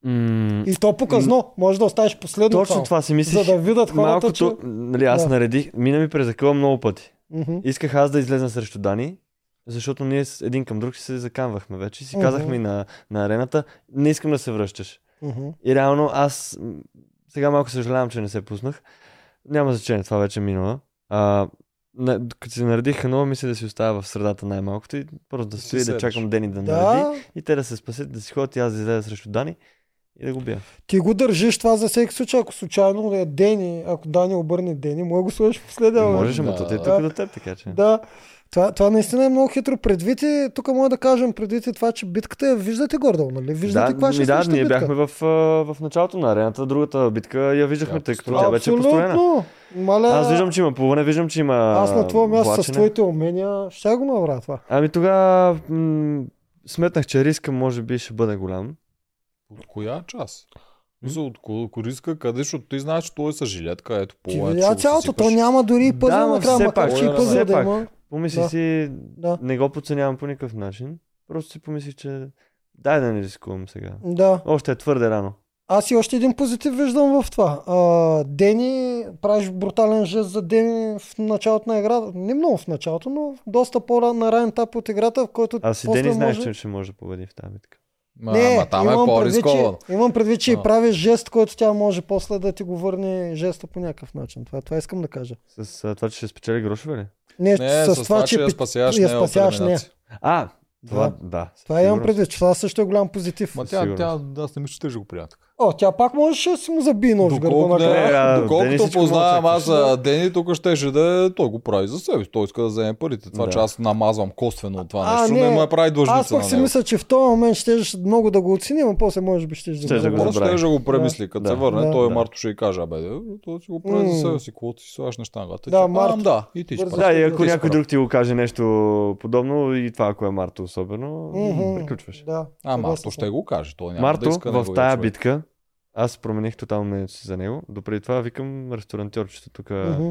М-
И то показно, може да оставиш последно.
точно
само.
това си
За
мислех.
да видят хората,
Малкото,
че...
нали, аз
Да.
наредих, мина ми през такова много пъти.
Мгм.
Исках аз да излезна срещу Дани, защото ние с един към друг се заканвахме вече и си
Мгм.
казахме и на, на арената, не искам да се връщаш.
Мгм.
И реално аз м, сега малко съжалявам, че не се пуснах. Няма значение, това вече е минало. А, на, като се наредих едно, мисля да си оставя в средата най-малкото и просто да
Да си
стои да
седнеш.
Нали? чакам Дени да нареди
Да,
и те да се спасят, да си ходят и аз да излеза срещу Дани и да го бия.
Ти го държиш това за всеки случай, ако случайно е Дени, ако Дани обърне Дени, може да го сложиш в последния момент.
Можеш, ама
да.
то те е тук до теб, така че.
Да. Това, това наистина е много хитро. Предвид и, тук мога да кажем, предвид и това, че битката е, виждате гордо, нали? Виждате каква ще
ми
е
да,
следващата
ние
битка.
бяхме в, а, в началото на арената, другата битка я виждахме,
Да,
тъй като тя
абсолютно.
вече е построена.
Абсолютно. Маля,
Аз виждам, че има плуване, виждам, че има
аз на твое място с
влачене.
твоите умения ще го направя това.
Ами тогава м- сметнах, че риска може би ще бъде голям.
От коя част? За от ко- кориска, къде, защото ти знаеш, че той е с жилетка, ето по
Ти видя цялото, то няма дори и
Да,
пъзъл
ма
накрая,
все
макар
пак,
че и
да,
пъзъл
все
да
пак.
има.
Помисли
Да.
си,
Да,
не го подценявам по никакъв начин. Просто си помислих, че дай да не рискувам сега.
да.
Още е твърде рано.
Аз и още един позитив виждам в това. А, Дени, правиш брутален жест за Дени в началото на играта. Не много в началото, но доста по-на ранен етап от играта, в който
Аз и
после
Дени знаеш,
може...
че ще може да победи в тази битка.
Не, ама там е
имам предвид,
по-рисковано.
че, имам предвид, че и
А.
правиш жест, който тя може после да ти го върне жеста по някакъв начин. Това, това искам да кажа.
С а, това, че ще спечели грошове ли?
Не,
Не,
с, това, че...
я
пи-
спасяваш,
я
не е
спасяваш,
спасяваш,
не.
не.
А, това,
Да.
да. да
Това имам
сигурно.
предвид, че това също е голям позитив.
Ма
Със
тя, тя,
сигурност.
аз не мисля, че те ще го приятел.
О, тя пак можеше да си му заби нож в гърба
Доколко,
накрая.
е, а,
не,
Дени
доколкото
всичко
познавам
му
аз
очакваш,
а, Дени, тук щеше да е, той го прави за себе си. Той иска да вземе парите. Това,
Да.
че аз намазвам косвено от това
А,
нещо, не,
не,
не ме прави
Аз
длъжница
пък
на
си
него.
мисля, че в този момент ще много да го оценим, а после може би ще
Щеш да го
Просто
забрави.
ще го премисли. Като
Да.
се върне,
Да.
той е
Да.
Марто ще й каже, абе, де, той си го прави
М.
за себе си, колкото си слагаш на щангата.
Да,
Тя,
Марто.
Ам, да, и ти ще
Бързо.
правиш.
Да, и
Ти
ако
си
някой
прав.
друг ти го каже нещо подобно, и това, ако е Марто особено,
Мгм.
приключваш.
Да,
А, Марто
съгласен
ще го каже. Той няма да
Марто,
иска
в
неговия
тая
човек.
битка, аз промених тотално мнението си за него. Допреди това викам ресторантьорчето тук,
съм. Мгм.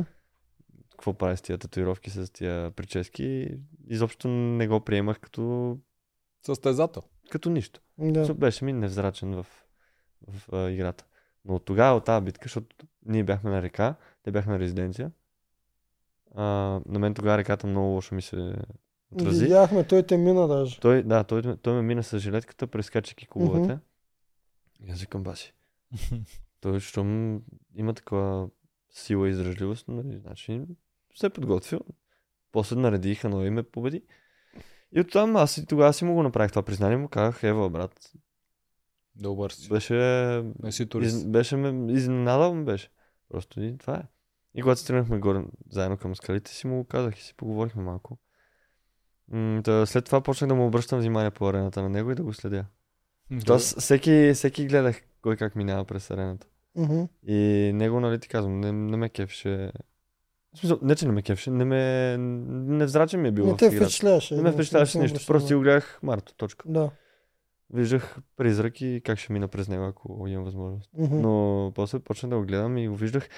какво прави с тия татуировки, с тия прически. Изобщо не го приемах като,
Състезател.
като нищо.
Да.
Просто Беше ми невзрачен в, в а, играта. Но от тогава, от тази битка, защото ние бяхме на река, те бяха на резиденция. А, на мен тогава реката много лошо ми се отрази.
Видяхме, той те мина даже.
Той, да, той, той ме мина с жилетката, прескачайки кубовете. И аз викам, баси. той, щом има такава сила и издръжливост, нали, значи се е подготвил. После наредиха, но и ме победи. И оттам аз и тогава си му го направих това признание, му казах, ева, брат,
Добър си.
беше
Не си
из,
турист.
беше ме, изненадал ме беше. Просто и това е. И когато се тръгнахме горе, заедно към скалите, си му го казах и си поговорихме малко. М, та, след това почнах да му обръщам внимание по арената на него и да го следя. Тоест, всеки, всеки гледах кой как минава през арената.
Мгм.
И него, нали ти казвам, не, не ме кефше. В смисъл, не че не ме кефше, не ме... Невзрачен ми е бил
Не
в
те
играта.
впечатляваше.
Не ме
си
впечатляваше нищо.
обръщал
Просто си го гледах Марто, точка.
внимание. Да.
Виждах призрак и как ще мина през него, ако имам възможност.
Мгм.
Но после почна да го гледам и го виждах,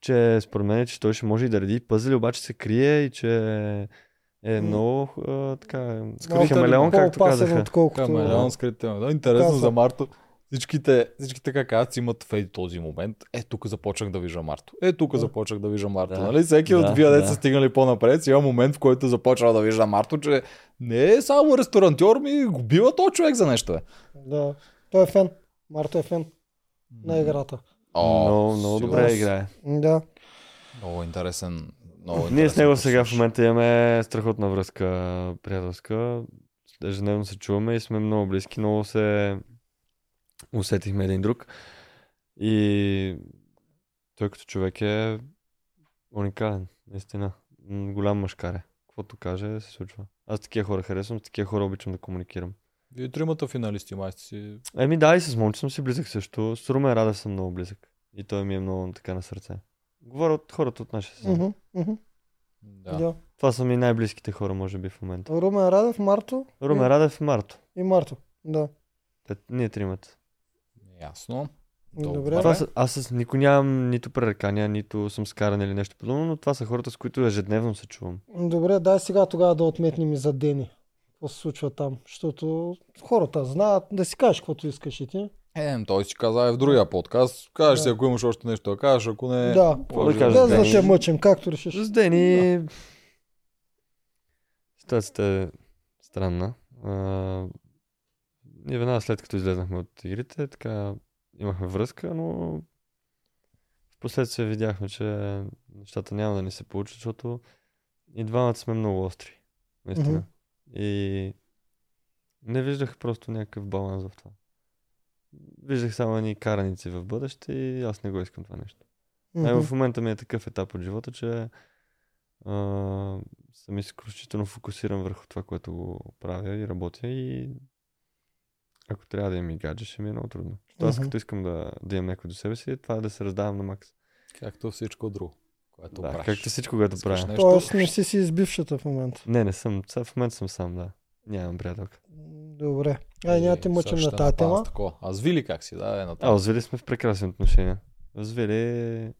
че според мен, е, че той ще може и да реди пъзели, обаче се крие и че е
М.
много а, така...
Малко
Хамелеон, както
по-опасен,
казаха.
е отколкото-
Камелеон скрит Да, интересно
Казва.
за Марто. Всичките, всичките какаци имат в един този момент. Е, тук започнах да вижда Марто. Е, тук
Да.
започнах да вижда Марто.
Да.
Нали? Всеки
Да,
от вие деца
да.
стигнали по-напред, си има момент, в който започва да вижда Марто, че не е само ресторантьор, ми го бива то човек за нещо. Е.
Да. Той е фен. Марто е фен на играта.
О,
Много, много
сигурно.
добре е играе.
Да.
Много интересен. Много
Ние с
интересен
него сега в
персонаж.
момента имаме страхотна връзка, приятелска. Ежедневно се чуваме и сме много близки, много се усетихме един друг. И той като човек е уникален, наистина. М, Голям мъжкар е. Каквото каже, се случва. Аз такива хора харесвам, с такива хора обичам да комуникирам.
Вие тримата финалисти, май сте си.
Еми да, и с момче съм си близък също. С Румен Рада съм много близък. И той ми е много така на сърце. Говоря от хората от нашия сезон.
Мгм. Мгм.
Да.
Да.
Това са ми най-близките хора, може би, в момента.
Румен Радев, Марто
Румен
Е.
Радев, Марто.
и Марто. Да.
Те, ние тримата.
е Ясно.
Добре.
Добре.
Това са, аз с никой нямам нито пререкания, нито съм скаран или нещо подобно, но това са хората, с които ежедневно се чувам.
Добре, дай сега тогава да отметнем и за Дени. Какво се случва там? Защото хората знаят да си кажеш каквото искаш и ти.
Е, той си каза и в другия подкаст. Кажеш
Да.
си, ако имаш още нещо да кажеш, ако не...
Да.
Какво да
Може
кажа,
Без да
Е, Дени? Е,
те мъчим, както решиш.
С Дени... Ситуацията е странна. А, ние веднага след като излезнахме от игрите, така имахме връзка, но в последствие видяхме, че нещата няма да ни се получат, защото и двамата сме много остри. Наистина.
Мгм.
И не виждах просто някакъв баланс в това. виждах само едни караници в бъдеще и аз не го искам това нещо.
Мгм.
Е, в момента ми е такъв етап от живота, че а, съм изключително фокусиран върху това, което го правя и работя и ако трябва да имам и гадже, ще ми е много трудно. Защото аз
Мгм.
като искам да, да имам някой до себе си, това е да се раздавам на макс.
Както всичко друго, което
да,
правиш.
както всичко, което
Искаш
правя.
нещо.
Тоест не си си избившата в момента.
Не, не съм. Сега в момента съм сам, да. Нямам приятелка.
Добре. Ай, няма те
Е,
мъчим
сега
на
ще
тази
направя
тема.
с такова. А с Вили как си? Да, е на
А,
тази.
с Вили сме в прекрасни отношения. С Вили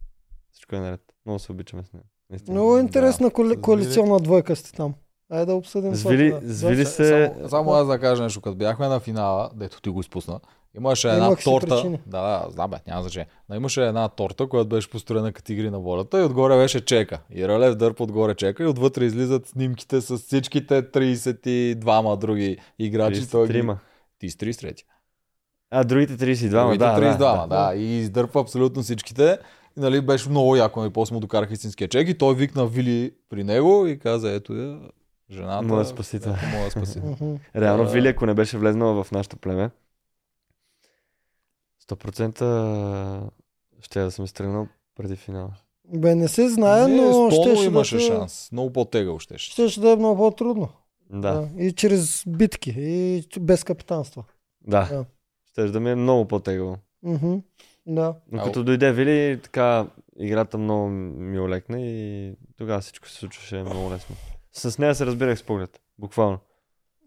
всичко е наред. Много се обичаме с нея. Наистина.
Много е интересна
С
коли,
Вили-
коалиционна двойка сте там. Айде да обсъдим
С
това
Вили,
тогава.
с
Да.
Вили се...
Само, само аз да кажа нещо, като бяхме на финала, дето ти го изпусна, имаше една
Имах си
торта.
причини.
Да, да, знам, бе, няма значение. Но имаше една торта, която беше построена като игри на волята и отгоре беше чека. И Ралев дърп отгоре чека и отвътре излизат снимките с всичките 32-ма други играчи. Той ги-
33-ма.
Ти с 33.
А, другите 32-ма,
Двама,
да, да,
32,
да.
да, да. И издърпа абсолютно всичките. И, нали, беше много яко, и после му докарах истинския чек и той викна Вили при него и каза, ето я, жената.
Моя спасител.
ето Моя спасител.
Мгм.
Реално
Да.
Вили, ако не беше влезнала в нашето племе, 100% ще да съм изтръгнал преди финала.
Бе, не се знае,
Не,
но
Стоно
ще ще
имаше
да, шанс.
шанс. Много по-тегъл щеше.
Ще ще да е много по-трудно.
Да,
И чрез битки, и ч- без капитанство. Да.
да. Ще да ми е много по-тегло.
Мгм. Да.
Но
Ау.
като дойде Вили, така играта много ми олекна и тогава всичко се случваше много лесно. С нея се разбирах с поглед. Буквално.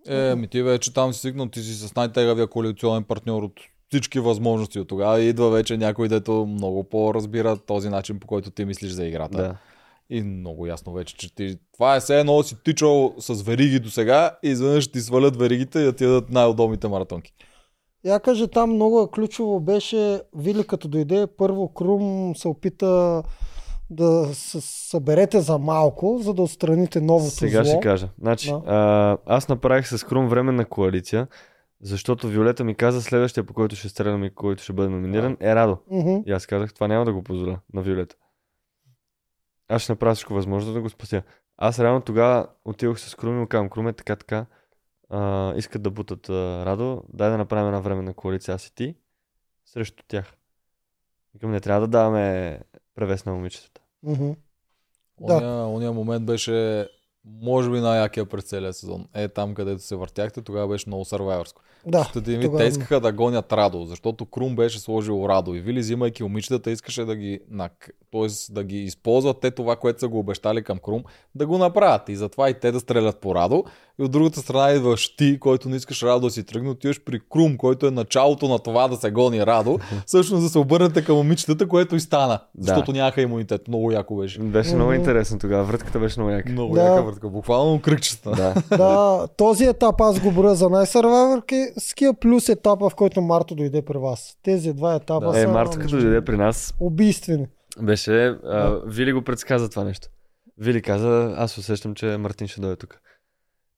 Е, ми ти вече там си стигнал, ти си с най-тегавия коалиционен партньор от всички възможности. От тогава идва вече някой, дето много по-разбира този начин, по който ти мислиш за играта.
Да.
И много ясно вече, че ти... това е все едно си тичал с вериги до сега и изведнъж ти свалят веригите и да ти дадат най-удобните маратонки.
Я каже, там много е ключово беше Вили като дойде, първо Крум се опита да се съберете за малко, за да отстраните новото
Сега
зло.
ще кажа. Значи,
Да.
а, аз направих с Крум временна коалиция, защото Виолета ми каза следващия, по който ще стрелям и който ще бъде номиниран, е Радо.
Мгм.
И аз казах, това няма да го позволя на Виолета. Аз ще направя всичко възможно да го спася. Аз реално тогава отидох с Крум и му казвам, Крум е така, така, а, искат да бутат а, Радо, дай да направим една временна коалиция, аз и ти, срещу тях. Викам, не трябва да даваме превес на момичетата.
Мгм. Да.
Оня, ония момент беше може би най-якия през целия сезон. Е, там където се въртяхте, тогава беше много сървайверско.
Да.
Та ти ми,
тогава-
те искаха да гонят Радо, защото Крум беше сложил Радо и Вили, взимайки момичетата, искаше да ги, нак... Тоест, да ги използват те това, което са го обещали към Крум, да го направят. И затова и те да стрелят по Радо. И от другата страна идваш ти, който не искаш Радо да си тръгне, отиваш при Крум, който е началото на това да се гони Радо, всъщност да се обърнете към момичетата, което и стана.
Да.
Защото нямаха имунитет. Много яко беше.
Беше много
Мгм.
интересно тогава, врътката беше много яка.
Много
Да.
яка въртка. Буквално кръгчета.
Да.
Да, този етап аз го броя за най-сървайверския, плюс етапа, в който Марто дойде при вас. Тези два етапа
Да.
са
Е, Марта като дойде при нас,
убийствени.
Беше. А, Вили го предсказа това нещо. Вили каза, аз усещам, че Мартин ще дойде тук.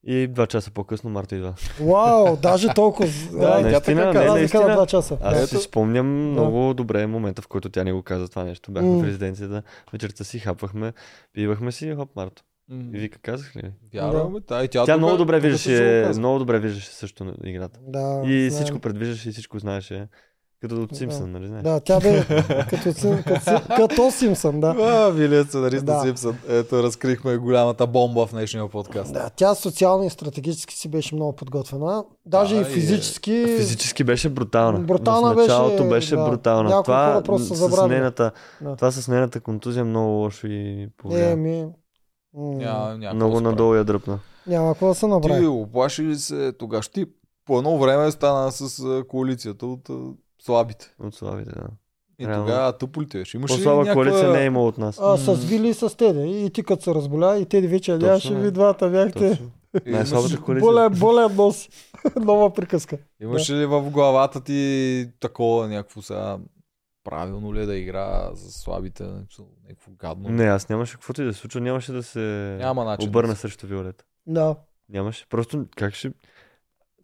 И два часа по-късно Марто идва.
Вау, даже толкова.
Да,
Разлика
и тя
наистина,
така
не,
каза.
наистина.
на два часа.
Аз
Да.
си спомням много добре момента, в който тя ни го каза това нещо. Бяхме
М.
в резиденцията, вечерта си хапвахме, пивахме си, хоп, Марто. И вика, казах ли? ви?
Вярвам, бе, та, и тя,
Тя
тук-
много добре
тук също го
виждаше,
казва.
много добре виждаше също на играта.
Да,
И
знаем.
всичко предвиждаше и всичко знаеше. Като от Симпсън, нали знаеш?
Да, тя бе като, Сим- като, Сим- като Симпсън, да.
А, Вилия сценарист
Да.
на нали, Симпсън. Ето, разкрихме голямата бомба в днешния подкаст.
Да, тя социално и стратегически си беше много подготвена. Даже
Да,
и
и е-
физически.
Физически беше брутална.
Брутална
в началото
беше,
беше,
да.
брутална.
Някои
това,
хора просто са
м, с
забравили.
нейната,
Да.
това с нейната контузия е много лошо и повлия.
Е, ми. м,
Ня, ня,
много надолу я дръпна.
Няма какво да се направи.
Ти оплаши ли се тогаш? Ти по едно време стана с а, коалицията от а, слабите.
От слабите, да.
И
Реално.
тогава тъпо ли ти беше? Имаш ли
По-слаба
някаква...
коалиция не е имало от нас.
А, с Вили и с Теде. И ти като се разболя, и Теди вече
Точно,
ядяше,
да.
е.
ви двата бяхте.
Точно.
Имаш-
Най-слабата коалиция.
Боле, боле носи. Нова приказка.
Имаш ли в главата ти такова някакво сега... Правилно ли е да игра за слабите? Някакво гадно.
Не, аз нямаше каквото и да се случва, нямаше да се
Няма начин.
обърна
да се-
срещу Виолета.
Да.
Нямаше. Просто как ще...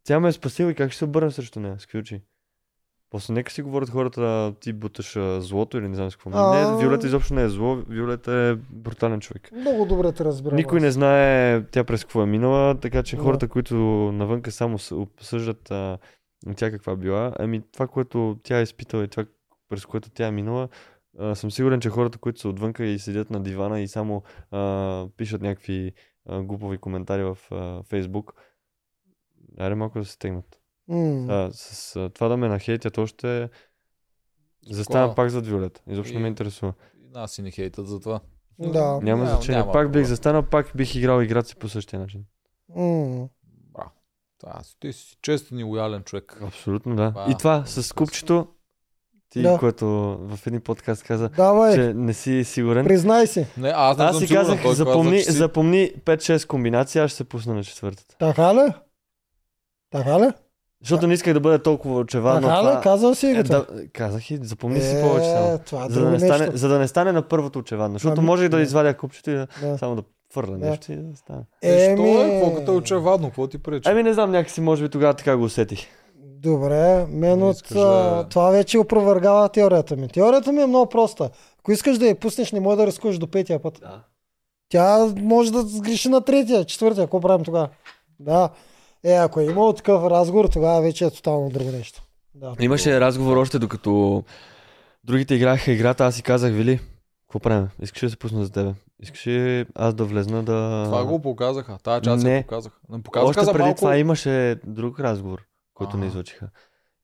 Тя ме е спасила и как ще се обърна срещу нея? С ключи. После нека си говорят хората, ти буташ а, злото или не знам с какво.
А.
Не, Виолета изобщо не е зло, Виолета е брутален човек.
Много добре те разбирам.
Никой не знае тя през какво е минала, така че
Да.
хората, които навънка само с- обсъждат а, Но Тя каква била? Ами това, което тя е изпитала и това, през което тя е минала, а, съм сигурен, че хората, които са отвънка и седят на дивана и само а, пишат някакви а, глупови коментари в а, Фейсбук, аре малко да се стегнат.
М.
А, с а, това да ме нахейтят още, заставам
Спокойно.
пак зад Виолет. Изобщо не
И-
ме интересува.
И Нас си ни хейтат за това.
Да.
Няма значение.
няма
пак бих
проблем.
застанал, пак бих играл играци по същия начин.
М.
Браво. Та, ти си честен и лоялен човек.
Абсолютно, да.
Ба.
И това с купчето, ти,
Да.
което в един подкаст каза,
Давай,
че не си сигурен.
признай си.
Не, аз не
Аз
съм
си
сигурен.
казах,
Той
запомни,
каза, че си...
запомни 5-6 комбинации, аз ще се пусна на четвъртата.
Така ли? Така ли?
Защото не исках да бъде толкова очевадно.
Така
това...
ли? Казал си
е,
го. това.
да, казах и запомни си повече само.
Е, Това е
За да,
друго
не стане,
нещо.
за да не стане на първото очевадно. Защото
Ами,
можех да
да.
извадя купчето и да,
Да.
само да фърля
Да.
нещо и да стане.
Еми... Що е? Какво като е очевадно? Какво ти пречи?
Ами не знам, някакси може би тогава така го усетих.
Добре, мен
Не
от
искаш
а,
да-
това вече опровергава теорията ми. Теорията ми е много проста. Ако искаш да я пуснеш, не може да рискуваш до петия път.
Да.
Тя може да сгреши на третия, четвъртия, какво правим тогава? Да. Е, ако е имало такъв разговор, тогава вече е тотално друго нещо. Да.
Имаше разговор още докато другите играха играта, аз си казах, Вили, какво правим? Искаш ли да се пусна за тебе? Искаш ли аз да влезна да...
Това го показаха. Тая част
Не.
я показаха. Не показаха
Още
за
преди
малко...
това имаше друг разговор, който не
А.
излъчиха.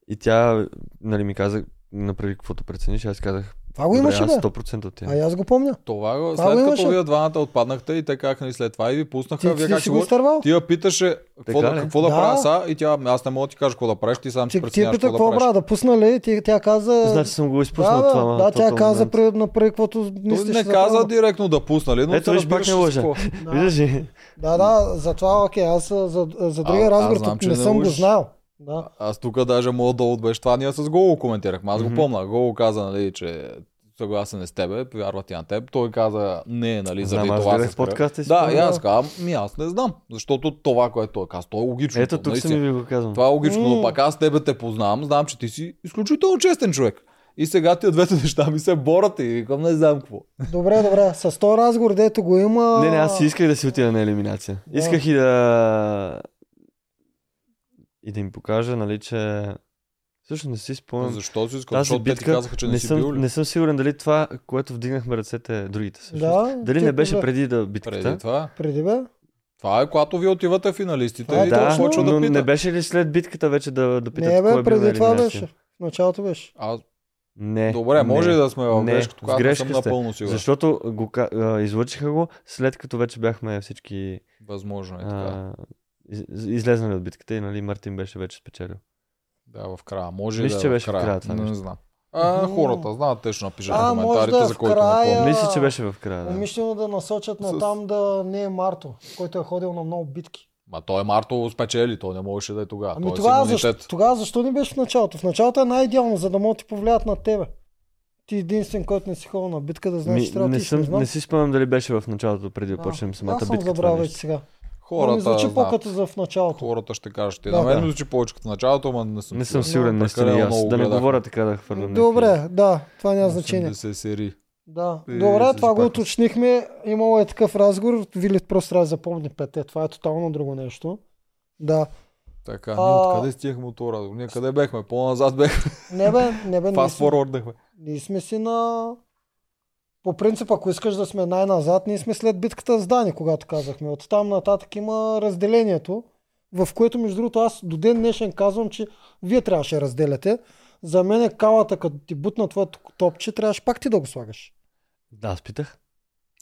И тя, нали, ми каза, направи каквото прецениш, аз казах,
Това го
добре, аз
имаше, бе.
100% от
А е,
тя.
и аз го помня.
Това, го-
Това
след
го
като
имаше.
вие двамата отпаднахте и те как нали след това и ви пуснаха,
Ти,
вие
ти,
как
си
ще
го
го...
изтървал?
Ти я питаше какво
Така
да,
ли?
какво да,
Да.
правя са и тя, аз не мога да ти кажа какво да правиш, ти сам си
Ти, ти я
преценяш
пита
какво да
какво
правиш.
брат да пусна ли? Ти, тя каза...
Значи съм го изпуснал
да,
това.
бе, да,
този
тя каза
момент.
при, направи каквото мислиш.
Той не каза
за правилно.
директно да пусна ли, но
Ето,
се
виж, пак
разбираше
не
с
лъжа.
какво.
Виждаш ли?
Да, да, затова окей, аз а, за, за другия
А, аз
разговор
знам,
тук
че
не
не
съм го
можеш.
знал. Да.
Аз тук даже мога да отбеш това, ние с Голо коментирахме. Аз го
Мгм.
помня. Голо каза, нали, че съгласен е с тебе, повярва ти на теб. Той каза, не, нали, заради
Знам, аз
това
гледах
се спира.
подкаста и си
Да, и
спомням.
аз казвам, ми аз не знам, защото това, което той каза, то е логично.
Ето, тук
наистина.
съм и ви го казвам.
Това е логично,
М.
но пак аз тебе те познавам, знам, че ти си изключително честен човек. И сега тия двете неща ми се борят и викам, не знам какво.
Добре, добре. С този разговор, дето го има...
Не, не, аз си исках да си отида на елиминация.
Да.
Исках и да... И да им покажа, нали, че... Също не си спомням.
Защо си искал?
Тази
Защото те ти
битка,
казаха, че не, си
съм,
бил ли?
не съм сигурен дали това, което вдигнахме ръцете е другите също.
Да,
Дали
ти
не беше
каза-
преди да битката?
Преди това.
Преди бе?
Това е когато вие отивате финалистите
Това е
и
Да,
той
точно.
почва
но
да пита.
не беше ли след битката вече да, да питат
Не
кой
бе,
е бил на
преди това
елиминация?
беше. В началото беше.
А,
Не.
добре, може
не.
и да сме в
не,
грешка,
в
тогава не съм
грешка сте.
напълно сигурен.
Защото го, ка- а, излъчиха го, след като вече бяхме всички
Възможно е така.
а, из- излезнали от битката и нали Мартин беше вече спечелил.
Да, в края. Може
Мисля,
да
че
е в
беше в
края.
края това
не
нещо.
знам. А,
М.
хората знаят, те ще напишат
А,
в
може
коментарите,
да е
за
в
който не
края.
помня.
Мисля, че беше в края. Да.
Умишлено да насочат на
С-
там да не е Марто, който е ходил на много битки.
Ма той Марто спечели, той не можеше да е тогава.
Ами
той е с
тогава защо,
имунитет.
тогава защо не беше в началото? В началото е най-идеално, за да могат да ти повлият на тебе. Ти единствен, който не си ходил на битка, да знаеш,
Ми,
че трябва да
не,
ти не
съм,
знам.
не си спомням дали беше в началото, преди да
Да.
почнем самата
Аз съм
битка.
забрал
това
вече
нещо.
сега. Хората ми
Хората
звучи
знаят.
по-като за в началото.
Хората ще кажат. И
Да,
на мен
да.
ми звучи повече като началото, ама не съм
Не съм
Да,
сигурен, наистина и
прекалено
аз.
много
Да не
гледахме.
говоря така да хвърлям. някакви-
Добре, да, това няма значение.
80 серии.
Да.
И
Добре,
се
това го
запахме.
уточнихме. Имало е такъв разговор. Вилит просто трябва да запомни пете. Това е тотално друго нещо. Да.
Така,
А-
ние откъде стигахме от този разговор? Ние къде бехме? По-назад бехме.
Не бе, не бе, ние
Fast
сме,
forwardнахме.
ние сме си на... По принцип, ако искаш да сме най-назад, ние сме след битката с Дани, когато казахме. От там нататък има разделението, в което, между другото, аз до ден днешен казвам, че вие трябваше да разделяте. За мен е калата, като ти бутна твоето топче, трябваше пак ти да го слагаш.
Да, аз питах.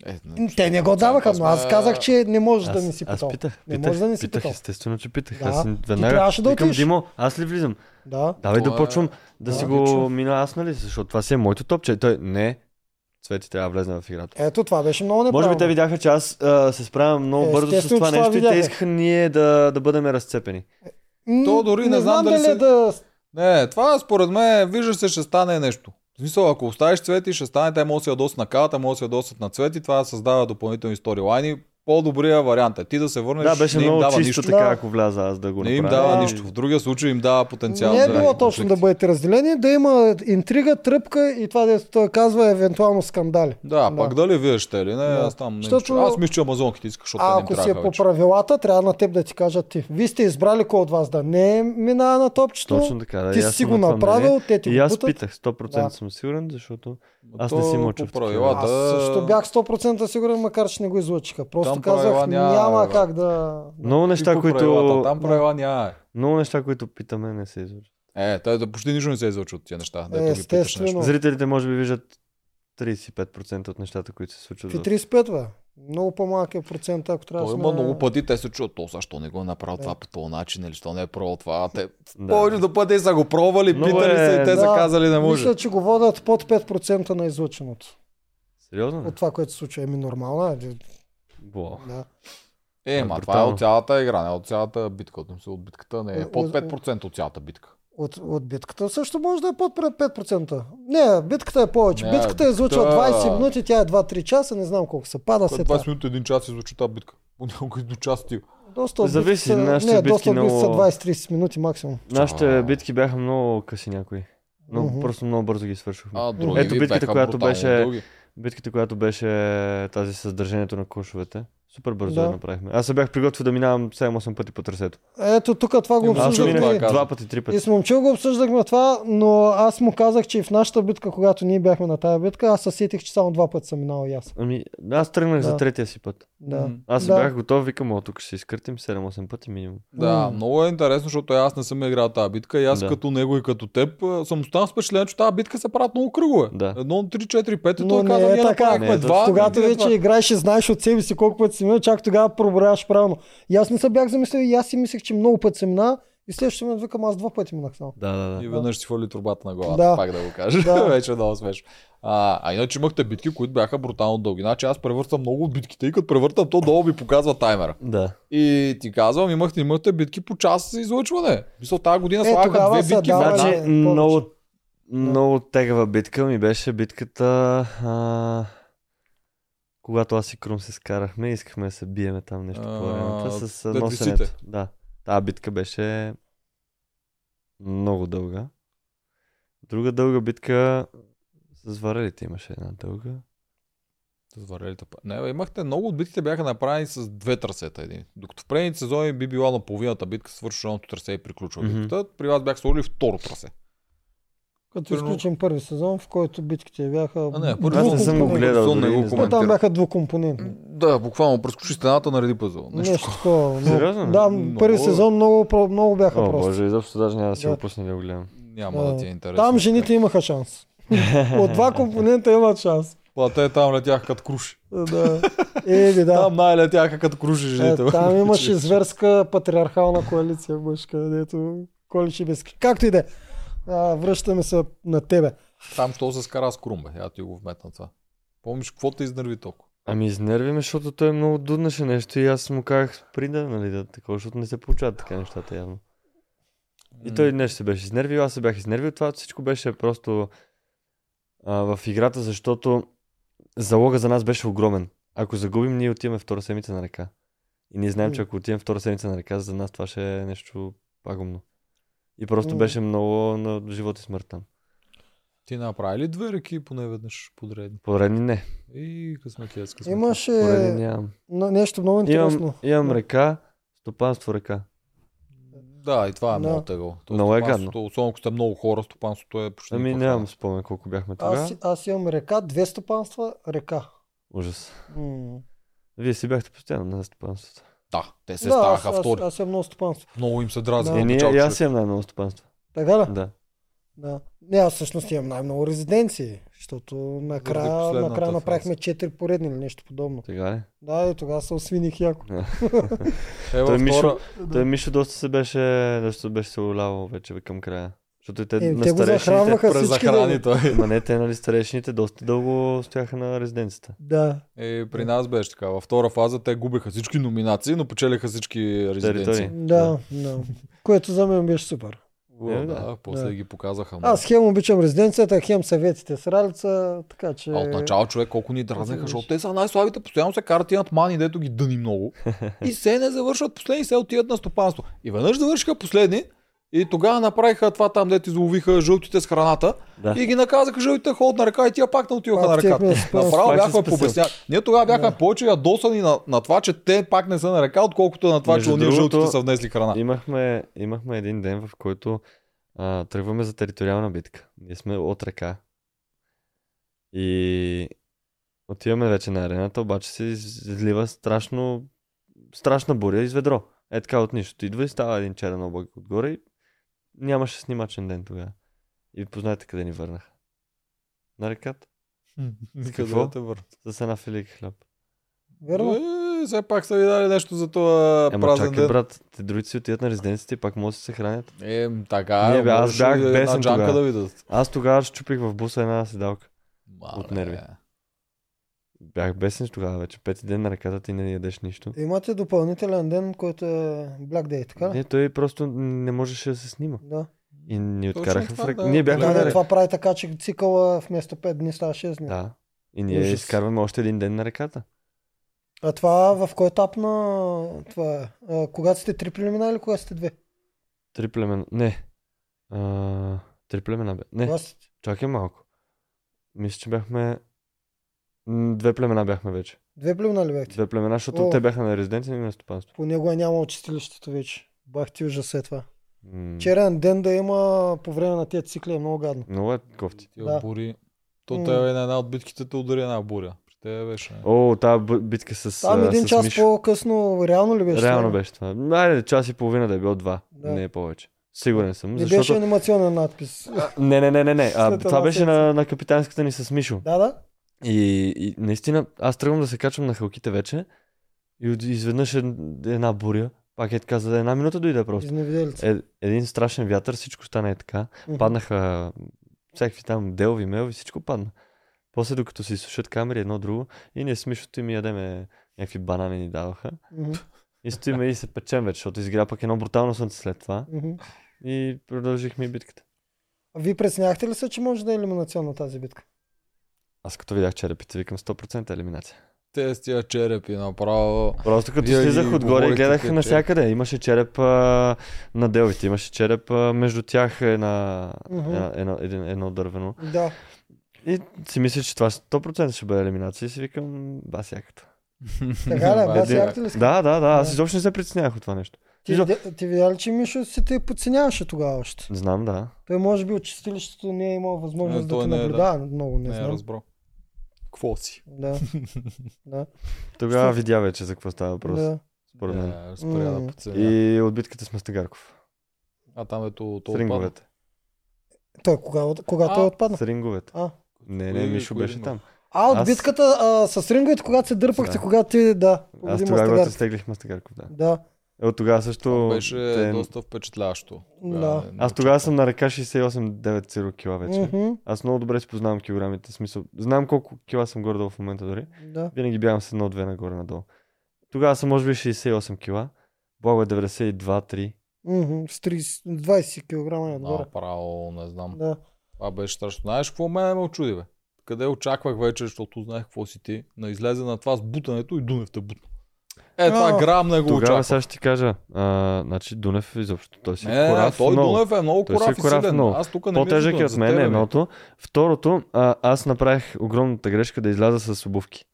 Е,
Те не го даваха, но аз казах, че не можеш да
Аз,
ми си
аз
питал.
питах.
Не
питах,
може да не си
питах,
питал.
естествено, че питах.
Да,
Аз
ти
веднага
трябваше да
викам,
отидеш.
Димо, аз ли влизам?
Да.
Давай да
Това е-
почвам да
Да.
си го
Логично.
мина аз, нали? Защото това си е моето топче. И Той, не, Цвети трябва да влезна в играта.
Ето, това беше много неправилно.
Може би те видяха, че аз а, се справям много бързо с
Е, Естествено,
това
че това
нещо и те
видяха.
искаха ние да, да бъдем разцепени.
М,
То дори не знам дали
е
се-
да...
Не, това според мен, виждаш се, ще стане нещо. В смисъл, ако оставиш цвети, ще стане, те могат да се ядосат на калата, могат да се ядосат на цвети, това създава допълнителни сторилайни, по-добрия вариант е ти да се върнеш.
Да, беше
не им
много
дава
чисто
нищо.
така,
Да.
ако вляза аз да го
Не им
направя.
дава
Да.
нищо. В другия случай им дава потенциал.
Е. Не е
за
било
конфликти.
точно да бъдете разделени, да има интрига, тръпка и това, дето той казва, евентуално скандали.
Да,
Да.
пак дали вие ще или не,
Да.
аз там не
Защото-
чуя. Аз мисля, че амазонките искаш, защото
А
те не
ако
им
си е
трябваха
по
вече.
правилата, трябва на теб да ти кажат ти. Вие сте избрали кой от вас да не минава на топчето.
Точно така, да.
ти
и аз
си
съм
го
на това мнение.
направил, те ти
И
го
аз
бутат.
питах, 100%
Да.
съм сигурен, защото
Но
Аз не
то
си мълча в
По
такива.
правилата...
Аз също бях 100% сигурен, макар че не го излъчиха. Просто
Там
казах,
правила няма,
няма,
бе.
как да...
много
и
неща,
по
които...
правилата. Там правила няма.
Много неща, които питаме, не се излъчват.
Е, той да почти нищо не се излъчва от тия неща. Да, ги питаш
Естествено.
нещо.
Но-
Зрителите може би виждат 35% от нещата, които се случват.
При
в-
35, бе. Много по-малък е процент, ако трябва
Той
сме-
има много пъти, те се чуят, то защо не го е направил
Да.
това по този начин, или що не е пробвал това. Те
Да.
повечето пъти са го пробвали,
Много
питали
е-
се и те
Да.
са казали не може.
Мисля, че го водят под 5% на излъченото.
Сериозно? ли?
От това, което се случва. Еми нормално е.
Бо.
Да.
Е, ма това е
брутално.
от цялата игра, не от цялата битка. От, мисля, от битката не е. Под 5% от цялата битка.
От, от битката също може да е под 5%. Не, битката е повече.
Не,
Не, битката е излъчва
битката-
20 минути, тя е 2-3 часа, не знам колко се пада.
След
Се
20 минути, един час излучи тази битка. Понякога и до час ти.
Доста от
Зависи,
битките-
нашите
не,
битки
доста от битки са
много-
20-30 минути максимум.
Нашите
Чао.
битки бяха много къси някои. Но
Мгм.
просто много бързо ги свършихме.
А, други
Ето
ви
битката,
бяха
която
брутално
беше-
дълги.
Битката, която беше тази с държането на кошовете. Супер бързо
Да.
я направихме. Аз се бях приготвил да минавам 7-8 пъти по трасето.
Ето тук това го
Аз
Аз
Обсъждахме-
минах
обсъждахме.
казвам.
два пъти, три
И
пъти.
с момче го обсъждахме това, но аз му казах, че и в нашата битка, когато ние бяхме на тая битка, аз се сетих, че само два пъти съм минал и аз.
Ами, аз тръгнах
Да.
за третия си път.
Да.
М.
Аз се
Да.
бях готов, викам, о, тук ще се изкъртим 7-8 пъти минимум.
Да,
М.
много е интересно, защото аз не съм играл тази битка и аз
Да.
като него и като теб а, съм останал с впечатление, че тази битка се правят много кръгове.
Да.
Едно, 3, 4, 5 и
Но
той
не
каза,
е
ние
така.
направихме
Не е
два.
точно.
Когато
ние
вече
два.
играеш и знаеш от себе си колко пъти си минал, чак тогава проброяваш правилно. И аз не се бях замислил и аз си мислех, че много пъти съм мина и следващия момент викам, аз два пъти минах само.
Да, да,
И
да.
веднъж си фали турбата на главата,
Да.
пак да го кажа.
Да.
Вече е много смешно. А, а иначе имахте битки, които бяха брутално дълги. Значи аз превъртам много от битките и като превъртам, то долу ми показва таймера.
Да.
И ти казвам, имахте, имахте битки по час за излъчване. Мисля, тази година
Е,
слагаха
тогава
две
са
битки. в
давали-
една.
Значи,
повече.
много, много тегава битка ми беше битката, а, когато аз и Крум се скарахме, искахме да се биеме там нещо по
А,
времето с а,
да,
носенето.
висите.
Да. Та битка беше много дълга. Друга дълга битка с варелите имаше една дълга.
С варелите па- Не, бе, имахте много от битките бяха направени с две трасета един. Докато в предните сезони би била на половината битка, свърши едното трасе и приключва
Мгм.
битката. При вас бях сложили второ трасе.
Като
Примерно-
изключим първи сезон, в който битките бяха...
А, не, първи
Аз не съм го
двукомпонентни.
гледал.
Сон не
Дори
го
не знам.
Те Там
коментирам.
бяха двукомпонентни.
Да, буквално прескочи стената нареди пъзъл. Нещо.
Нещо такова. но-
Сериозно ли?
Да,
Много-
първи сезон много, про- много бяха
О,
просто.
боже, изобщо даже няма да си
Да.
го пусна да го гледам.
Няма да ти е интересно.
Там жените имаха шанс. От два компонента имат шанс.
Па, те е, там летяха като круши.
Да. Ели, да.
Там най-летяха като круши жените.
Е,
бе.
там имаше зверска патриархална коалиция, мъжка, дето колиш и безки. Както и да е. А, Връщаме се на тебе.
Там, що се скара с Крум, бе. Я ти го вметна това. Помниш, какво те изнерви толкова?
Ами изнерви ме, защото той много дуднаше нещо и аз му казах прида, нали, да такова, защото не се получават така нещата явно. И той нещо се беше изнервил, аз се бях изнервил. Това всичко беше просто а, в играта, защото залога за нас беше огромен. Ако загубим, ние отиваме втора седмица на река. И ние знаем, че
М.
ако отиваме втора седмица на река, за нас това ще е нещо пагубно. И просто
М.
беше много на живот и смърт там.
Ти направи ли две реки поне веднъж подредни?
Поредни не.
И късмет ли е с късмет?
Имаше
Поредни нямам.
на- нещо много интересно.
Имам, имам река, стопанство река.
Да, и това е
Да.
много тегло. То
Много е
стопанството, Особено ако сте много хора, стопанството е почти.
Ами
никаква
нямам
храна.
спомен колко бяхме тогава.
Аз, аз имам река, две стопанства, река.
Ужас.
М.
Вие си бяхте постоянно на стопанството.
Да, те се
да, аз,
ставаха
аз,
втори.
аз имам много стопанство.
Много им се дразни.
Да.
Е,
Да.
ние, и аз имам най-много стопанство.
Така ли?
Да.
Да. Не, аз всъщност имам най-много резиденции, защото накрая,
последната
накрая
фраза.
направихме 4 поредни или нещо подобно.
Така ли?
Да, и тогава се освиних яко.
Е, във
Той Мишо,
втора...
той Мишо доста се беше, доста беше се улявал вече към края. Защото и те,
Е,
на
те го
старешните,
захранваха всички.
Презахрани
Да,
той.
ма не, те нали старешните доста дълго стояха на резиденцията.
да.
Е, при нас беше така. Във втора фаза те губеха всички номинации, но печелиха всички резиденции.
Територии.
Да, да. Което за мен беше супер.
Да,
Е, да.
да, после
Да.
ги показаха. Ама...
Аз хем обичам резиденцията, хем съветите с Ралица, така че...
А от начало човек колко ни дразнеха,
Аз
защото
виж.
те са най-слабите, постоянно се карат имат мани, дето ги дъни много. И се не завършват последни, се отиват на стопанство. И веднъж завършиха последни и тогава направиха това там, дето изловиха жълтите с храната
Да.
и ги наказаха жълтите ход на ръка и тия пак не отиваха
Пак
на ръката.
тяхме успех.
Направо
Това, че
бяхме
са спасили.
побесняли. Ние тогава бяхме повече ядосани на, на това, че те пак не са на ръка, отколкото на това, че
Между
уния жълтите
другото,
са внесли храна.
Имахме, имахме един ден, в който а, тръгваме за териториална битка. Ние сме от ръка. И отиваме вече на арената, обаче се излива страшно, страшна буря из ведро. Е така от нищото. Идва и става един черен облак отгоре и нямаше снимачен ден тогава. И познайте къде ни върнаха. На реката. Какво?
Къде те върна?
С една филика хляб.
Верно?
Е, все пак са ви дали нещо за това
Ема
празен
чакай,
ден.
брат, те другите си отиват на резиденцията и пак могат да се хранят.
Е, така,
Не, бе, аз
можеше
бях
и една
бесен
джанка
тогава.
да видят.
Аз тогава щупих в буса една седалка.
Мале.
От нерви. Бях бесен тогава вече. Пети ден на ръката ти не ядеш нищо.
Имате допълнителен ден, който е Black Day, Е, така ли?
Не, той просто не можеше да се снима.
Да.
И ни
Точно
откараха
това,
в ръка.
да.
Ние бяхме
Да,
Да,
на
да,
ръка.
това прави така, че цикъла вместо 5 дни става 6 дни.
Да. И ние
Ужас.
изкарваме още един ден на ръката.
А това в кой етап на това е? А, когато сте три племена или когато сте две?
Три племена. Не. А, три племена бе. Не,
Когато сте-
чакай малко. Мисля, че бяхме... М, Две племена бяхме вече.
Две племена ли бяхте?
Две племена, защото
О.
те бяха на резиденция и на стопанство.
По него е няма чистилището вече. Бах ти ужас е това.
М,
Черен ден да има по време на тези цикли е много гадно.
Много е кофти.
Тия
Да.
бури. То
М.
те на една от битките те удари една буря. При те беше.
О, тази б- битка с,
Там
а,
един
с
час
Мишо.
по-късно реално ли беше?
Реално
това?
беше това. Айде, час и половина да е било два.
Да.
Не е повече. Сигурен съм.
Не
Защото...
беше анимационен надпис.
Не, не, не, не, не. А,
След
това
една
беше
седмица.
на, на капитанската ни с Мишо.
Да, да.
И, и наистина, аз тръгвам да се качвам на халките вече. И от- изведнъж ед- една буря. Пак е така, за една минута дойде просто.
Изневиделица.
Е, един страшен вятър, всичко стана е така.
Мгм.
Паднаха всякакви там делви, мелви, всичко падна. После докато се изсушат камери, едно друго, и ние с Мишото им ядеме някакви банани ни даваха.
Мгм,
И стоиме и се печем вече, защото изгря пък едно брутално слънце след това.
мгм.
И продължихме и битката.
А Вие преценяхте ли се, че може да е елиминационна тази битка?
Аз като видях черепите, викам 100% елиминация.
Те с тия черепи направо.
Просто като
Вие
слизах
ги
отгоре и
говорите
гледах
е,
като
навсякъде. Имаше череп а, на делвите, имаше череп а, между тях една,
Мгм.
една, едно, един, едно дървено.
Да.
И си мисля, че това 100% ще бъде елиминация и си викам бас яката.
Така ли?
Това е
Аз
Един-
яхте ли си?
Да, да, да, аз
Да.
изобщо не се притеснявах от това нещо.
Ти, де- ти видя ли, че Мишо си те подценяваше тогава още?
Знам, да.
Той може би от чистилището не е имал възможност
Не,
да
той
те
не е, да.
наблюдава много, не,
Не е
знам.
разбрал. Кво си?
Да. да.
Тогава
Що-
видя вече за какво става въпрос,
да.
според мен.
Е, спря да
М.
подценя.
И от битката с Мастагарков.
А там ето
С
то отпадна.
ринговете.
Той е кога, кога
А.
той отпадна?
С ринговете.
А,
Не,
Кои-
не, Мишо
кои
беше
рингове?
там.
а от
Аз-
битката а, с ринговете, когато се дърпахте,
Да.
когато ти, да,
Аз
победи
тогава го
Мастагарки.
изтеглих Мастагарков, да.
Да.
Е, От тогава
То
също...
Беше
те-
доста впечатляващо.
Да.
не- не
Аз тогава
очаквах.
съм на ръка 68-9 циру кила вече.
Мгм,
Аз много добре си познавам килограмите. в Смисъл, знам колко кила съм горе-долу в момента дори.
да.
Винаги бягам с едно-две нагоре-надолу. Тогава съм може би 68 кила. Благо е 92-3.
Мгм, С 30, 20 кг отгоре.
Направо, не знам.
Да.
Това беше страшно. Знаеш какво мене ме очуди, бе? Къде очаквах вече, защото знаех какво си ти, на излезе на това с бутането и Дунев те бутна. Е, това
А,
грам не го
Тогава
очаквах.
сега ще ти кажа. А, значи Дунев изобщо. Той си
Не,
е
не, не,
кораф.
той
много.
Дунев е много
Той си е
корав и
корав,
силен.
но
Аз тук не
По-тежък
мисля
е от мен едното. Второто, а, аз направих огромната грешка да изляза с обувки.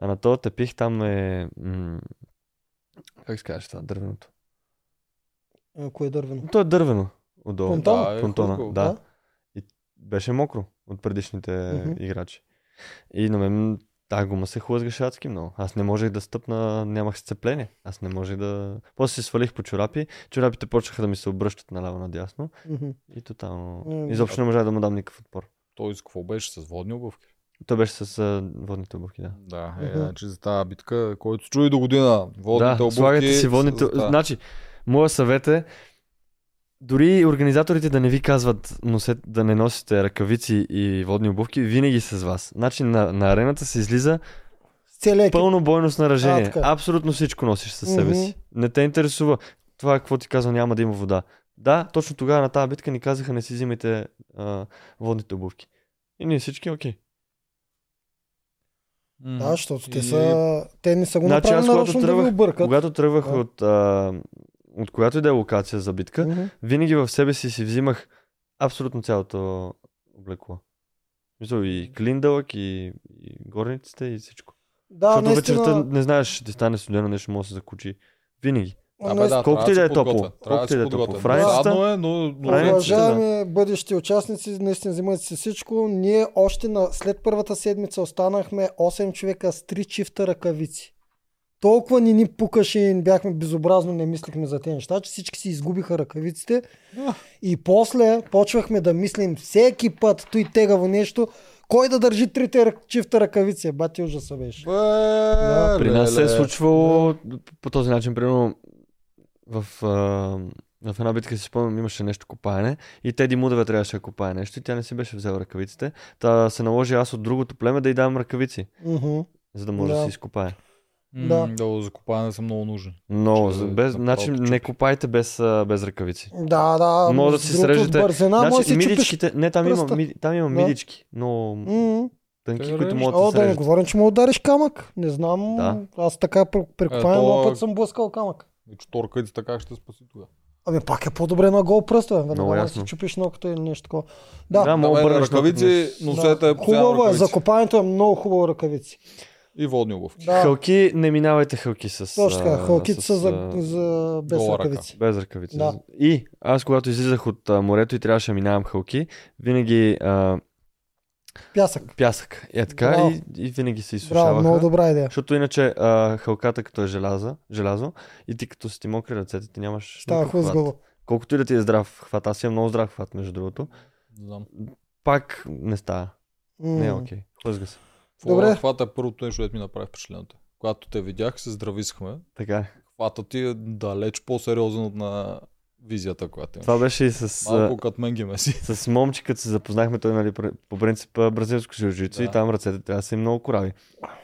А на този тепих там е... М- как се казваш това? Дървеното.
А, Кое е дървено?
То е дървено. Отдолу.
Понтон?
Да, е
Понтона,
хубаво.
да. Беше мокро от предишните
Мгм.
играчи. И на мен тази гума се хлъзгаше адски много. Аз не можех да стъпна, нямах сцепление. Аз не можех да... После се свалих по чорапи. Чорапите почнаха да ми се обръщат наляво надясно.
Мгм.
И тотално...
М.
Изобщо не можах да му дам никакъв отпор.
Той с какво беше? С водни обувки.
Той беше с а, водните обувки, да.
Да, е,
Мгм.
значи за тази битка, който се чуи до година, водните
да,
обувки.
слагайте си водните...
за тази.
Значи, моя съвет е дори организаторите да не ви казват носет, да не носите ръкавици и водни обувки, винаги с вас. Значи на, на арената се излиза
С целия екип.
пълно бойно
А,
снаряжение.
така.
Абсолютно всичко носиш със себе си. Не те интересува това, какво ти казва, няма да има вода. Да, точно тогава на тази битка ни казаха не си взимайте а, водните обувки. И ние всички, окей.
Да, защото те, са, те не са го
Значи аз,
направили
когато
нарочно да
тръгвах-
ви объркат.
Когато тръгвах
Да.
от, а, от която и да е локация за битка,
Мгм.
винаги в себе си си взимах абсолютно цялото облекло. Мисля, и клин дълъг, и, и горниците, и всичко.
Да,
Защото
наистина,
вечерта не знаеш, ще ти стане студено, нещо може да се закучи. Винаги.
Абе,
наистина-
да,
колкото
трябва
и да е
се
топло.
подготвя. Трябва да
Колкото и
се
да е топло.
подготвя.
В раницата-
Задно е, но... но-
Раницата,
Уважаеми бъдещи участници, наистина взимайте си всичко. Ние още на, след първата седмица останахме 8 човека с 3 чифта ръкавици. Толкова ни ни пукаше и ни бяхме безобразно, не мислихме за тези неща, че всички си изгубиха ръкавиците.
Ах.
И после почвахме да мислим всеки път, той тегаво нещо, кой да държи трите рък- чифта ръкавици. Е, Бати ужаса беше.
Бе,
Да,
При нас се е
леле.
случвало по този начин, примерно в, а, в една битка си спомням, имаше нещо копаене и Теди Мудева трябваше да копае нещо и тя не си беше взела ръкавиците. Та се наложи аз от другото племе да й дам ръкавици,
Мгм.
за да може да,
Да.
си изкопае.
М,
Да.
Да, за копане са много нужни.
Но
Че
за-
да
без,
направо
значи
чупи.
не копайте без, а, без ръкавици.
Да, да.
Може да
с
си
другото,
срежете.
от Бързина, може да
Значи
си чупиш.
мидичките, не там има,
пръста.
ми, там има
Да.
мидички, но
Мгм.
тънки,
Те
които
реж-
могат да
О,
се
да не
срежат.
говорим, че му удариш камък. Не знам.
Да.
Аз така при при копане
Ето-
много път съм блъскал камък.
И че торкавицата как ще спаси тогава?
Ами пак е по-добре на гол пръст, бе.
Много
Веднага да
ясно.
си чупиш нокото или нещо такова. Да,
Да, мога да
Давай
обърнеш
ръкавици,
нокът,
носете да.
хубаво е. За копането е много хубаво ръкавици.
И водни обувки.
но-
Да,
Хълки, не минавайте хълки с...
точно така.
а,
Халките
с,
са за,
а,
за без
гола ръка.
ръкавици.
Без ръкавици.
Да.
И аз, когато излизах от а, морето и трябваше да минавам хълки, винаги а,
Пясък.
пясък. Е така
Браво.
и, и винаги се изсушаваха.
Браво, много добра идея.
Защото иначе а, хълката като е желязо, желязо и ти като си ти мокри ръцете, ти нямаш
Става
никакъв хват.
хлъзгаво.
Колкото и да ти е здрав хват, аз имам много здрав хват, между другото,
Не знам.
пак не става. Не е окей. Хлъзга се.
Добре.
Добре. Хвата е първото нещо, което ми направи впечатлението. Когато те видях, се здрависхме.
Така е.
Хвата ти е далеч по-сериозен от на визията, която имаш.
Това беше и с... а,
Малко като мен ги меси.
с момче, като се запознахме, той, нали, пр- по принцип а, бразилско жилжицо
Да.
и там ръцете трябва да са им много корави.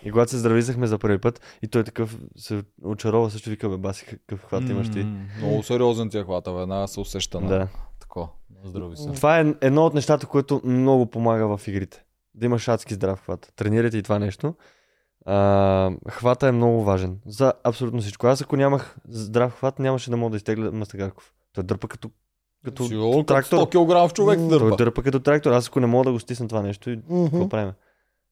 И когато се здравизахме за първи път, и той такъв се очарова също вика, бе, баси, какъв хват имаш ти.
М, Много сериозен ти е хвата, веднага се усеща. на-
Да.
Тако. Здрави се.
Това е едно от нещата, което много помага в игрите. Да имаш адски здрав хват. Тренирайте и това нещо. А, хвата е много важен. За абсолютно всичко. Аз ако нямах здрав хват, нямаше да мога да изтегля Мастагарков. Той дърпа като, като
Сигурно като
трактор.
100 кг човек
М.
дърпа.
Той дърпа като трактор. Аз ако не мога да го стисна това нещо, и
Мгм.
Какво правим?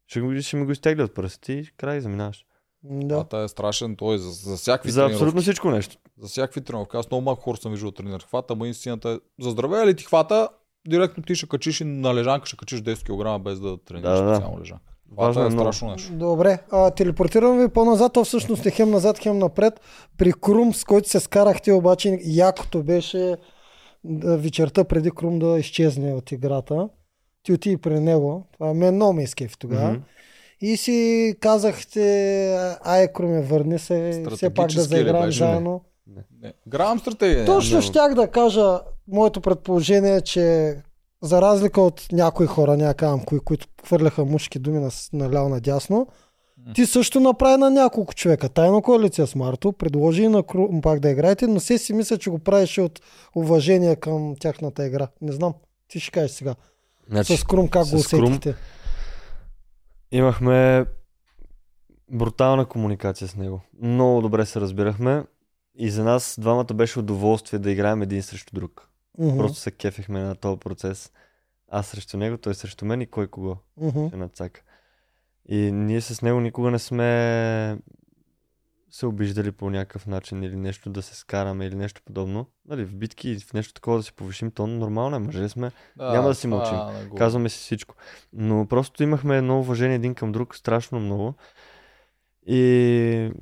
Ще, го, ще ми го изтегля от пръстите и край заминаваш.
Да.
Хвата е страшен, той е за, за всякакви
За
тренировки.
абсолютно всичко нещо.
За всякакви тренировки. Аз много малко хора съм виждал тренер. Хвата, ма истината е. За здраве ли ти хвата, директно ти ще качиш и на лежанка ще качиш 10 кг без да тренираш
Да, да, да.
специално лежанка.
Важно
Важно
е
е
много.
страшно нещо.
Добре, а, телепортирам ви по-назад, то всъщност е хем назад, хем напред. При Крум, с който се скарахте, обаче якото беше да, вечерта преди Крум да изчезне от играта. Ти отиди при него. Това е мен много ме изкефи тогава.
Мгм.
И си казахте, ай, Круме, върни се, все пак да
Стратегически ли
заиграем
беше?
заедно.
Не. Грам стратегия.
Точно
но-
щях да кажа, моето предположение е, че за разлика от някои хора, някакъм, кои, които хвърляха мушки думи на, наляво надясно, ти също направи на няколко човека. Тайна коалиция с Марто, предложи и на Крум пак да играете, но се си мисля, че го правиш от уважение към тяхната игра. Не знам, ти ще кажеш сега.
Значи,
с Крум как
с
го
Крум-
усетихте?
имахме брутална комуникация с него. Много добре се разбирахме. И за нас двамата беше удоволствие да играем един срещу друг.
Мгм,
Просто се кефихме на този процес. Аз срещу него, той срещу мен и кой кого
мгм.
ще нацака. И ние с него никога не сме се обиждали по някакъв начин или нещо да се скараме или нещо подобно. Нали, в битки и в нещо такова да си повишим тон, нормално е, мъже сме, няма да си
това
мълчим.
не го-
Казваме си всичко. Но просто имахме едно уважение един към друг, страшно много. И,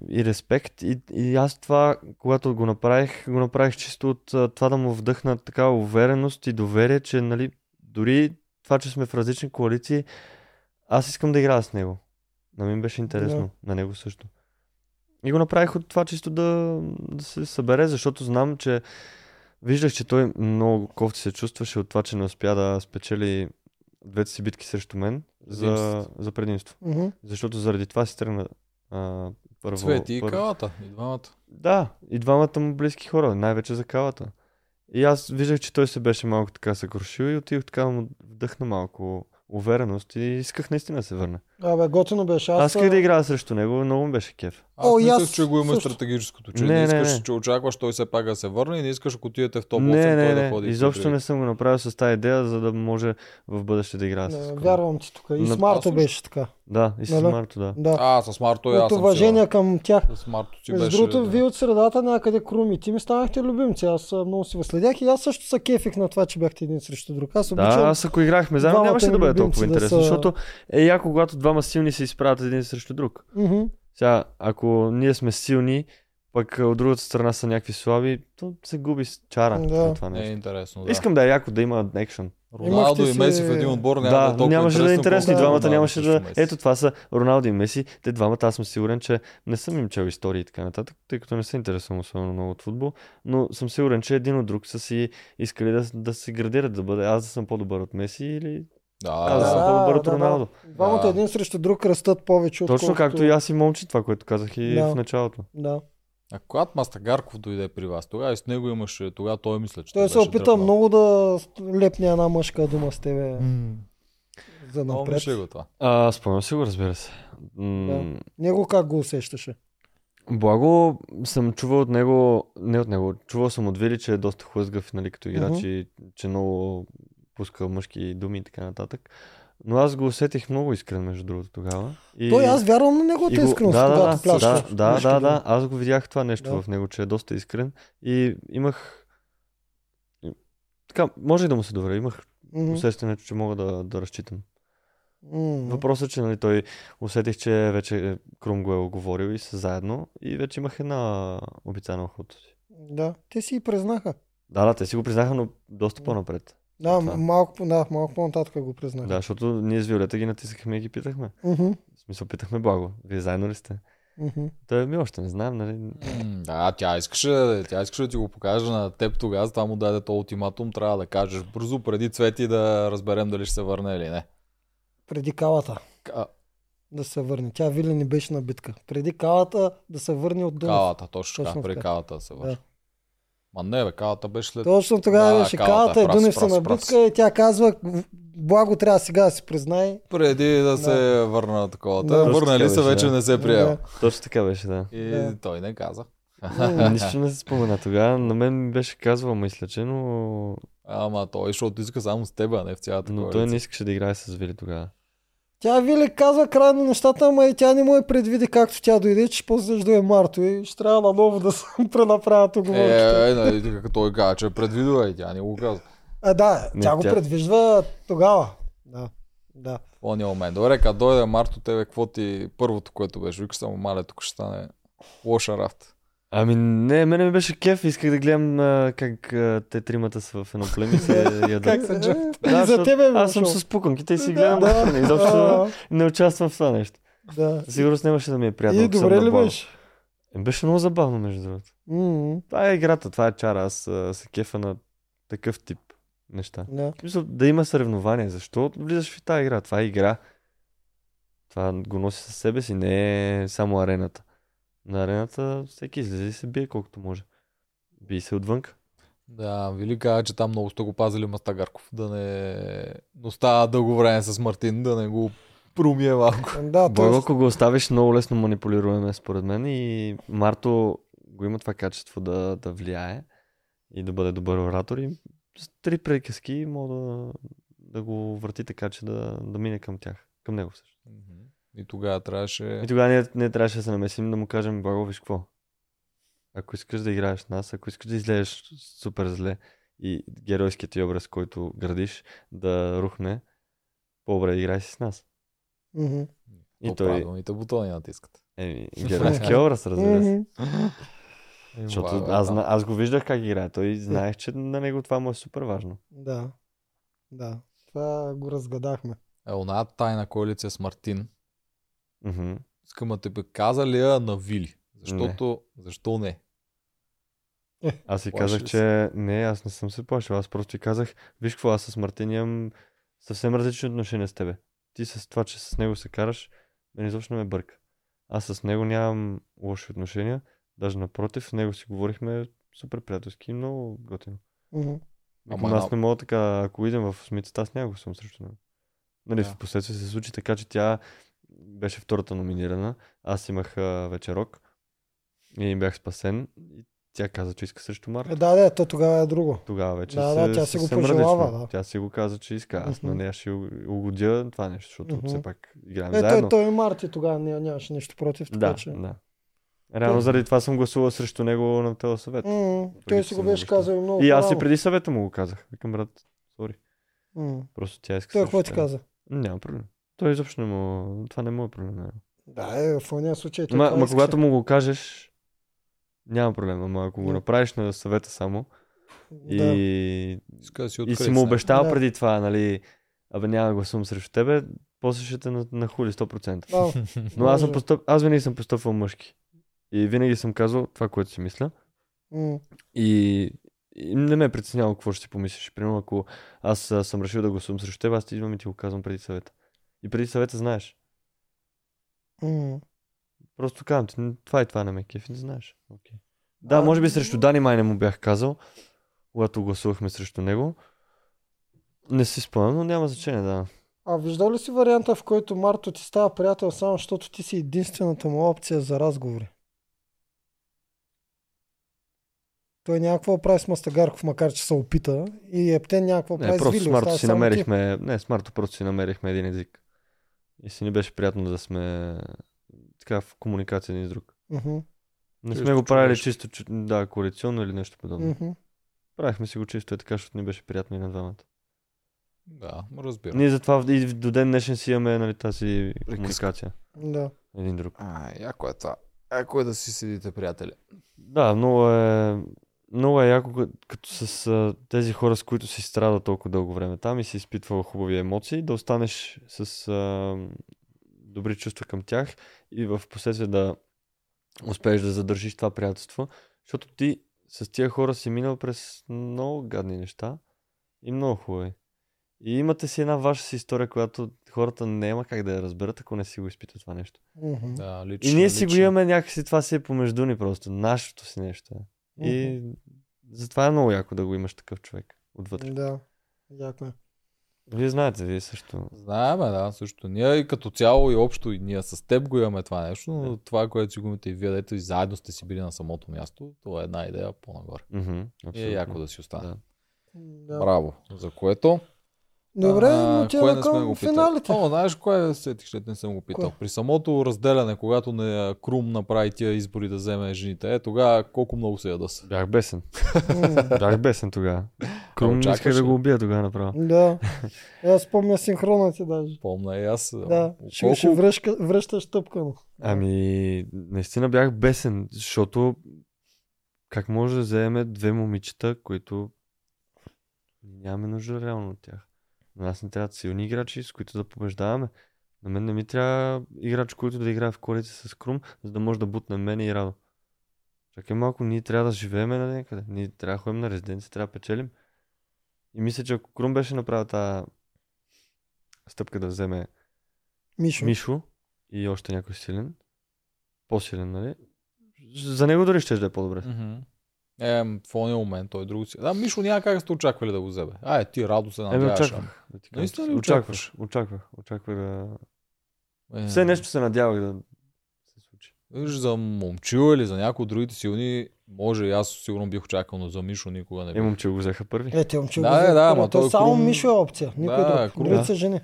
и респект. И, и аз това, когато го направих, го направих чисто от а, това да му вдъхна така увереност и доверие, че нали, дори това, че сме в различни коалиции, аз искам да играя с него. На мен беше интересно, да. на него също. И го направих от това чисто да, да се събере, защото знам, че виждах, че той много кофти се чувстваше от това, че не успя да спечели двете си битки срещу мен за,
Предимството.
за предимство.
Мгм.
Защото заради това си тръгна а, първо.
Цвети и
първо.
калата. И двамата.
Да, и двамата му близки хора, най-вече за калата. И аз виждах, че той се беше малко така съкрушил и отидох така да му вдъхна малко увереност и исках наистина да се върна.
Абе, готино беше.
Аз исках да играя срещу него, много ми беше кеф.
Аз
О,
О,
и
мислех,
аз
че го има
също.
стратегическото, че не,
Не,
не
не,
искаш,
не.
че очакваш той все пак да се върне и не искаш, ако отидете в топ 8,
не, не,
той
не,
да ходи.
изобщо не съм го направил с тази идея, за да може в бъдеще да играя с
Не,
Конор.
е, вярвам ти тук. И
На-
с
аз също.
Марто беше така.
Да, и с
Нали?
Марто, да.
Да.
А, с Марто и аз
От
съм
уважение към тях.
сигурен. С Марто ти
Между
беше...
другото,
да.
вие от средата някъде круми. Ти ми станахте любимци. Аз а, много си възследях и аз също се кефих на това, че бяхте един срещу друг. Аз
Да,
обичам.
аз ако играхме заедно,
двамата
нямаше
ми
да бъде
любимци
толкова
да
интересно,
са-
защото е яко, когато двама силни се изправят един срещу друг.
Мгм.
Сега, ако ние сме силни, пък а, от другата страна са някакви слаби, то се губи с чара
Да.
на това
Не е
нещо.
интересно, да.
Искам да е яко, да има екшен.
Роналдо
Имахте
и Меси
си-
в един отбор няма да е
Да,
толкова
нямаше да е интересно и
колкото
колкото
двамата
Роналдо
нямаше
срещу
да...
Меси.
Ето това са Роналдо и Меси. Те двамата аз съм сигурен, че не съм им чел истории и така нататък, тъй като не се интересувам особено много от футбол, но съм сигурен, че един от друг са си искали да, да се градират, да бъде аз да съм по-добър от Меси или
Да,
аз да
да.
съм
да,
по-добър от
да, да.
Роналдо.
Двамата
Да.
един срещу друг растат повече.
Точно както и аз и момче, това, което казах и
Да.
в началото.
Да.
А когато Мастагарков дойде при вас, тогава и с него имаше, тогава той мисля, че
Той се
беше
опита
дръпнал.
много да лепне една мъжка дума с тебе
М,
за напред.
Помниш ли го това?
А, спомням си го, разбира се. М-
Него как го усещаше?
Благо съм чувал от него, не от него, чувал съм от Вили, че е доста хлъзгав, нали, като играч
Мгм.
и че много пуска мъжки думи и така нататък. Но аз го усетих много искрен, между другото, тогава. И,
Той аз вярвам на
и
неговата
го-
искреност,
да, да,
когато
да,
пляшва.
да, да,
Мъжки
да,
думи.
да, аз го видях това нещо
Да.
в него, че е доста искрен. И имах... и- Така, може и да му се доверя, имах
Мгм.
усещането, че мога да, да разчитам.
Мгм.
Въпросът е, че нали, той усетих, че вече Крум го е оговорил и са заедно и вече имах една обицана охота си.
Да, те си и признаха.
Да, да, те си го признаха, но доста по-напред.
Да,
Това.
малко, по- да, малко по-нататък го признаха.
Да, защото ние с Виолета ги натискахме и ги питахме.
Мгм,
В смисъл, питахме благо. Вие заедно ли сте?
мгм.
Той ми още не знаем, нали?
М, Да, тя искаше, да- тя искаше да ти го покаже на теб тогава, това му даде то ултиматум, трябва да кажеш бързо преди Цвети да разберем дали ще се върне или не.
Преди калата
Ка-
да се върне. Тя Вили не беше на битка. Преди калата да се върне от Дунав.
Калата, точно така,
Точно
при
така.
калата да се върне.
Да.
Ма не бе, калата беше след...
Точно тогава
Да,
беше
калата,
калата, и
прав,
Дунев се
прав,
на
прав.
битка и тя казва, благо трябва сега да си признай.
Преди да се върна на такова.
Да.
Да, Върнали
Точно
се,
така
вече
беше,
не се приема.
Точно така беше, да.
И
Да.
той не каза.
М,
Нищо не се спомена тогава. На мен ми беше казвал, мисля, че, но,
Ама той, защото иска само с теб, а не в цялата
но той
коалиция.
не искаше да играе с Вили тогава.
Тя Вили казва край на нещата, ама и тя не му е предвиди както тя дойде, че ще после ще дойде Марто и ще трябва наново да се пренаправят оговорките.
Е, е, нали, така той каза, че е предвидила и тя не го каза.
А, Е, да,
Не,
тя го
тя-
предвижда тогава. Да, да.
В Ония момент. е Добре, като дойде Марто, тебе какво ти първото, което беше? Вика само, мале, тук ще стане лоша рафта.
Ами не, мене ми беше кеф, исках да гледам а, как а, те тримата са в едно племе и се
Как
ядат.
се джат?
Е, Да,
И за
защото
тебе е било
Аз съм
шоу.
с пуканките и си
Да,
гледам
да.
да. Изобщо
А,
не участвам в това нещо.
Да.
Със Сигурност нямаше да ми е приятно.
И
ако съм
добре
на
ли
благо.
беше?
Е, Беше много забавно, между другото.
М,
Това е играта, това е чара. Аз а, се кефа на такъв тип неща.
Да.
В смисъл, да има съревнование. Защо влизаш в тази игра? Това е игра. Това го носи със себе си, не е само арената. На арената всеки излиза и се бие колкото може. Бий се отвънка.
Да, Вили каза, че там много сте го пазили Мастагарков, да не... Но става дълго време с Мартин, да не го промие малко.
Да,
Благо,
той
ако го оставиш, много лесно манипулируеме, според мен. И Марто го има това качество да, да влияе и да бъде добър оратор. И с три приказки мога да, да го върти така, че да, да мине към тях. Към него също.
Мгм. И тогава трябваше...
И тогава ние, ние трябваше да се намесим да му кажем, Благо, виж какво. Ако искаш да играеш с нас, ако искаш да излезеш супер зле и геройският ти образ, който градиш, да рухне, по-добре играй си с нас.
Мгм.
И
по
той-
правилните бутони натискат.
Еми, геройския образ, разбира се.
Мгм.
Това е,
Защото
да.
аз, зна- аз го виждах как играе. Той знаех, че на него това му е супер важно.
Да. Да. Това го разгадахме.
Е, оная тайна коалиция с Мартин.
Мгм.
Искам да те бе каза ли я на Вили? Защото... Защо не?
Аз си
Плаши
казах,
ли
че не, аз не съм се плашил. Аз просто ти казах, виж какво, аз с Мартин имам съвсем различни отношения с тебе. Ти с това, че с него се караш, мен изобщо не ме бърка. Аз с него нямам лоши отношения, даже напротив, с него си говорихме супер приятелски и много готино.
Мгм.
Ама
Ама
една-
аз не мога така, ако идем в смицата, аз няма да съм срещу него. Нали,
Да.
в последствие се случи така, че тя беше втората номинирана. Аз имах а, вечерок и бях спасен. И тя каза, че иска срещу Марк.
Е, да, да, то тогава е друго.
Тогава вече
Да,
се,
да, тя си го
съвсем
пожелава,
различно.
да.
Тя си го каза, че иска. Аз на
Мгм.
нея ще уг- угодя това нещо, защото
Мгм.
все пак играем
Е,
заедно.
той, той и Марти тогава ня- нямаше нищо против. Така,
да,
че...
да. Реално
Той-
заради това съм гласувал срещу него на този съвет.
М, той си
се
го беше
навръща.
казал и много
И аз и
по-рано.
преди съвета му го казах. Викам, брат, сори.
М.
Просто тя иска.
Той
срещу
какво ти
теб.
каза?
Няма проблем. Той изобщо не му... Това не му е проблем. Не.
Да, е, в ония случай. той
Ма,
това
ма
искаше.
когато му го кажеш, няма проблем. Ама ако го
Да.
направиш на съвета само и,
Да.
Иска да си
и
открит.
си му обещава
Да.
преди това, нали, абе няма да гласувам срещу тебе, после ще те на- нахули 100%.
Да,
Но аз, съм
може.
постъп... аз винаги съм постъпвал мъжки. И винаги съм казвал това, което си мисля.
М,
И, и не ме е притеснявало какво ще си помислиш. Примерно, ако аз а, съм решил да гласувам срещу теб, аз ти идвам и ти го казвам преди съвета. И преди съвета знаеш.
м.
Просто казвам ти, «Н- това и това не ме кефи, не знаеш. Okay. Да,
А,
може би срещу Дани май не му бях казал, когато гласувахме срещу него. Не си спомням, но няма значение, да.
А виждал ли си варианта, в който Марто ти става приятел само защото ти си единствената му опция за разговори? Той някакво прави с Мастагарков, макар че се опита. И Ептен някакво
Не,
прави е с
просто
Вили.
с Марто
остава
си
само ти.
намерихме, не, с Марто просто си намерихме един език. И си ни беше приятно да сме така в комуникация един с друг.
Мгм,
Не
Чисто
сме го правили
човешко.
чисто, чу- да, коалиционно или нещо подобно.
мгм.
Правихме си го чисто е така, защото ни беше приятно и на двамата.
Да, м, разбирам.
Ние затова и до ден днешен си имаме нали, тази комуникация.
Да.
Един друг.
А, яко е това. Яко е да си седите, приятели.
Да, много е, много е яко, ка- като с а, тези хора, с които си страдал толкова дълго време там и си изпитвал хубави емоции, да останеш с а, добри чувства към тях и в последствие да успееш да задържиш това приятелство, защото ти с тия хора си минал през много гадни неща и много хубави. И имате си една ваша си история, която хората няма как да я разберат, ако не си го изпитат това нещо.
Мгм.
Да, лично,
И ние си го
лично.
имаме някакси, това си е помежду ни просто, нашето си нещо. е. И затова е много яко да го имаш такъв човек отвътре.
Да. Яко е.
Вие знаете, вие също.
Знаеме, да, също. Ние и като цяло и общо и ние с теб го имаме това нещо, но
Да.
това, което си го имате и вие, дето и заедно сте си били на самото място, то е една идея по-нагоре.
Мгм,
И е
абсолютно.
яко да си остане.
Да.
Да.
Браво. За което.
Добре,
а,
но
кое
тя
не сме
към
го питали?
финалите.
О, знаеш кое сетих, след не съм го питал.
Кое?
При самото разделяне, когато не Крум направи тия избори да вземе жените, е тогава колко много се яда са.
Бях бесен.
М.
Бях бесен тогава. Крум не исках
очакваш
да
ли?
го убия тогава направо.
Да. Аз спомня синхрона ти даже.
Помна и аз.
Да.
Ама
Ще, ще връщка, връщаш тъпкано.
Ами, наистина бях бесен, защото как може да вземе две момичета, които нямаме нужда реално от тях. На нас ни трябват силни играчи, с които да побеждаваме. На мен не ми трябва играч, който да играе в колите с Крум, за да може да бутне мен и Радо. Чакай малко, ние трябва да живееме на някъде. Ние трябва да ходим на резиденция, трябва да печелим. И мисля, че ако Крум беше направил тази стъпка да вземе
Мишо.
Мишо и още някой силен. По-силен, нали? За него дори ще да е по-добре.
Мгм. Е, м, в ония момент той друго си. Да, Мишо няма как да сте очаквали да го вземе. Ай, ти радо се
Еми,
надяваш. ама.
очаквах. Да ти кажа.
Наистина ли
очакваш? Очаквах. Очаквах да...
Е,
Все нещо се надявах да се случи.
Виж, за момчил или за някои от другите силни, може и аз сигурно бих очаквал, но за Мишо никога не
Е,
бих.
момче го взеха първи.
Е, те момче
Да,
го
е,
взеха
да,
първо.
ама
Той
той
само
Крум-
Мишо е опция. Никой
Да,
друг.
Крум-
Другите
да.
са жени.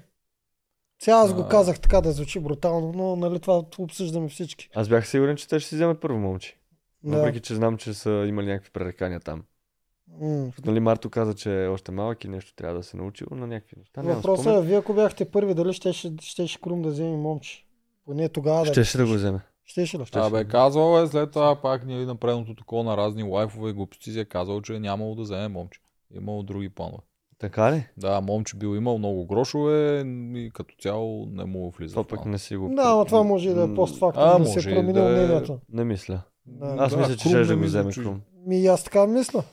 Сега аз го
Да.
казах така да звучи брутално, но нали това обсъждаме всички.
Аз бях сигурен, че те ще си вземат първо момче.
Да.
Въпреки, че знам, че са имали някакви пререкания там.
М.
Защото, Нали, Марто каза, че е още малък и нещо трябва да се научи, но някакви неща. Няма
Въпросът
спомен.
е, вие ако бяхте първи, дали щеше, щеше Крум да вземе момче? Поне тогава да. е.
Щеше да го вземе.
Щеше да.
Щеше.
Абе, казвал е след това пак ние на предното такова на разни лайфове и глупости си е казал, че е нямало да вземе момче. Имало други планове.
Така ли?
Да, момче бил имал много грошове и като цяло не му влиза.
Това
в
пък
плана.
не си го...
Да, ама това може и да е
М,
А,
постфактум, да се
може и
е променил
да е-
мнението.
Не мисля.
Да.
Аз мисля, че
Крум
ще
не
да го
ми
вземе
звучи.
Крум.
Ми и аз така мисля.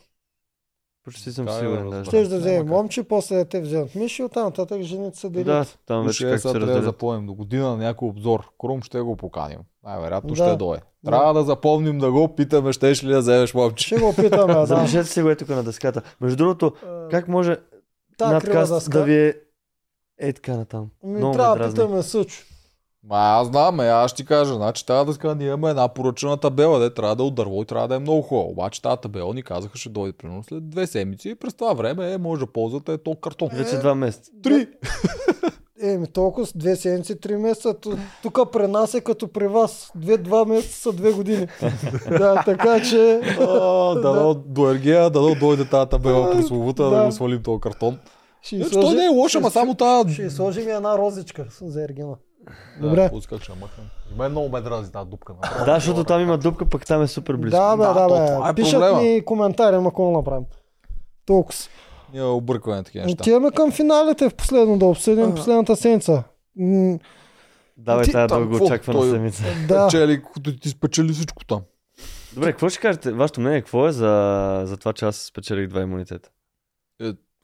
Почти съм
Така е,
сигурен.
разбрах.
Да,
Щеш да
Няма
вземе
как.
момче, после да те вземат Миши, оттам нататък жените се делят.
да, там вече
Ще е,
как
сега
се
трябва да
разделят.
запомним до година на някой обзор. Крум ще го поканим. Най-вероятно
Да.
ще дойде. Трябва да запомним да го питаме, щеш ли да вземеш момче.
Ще го опитаме, да. Е,
Запишете си го е тук на дъската. Между другото, как може
Та крива
надкаст да
дъска.
ви е е така натам?
Ами,
Ми
Много ме
трябва да
дразни.
питаме Съчо.
Ма аз знам, е, аз ще ти кажа, значи тази дъска ние имаме една поръчена табела, де трябва да е от дърво и трябва да е много хубава. Обаче тази табела ни казаха ще дойде примерно след две седмици и през това време е, може да ползвате то картон.
Вече два месеца.
Три!
Еми, толкова с две седмици, три месеца. Ту- Тук при нас е като при вас. Две-два месеца са две години. да, така че...
А, Дано до Ергия, дано дойде тази табела прословута, да
Да.
го свалим този картон.
Ще й
Значи,
сложи-
той не е лош,
ще
ама
й-
само
Ще
тази...
й сложим и една розичка за Ергена.
Да,
Добре.
пусках, ще я махнем. И мен много ме дрази тази дупка. направо.
Да, защото там има дупка, пък там е супер близко.
Да, бе,
Да, то
да,
това
бе.
е
Пишат
проблема.
ни коментари, ама какво направим. Толкова.
Ние объркваме такива неща.
Отиваме към финалите в последно, да обсъдим
Ага.
последната седмица. М,
Давай
Ти-
тази
там
дълго
какво?
очаквана
Той-
седмица.
Да.
Печели, като ти спечели всичко там.
Добре, какво ще кажете? Вашето мнение какво е за, за това, че аз спечелих два имунитета?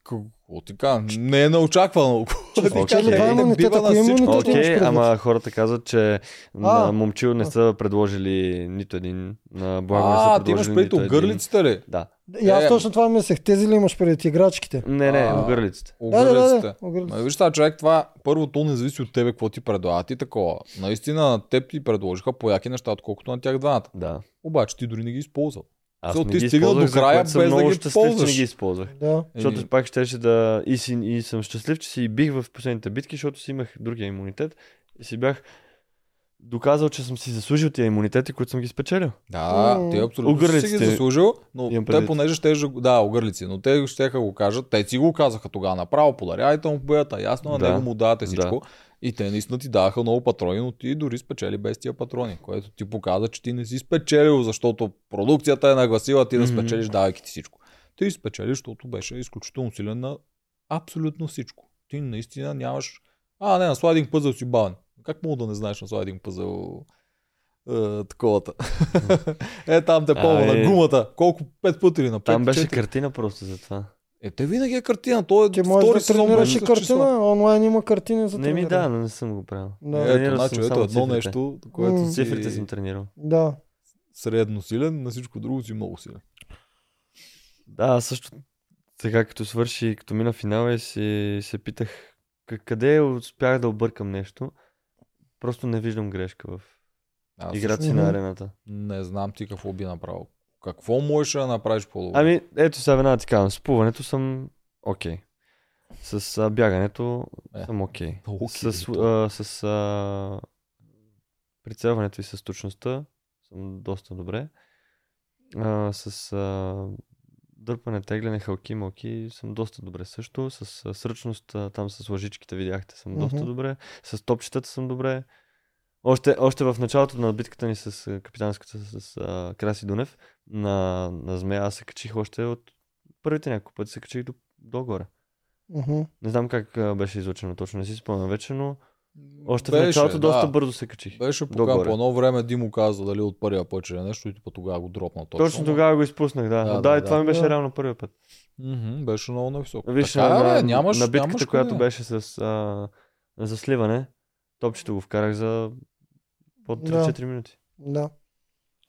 Какво ти кажа? Не е неочаквано.
Че
Ти
Окей.
спечели два
Е,
бива
имунитета,
на
кои
всичко.
имунитета имаш
Окей,
предвид?
ама хората казват, че
А.
на момчил не са предложили нито един. На Благо не са
А, ти имаш
предложили
предвид
нито един.
огърлиците ли?
Да.
И аз
Е.
точно това мислех. Тези ли имаш пред играчките?
Не, не,
А.
огърлиците.
Да, да, да,
Огърлиците.
да. огърлиците.
Ма виж сега, човек, това първо то не зависи от тебе какво ти предлагат и такова. Наистина на теб ти предложиха пояки неща, отколкото на тях двамата.
Да.
Обаче ти дори не ги използва.
Аз
Цел,
не
ти
ги
стигна до
използвах, за
края,
което съм
без да
много
ги
щастлив, че не
ползваш. Е,
ги използвах.
Да.
Защото
Еми,
пак щеше да... И, си, и съм щастлив, че си бих в последните битки, защото си имах другия имунитет и си бях доказал, че съм си заслужил тия имунитети, които съм ги спечелил.
Да,
М.
ти абсолютно си си ги
Огърлиците. заслужил,
заслужил, но
Имам
те
предвид.
понеже ще да, огърлици, но те ще го кажат, те си го казаха тогава направо, подаряйте му бета, ясно, на
Да.
него му давате
Да.
всичко. И те наистина ти даваха много патрони, но ти дори спечели без тия патрони, което ти показа, че ти не си спечелил, защото продукцията е нагласила ти да
Мгм.
спечелиш, давайки ти всичко. Ти спечели, защото беше изключително силен на абсолютно всичко. Ти наистина нямаш... А, не, на сладинг пъзъл си бавен. Как мога да не знаеш на сладинг пъзъл е, таковата? е, там те помня,
А, е.
на гумата. Колко? Пет пъти ли на пет?
Там беше
четири?
картина просто за това.
Е, те винаги е картина. Той е
Ти
втори
можеш да
сезон,
тренираш
може с
и
числа.
картина, онлайн има картини за
Не ми
трениране.
да, но не съм го правил.
Да.
Е,
Тренирал
Ето,
съм
значи, ето
само
едно
цифрите.
нещо, което
М.
си
Цифрите съм тренирал.
Да.
средно силен, на всичко друго си много силен.
Да, аз също сега като свърши, като мина финала и си, се питах к- къде успях да объркам нещо. Просто не виждам грешка в
Аз
играта си
също.
на
Мгм.
арената.
не знам ти какво би направил. Какво можеш да направиш по-добре?
Ами, ето сега веднага ти казвам, с плуването съм окей. С а, бягането
Е,
съм окей.
окей
с
ли
а, с а, прицелването и с точността съм доста добре. А, с а, дърпане, тегляне, халки, малки съм доста добре също. С а, сръчност, а, там с лъжичките видяхте, съм доста
Мгм.
добре. С топчетата съм добре. Още, още в началото на битката ни с а, капитанската с а, Краси Дунев на, на змея, аз се качих още от първите няколко пъти се качих до, догоре.
Мгм.
Не знам как а, беше излъчено точно, не си спомням вече, но още
Беше,
в началото
да.
доста бързо се качих.
Беше по
Догоре.
по едно време Димо каза дали от първия път, че е нещо и типа тогава го дропна точно.
Точно, тогава го изпуснах, да.
Да,
Да, да,
да,
и това
да.
ми беше
Да.
реално първия път.
Мгм, беше много нависоко.
Виж,
така,
на,
бе, нямаш,
на битката,
нямаш
която
къде.
беше с, а, за сливане, топчето го вкарах за под 3-4 минути.
Да.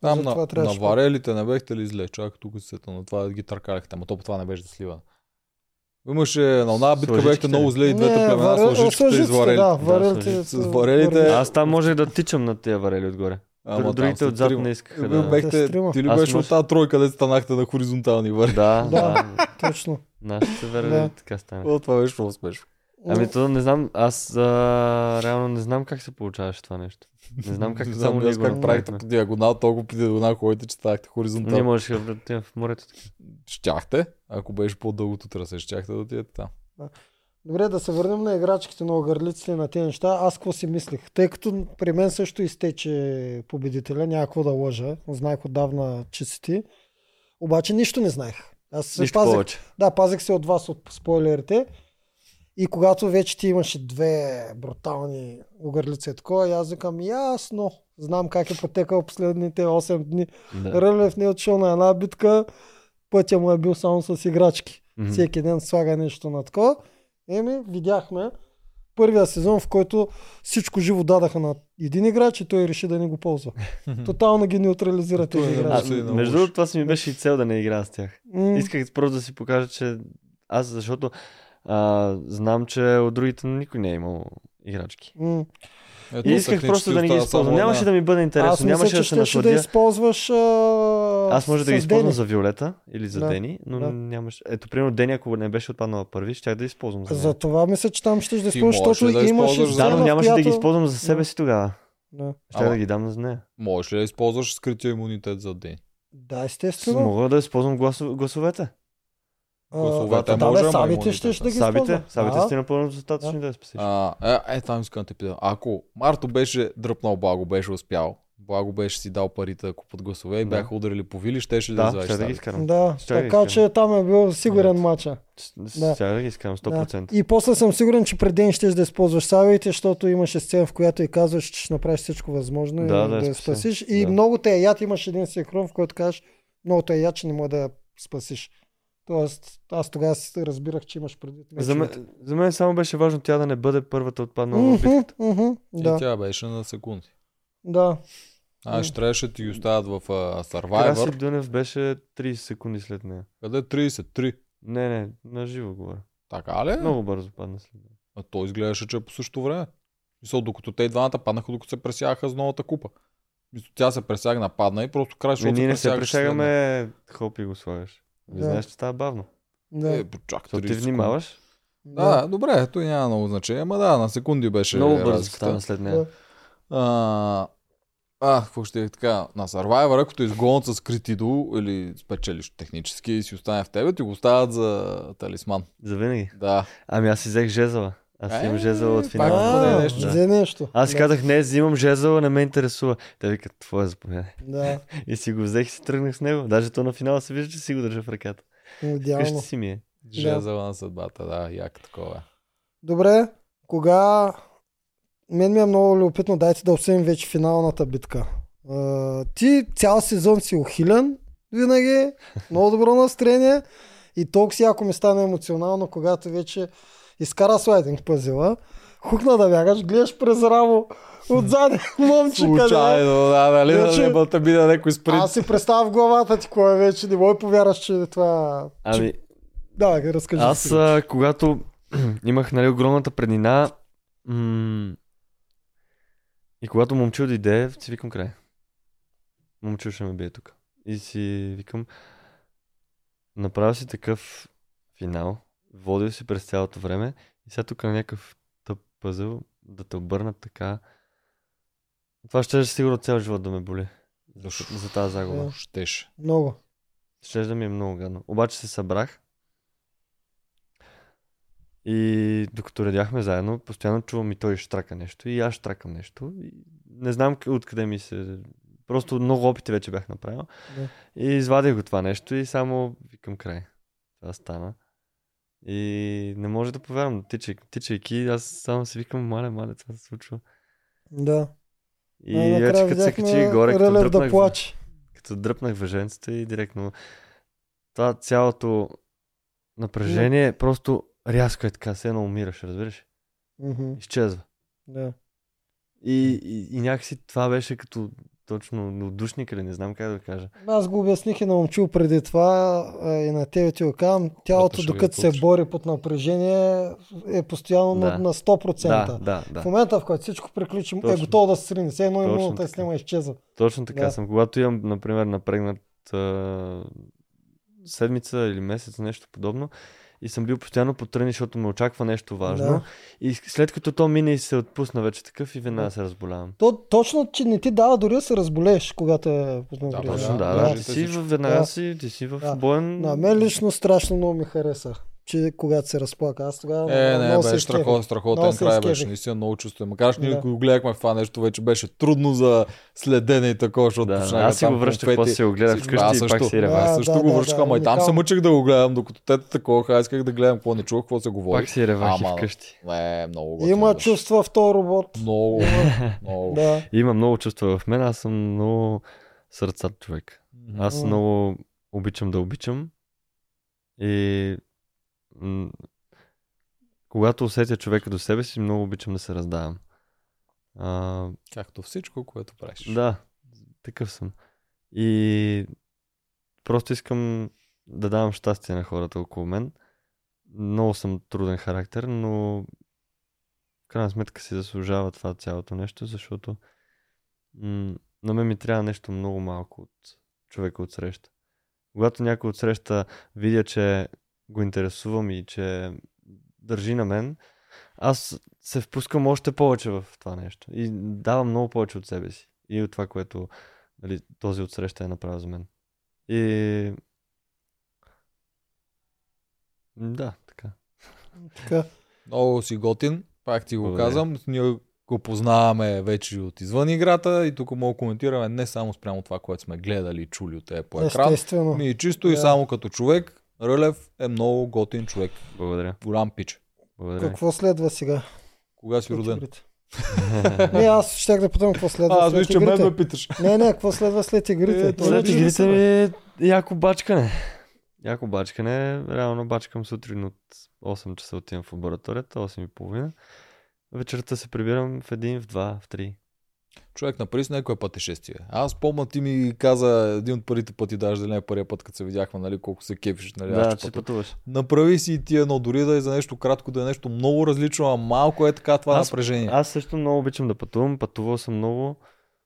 Там
За това
на, на
трябваше пак.
варелите не бехте ли зле? Чакай тук се сета на това да ги търкаляхте, ама то по това не беше за сливане. Имаше на една битка
Сложичките.
бяхте много зле и двете
Не,
племена
варе-
с лъжичките и с
сложиците,
варелите.
Да,
Да,
варелите.
сложици. С варелите- Е,
Аз там можех да тичам на тия варели отгоре.
Ама
Друг-
там
другите
сте
отзад
трима.
не искаха
Вие
да...
бехте,
Те с
ти ли
трима.
беше
Аз
от тази тройка, де станахте на хоризонтални върви?
Да, да.
Да. Точно.
Нашите варели
Да.
така стана.
О, това беше много смешно.
Ами то не знам, аз а, реално не знам как се получаваше това нещо. Не знам как
Не
само
знам
ние
аз
го
как правихте
направихме.
по диагонал, толкова по диагонал ходите, че станахте
Ние
хоризонтално.
можеше да отидем в морето. така.
Щяхте, ако беше по-дългото трасе, щяхте да отидете там.
Добре, да се върнем на играчките, на огърлиците, на тези неща. Аз какво си мислех? Тъй като при мен също изтече победителя, някакво да лъжа. Знаех отдавна, че си ти. Обаче нищо не знаех. Аз се
Нищо
пазех.
повече.
Да, пазех се от вас от спойлерите. И когато вече ти имаше две брутални огърлици и такова, и аз викам, ясно, знам как е потекал последните 8 дни.
Да.
Рълев не е отишъл на една битка, пътя му е бил само с играчки.
Мгм.
Всеки ден слага нещо на такова. Еми, видяхме първия сезон, в който всичко живо дадаха на един играч и той реши да не го ползва. Тотално ги неутрализира
Той
тези
е
А,
играчи.
Аз- много
между
лош.
другото, това си ми беше и цел да не игра с тях.
М,
Исках просто да си покажа, че аз, защото а, знам, че от другите никой не е имал играчки.
м.
Ето,
И исках просто да не ги
остава
използвам.
само
Нямаше
една.
да ми бъде интересно,
Аз мисля,
нямаше
че
да се
щеше да
насладя.
използваш а...
Аз може да ги
с
използвам
Дени.
за Виолета или за
Да,
Дени, но
да.
нямаше. Ето, примерно, Дени, ако не беше отпаднала първи, щях да използвам за,
За
нея.
това мисля, че там ще да
Ти
използваш,
можеш
защото
да
имаш
използваш за-
Да,
Зона,
но
в
нямаше да ги използвам за себе
Да.
си тогава.
Да,
Щях
Ама.
да ги дам за нея.
Можеш ли да използваш скрития имунитет за ден?
да
С-
естествено.
Мога да използвам гласо- гласовете.
А,
Гласовете
да,
може,
бе,
ама
сабите
имунитета.
ще ще да ги
Сабите,
използва.
сабите
Да.
сте напълно достатъчни да я спасиш.
А, е, е, там искам да те питам. Ако Марто беше дръпнал Благо, беше успял, Благо беше си дал парите да купат гласове и
Да.
бяха ударили по Вили, щеше ли да,
Да,
извадиш
щях да ги
Сави?
изкарам.
Да,
Ще ги
така
изкарам.
че там е бил сигурен
Да.
матча. Да.
С- Щях да ги изкарам 100%.
Да. И после съм сигурен, че пред ден ще да използваш сабите, защото имаше сцена, в която и казваш, че ще направиш всичко възможно
Да,
и
да я
да я
спася.
спасиш. И
Да.
много те е яд, имаш един синхрон, в който кажеш, много те е яд, че не мога да я спасиш. Тоест, аз тогава си разбирах, че имаш предвид.
За мен, за мен само беше важно тя да не бъде първата отпаднала в
Мгм,
битката.
мгм,
И
Да,
тя беше на секунди.
да.
А, ще трябваше да ти ги оставят в а,
Краси
Survivor,
Дънев беше 30 секунди след нея.
къде 33.
Не, не, на живо говоря.
Така ли?
Много бързо падна след нея.
А той изглеждаше, че е по същото време. Мисъл, докато те и двамата паднаха, докато се пресягаха с новата купа. Мисъл, тя се пресягна, падна и просто край,
Ми,
защото
Ами ние не се
пресягаше следно.
пресягаме, хоп и го слагаш. Не
Да.
знаеш, че става бавно.
Да,
Е, почак,
Защото
30
ти
секунди.
внимаваш.
Да, добре, той няма много значение, ама да, на секунди беше
Много бързо
е разликата.
стана след
да.
нея.
А, а, какво ще е така? На Survivor, ако те изгонят с крит идол или спечелиш технически и си остане в тебе, ти го оставят за талисман.
За винаги.
Да.
Ами аз си взех жезъла. Аз
Е,
имам жезъла от
пак
финала.
поне
А,
нещо.
взе нещо.
Аз си
Да,
казах, не, взимам жезъла, не ме интересува. Те викат, твоя заповядай.
Да,
И си го взех и си тръгнах с него. Даже то на финала се вижда, че си го държа в ръката. Къщи
идеално.
си ми е.
Жезела на съдбата, да, як такова. е.
Добре, кога... Мен ми е много любопитно, дайте да обсъдим вече финалната битка. А, ти цял сезон си ухилен, винаги, много добро настроение и толкова си ако ми стана емоционално, когато вече изкара слайдинг пъзела, хукна да бягаш, гледаш през рамо отзад момче къде е.
Случайно, да, нали? Да
Вече-
не бъде би на някой спринт.
Аз си представя в главата ти кое вече, не мой повярваш, че е това... Че...
Ами,
Да, разкажи.
Аз,
си.
а, когато имах нали, огромната преднина м- и когато момче дойде, си викам край. Момче ще ме бие тук. И си викам, направя си такъв финал, водил си през цялото време и сега тук на някакъв тъп пъзъл да те обърнат така. Това ще сигурно цял живот да ме боли. За, за тази загуба.
Да.
Щеше.
Много.
Щеше да ми е много гадно. Обаче се събрах. И докато редяхме заедно, постоянно чувам и той штрака нещо, и аз штракам нещо. И не знам къ- откъде ми се... Просто много опити вече бях направил.
Да.
И извадих го това нещо и само викам край. Това стана. И не може да повярвам. Тичай, тичайки, аз само си викам, мале, мале, това се случва.
Да.
И
Най- накрая
вече като се
видяхме
качи горе, като
Рълев да
дръпнах, да
плаче.
като дръпнах въженцата и директно това цялото напрежение просто рязко е така, се едно умираш, разбираш? ли?
Мгм,
Изчезва.
Да.
И, и, и някакси това беше като точно отдушник или не знам как да кажа.
Аз го обясних и на момчил преди това а, и на тебе ти го казвам. Тялото,
ще ви
докато се
отпусне.
бори под напрежение, е постоянно
Да.
на, на 100%.
Да, да, да.
В момента, в който всичко приключи, е
Точно.
готово да се срине. Все едно
Точно
имуната
така.
снима изчезва.
Точно така
Да.
съм. Когато имам, например, напрегнат а, седмица или месец, нещо подобно, и съм бил постоянно по тръни, защото ме очаква нещо важно.
Да.
И след като то мине и се отпусна вече такъв и веднага се разболявам.
То, точно, че не ти дава дори да се разболееш, когато е под
Да,
напрежение.
Точно, да,
да.
да. Ти си в веднага
Да.
си, ти си в
Да.
боен.
На мен лично страшно много ми хареса, че когато се разплака. Аз тогава
Е, не,
много се
беше
изкефих.
страхотен,
Много
страхотен
се
край
изкефих.
беше. Наистина много чувствено. Макар, че ние
Да.
го гледахме в това нещо, вече беше трудно за следене и такова, защото
Да,
почнаха
аз си го
там
връщах,
конфети.
после си го гледах
Всичко.
вкъщи
Аз
и пак
също.
си
Аз
ревах.
Да,
също го връщам, а и там се
уникално.
мъчех да го гледам, докато те такова, аз исках да гледам какво не чух, какво се говори.
Пак си ревах и
Ама,
вкъщи.
Не, много готино
Има
беше.
чувства в този робот.
Много, много.
Да.
Има много чувства в мен, аз съм много сърцат човек. Аз
М.
много обичам да обичам И м- когато усетя човека до себе си, много обичам да се раздавам. А,
Както всичко, което правиш.
да, такъв съм. И просто искам да давам щастие на хората около мен. Много съм труден характер, но в крайна сметка си заслужава това цялото нещо, защото м- на мен ми трябва нещо много малко от човека от среща. Когато някой от среща видя, че го интересувам и че държи на мен, аз се впускам още повече в това нещо. И давам много повече от себе си. И от това, което нали, този отсреща е направил за мен. И... Да, така.
Така.
Много си готин, пак ти го
Благодаря.
казвам. Ние го познаваме вече от извън играта и тук мога да коментираме не само спрямо това, което сме гледали и чули от тея по екран.
Естествено.
Ми и чисто и
Да.
само като човек, Рълев е много готин човек.
Благодаря.
Голям пич.
Благодаря.
Какво следва сега?
Кога си роден?
Игрите. Не, аз щях да питам какво следва
А, аз
след
мисля, че мен
игрите.
ме питаш.
Не, не, какво следва след игрите?
Е,
Е,
то
След
Виждаме
игрите
се,
ми е яко бачкане. Яко бачкане. Реално бачкам сутрин от 8 часа отивам в лабораторията, 8.30. Вечерта се прибирам в 1, в 2, в 3.
Човек направи с някое пътешествие. Аз помня ти ми каза един от първите пъти, даже дали не е първия път, като се видяхме, нали, колко се кефиш, нали, аз
Да,
ще
че
пътувам.
пътуваш.
Направи си и ти едно, дори да е за нещо кратко, да е нещо много различно, а малко е така това
Аз-
напрежение.
Аз също много обичам да пътувам. Пътувал съм много.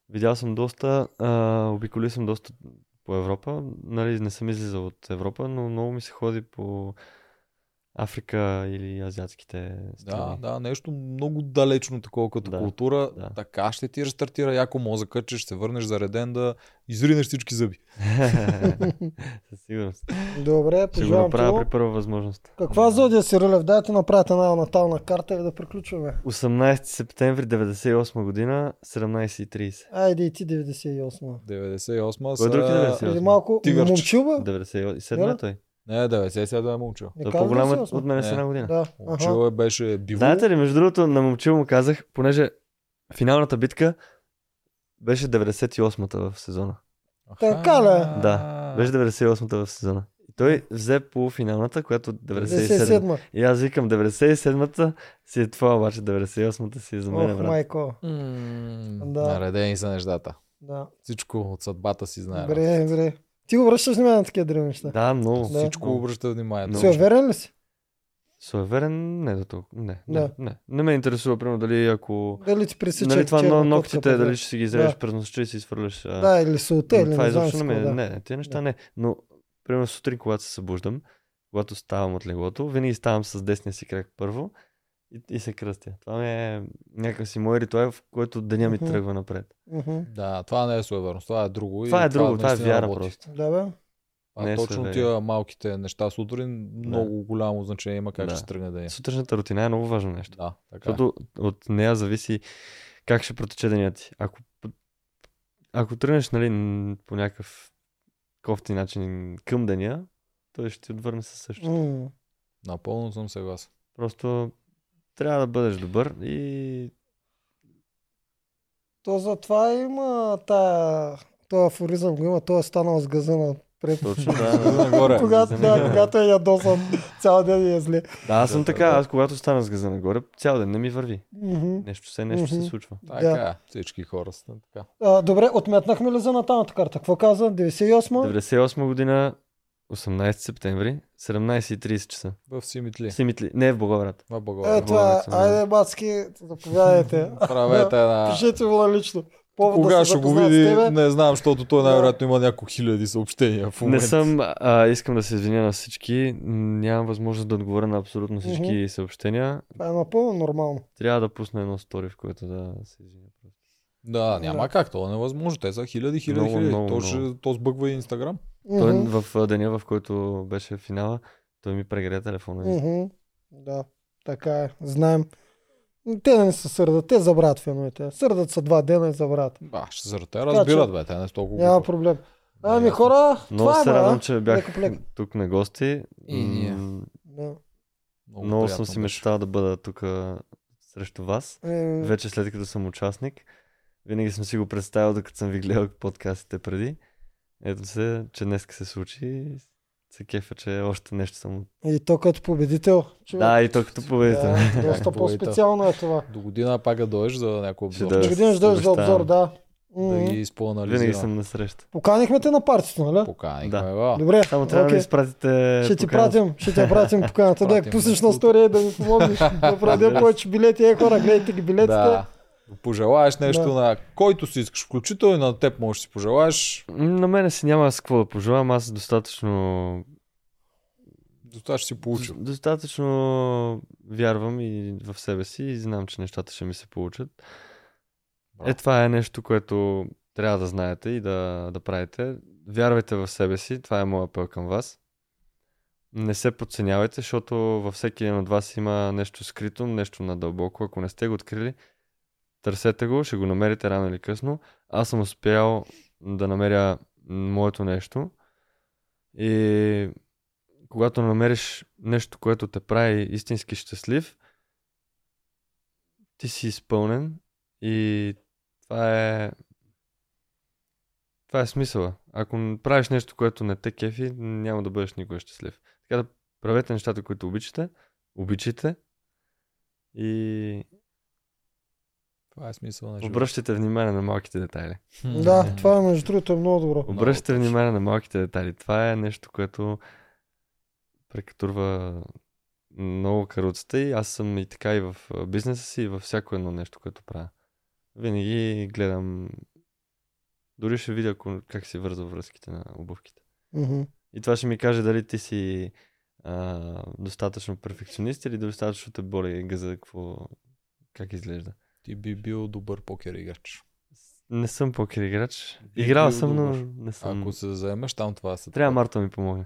Видял съм доста. А, обиколи съм доста по Европа. Нали, не съм излизал от Европа, но много ми се ходи по Африка или азиатските
Да,
страни.
да, нещо много далечно такова като да,
Да,
култура. Да.
да.
Така ще ти рестартира яко мозъка, че ще се върнеш зареден да изринеш всички зъби.
Със сигурност.
е-
Добре,
Ще го
пожелавам ти
направя
го.
при първа възможност.
Каква зодия си, Рулев? Дайте направите една натална карта и да приключваме.
18 септември 98 година, 17.30.
Айде и ти 98.
98
Кой друг е
са...
90?
Преди малко
Тигърче.
момчилба?
97
Да.
е той.
Не, 97 е момчил.
Не
Той е
каза
по-голям
98?
от- от мен
Не.
с една година.
Да. Ага.
Момчил е беше биво.
Знаете ли, между другото, на момчил му казах, понеже финалната битка беше 98-та в сезона.
Така ли?
Да, Беше 98-та в сезона. И той взе полуфиналната, която 97.
97.
И аз викам, 97-та си е това, обаче 98-та си е за мен,
Ох,
брат.
майко.
М,
Да.
Наредени са нещата.
Да.
Всичко от съдбата си знае. нали? брат.
Добре, добре. Ти обръщаш внимание на такива древни неща.
Да, много.
Да.
Всичко обръща внимание.
Много.
Си уверен ли си?
Суеверен, не до толкова. Не,
Да.
не, не. Не ме интересува, примерно, дали ако...
Дали ти пресича
Нали това
черна
но ноктите,
котка,
дали ще си ги изрежеш
е Да.
през нощта и си свърляш. а,
Да, или султа, или
това е
не знам
изобщо
си
не ме.
какво, да.
Не, не, тия неща не. Но, примерно, сутрин, когато се събуждам, когато ставам от леглото, винаги ставам с десния си крак първо и, и се кръстя. Това ми е някакъв си мой ритуал, в който деня ми
Мгм.
тръгва напред.
Мгм.
Да, това не е суеверност, това е друго. и
Това е друго, това е
наистина
вяра
работи.
просто.
Да, бе.
А
Не е
точно
суеверие.
тия малките неща сутрин много голямо значение има как
Да.
ще се тръгне деня.
Сутрешната рутина е много важно нещо.
Да, така. е.
Защото от нея зависи как ще протече деня ти. Ако, ако тръгнеш нали, н- по някакъв кофти начин към деня, той ще ти отвърне със същото.
М.
Напълно съм съгласен.
Просто трябва да бъдеш добър и
То затова има тая... Той афоризъм го има, той е станал с газа на пред...
точно
Да,
да.
Нагоре.
когато, да, когато е ядосан цял ден и е зле.
да, аз съм
Да, да,
така.
да.
Аз когато стана с газа нагоре, цял ден не ми върви.
Мгм.
Нещо се, нещо се
Мгм.
случва.
Така, е. всички хора са така.
А, добре, отметнахме ли за наталната карта? Какво каза? 98?
98 година, 18 септември, 17.30 часа.
В Симитли.
В Симитли. Не, е в Благоевград.
В Благоевград.
Е, това е.
Говорите, да.
Айде, бацки, заповядайте.
Правете една...
Пишете му на лично.
е
Повод
Кога
да се
ще го
запознаят с
види,
тебе.
не знам, защото той
Да.
най-вероятно има няколко хиляди съобщения в
Не
момента.
съм. А, искам да се извиня на всички. Нямам възможност да отговоря на абсолютно всички
Мгм.
съобщения.
Това е напълно нормално.
Трябва да пусна едно стори, в което да се извиня.
Да, няма
Да.
как, то е невъзможно. Те са хиляди, хиляди,
Много,
хиляди.
много,
то, ще, то сбъгва и Инстаграм.
Той е
Мгм.
в а, деня, в който беше финала, той ми прегря телефона. и
Мгм. Да, така е. Знаем. Те не се сърдат, те забравят феновете. Сърдат са два дена и забравят.
Ба, ще се те разбират, бе, те не са толкова.
Няма
глупави.
проблем. Ами
ясно.
хора,
Много
това е
се радвам,
бра.
че бях
Леко, леко.
тук на гости.
И ние.
М,
Да.
Много,
Много
приятно
съм си
беше.
мечтал да бъда тук срещу вас.
Е,
Вече след като съм участник. Винаги съм си го представил, докато съм ви гледал подкастите преди. Ето се, че днес се случи. се кефа, че още нещо съм. от-
И то като победител. човек.
Да, и то като победител.
Да, доста
Как
по-специално е това.
До година пак да дойдеш за някой обзор.
Да,
Да, година ще дойдеш за
обещавам.
обзор, да.
Да
М.
ги изпълнали.
Винаги съм на среща.
Поканихме те на партито, нали?
Поканихме.
Да.
Да.
Добре,
Само трябва да ми
окей.
изпратите.
Ще ти
покана.
пратим, ще ти я пратим поканата. да, я
Пратим,
пуснеш
да.
на стория да ми помогнеш да продаде повече билети. Е, хора, гледайте ги билетите.
Да. Пожелаеш нещо
Да.
на който си искаш, включително и на теб можеш да си пожелаеш.
М, На мене си няма с какво да пожелавам. Аз достатъчно.
До това ще си получил.
д- Достатъчно вярвам и в себе си и знам, че нещата ще ми се получат. Е, това е нещо, което трябва да знаете и да, да правите. Вярвайте в себе си, това е моят апел към вас. Не се подценявайте, защото във всеки един от вас има нещо скрито, нещо надълбоко. Ако не сте го открили, търсете го, ще го намерите рано или късно. Аз съм успял да намеря моето нещо. И когато намериш нещо, което те прави истински щастлив, ти си изпълнен и това е. Това е смисъла. Ако н- правиш нещо, което не те кефи, няма да бъдеш никога щастлив. Така да правете нещата, които обичате, обичате и
Това е смисъл на живота.
обръщате внимание на малките детайли.
Хм.
Да, това е между другото е много добро.
Много
Обръщате
точно.
внимание на малките детайли. Това е нещо, което прекатурва много каруцата и аз съм и така и в а, бизнеса си, и във всяко едно нещо, което правя. Винаги гледам, дори ще видя ко- как си върза връзките на обувките.
Мгм.
И това ще ми каже дали ти си а, достатъчно перфекционист или достатъчно те боли газа, какво, как изглежда.
Ти би бил добър покер играч.
Не съм покер играч.
Би
Играл
бил
съм, но
добър.
не съм.
е Ако се заемеш там, това се.
Трябва Марта да ми помогне.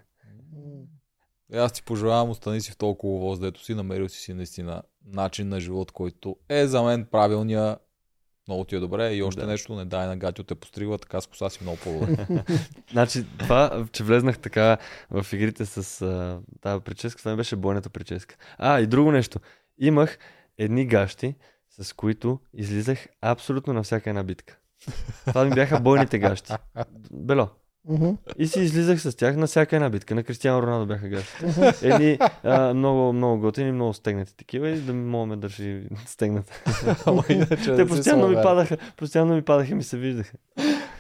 Е, Аз ти пожелавам, остани си в толкова воз, дето си, намерил си си наистина начин на живот, който е за мен правилния. Много ти е добре и още
Да.
нещо, не дай на гатио те постригва, така с коса си много по-добре.
Значи това, че влезнах така в игрите с а, тази прическа, това не беше бойната прическа. А, и друго нещо. Имах едни гащи, с които излизах абсолютно на всяка една битка. Това ми бяха бойните гащи. Бело.
Мгм.
И си излизах с тях на всяка една битка. На Кристиано Роналдо бяха гащите. Едни а, много, много готини, много стегнати такива и да мога да ме държи стегната.
Ама иначе
Те
не си
постоянно ми
слабак.
падаха, постоянно ми падаха и ми се виждаха.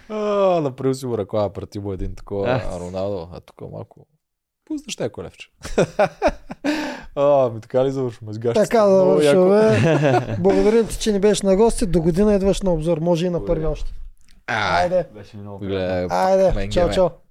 А, направил си му ръкава, прати му един такова
А.
Роналдо, а тук малко. Пуснеш те колевче. а, ми така ли завършваме с гащите?
Така
Много яко.
завършваме. Благодарим ти, че ни беше на гости. До година идваш на обзор. Може и на
Благодаря.
първи още.
Ай,
Айде.
Беше ми много
Гледай,
Айде.
Менгеме.
Чао, чао.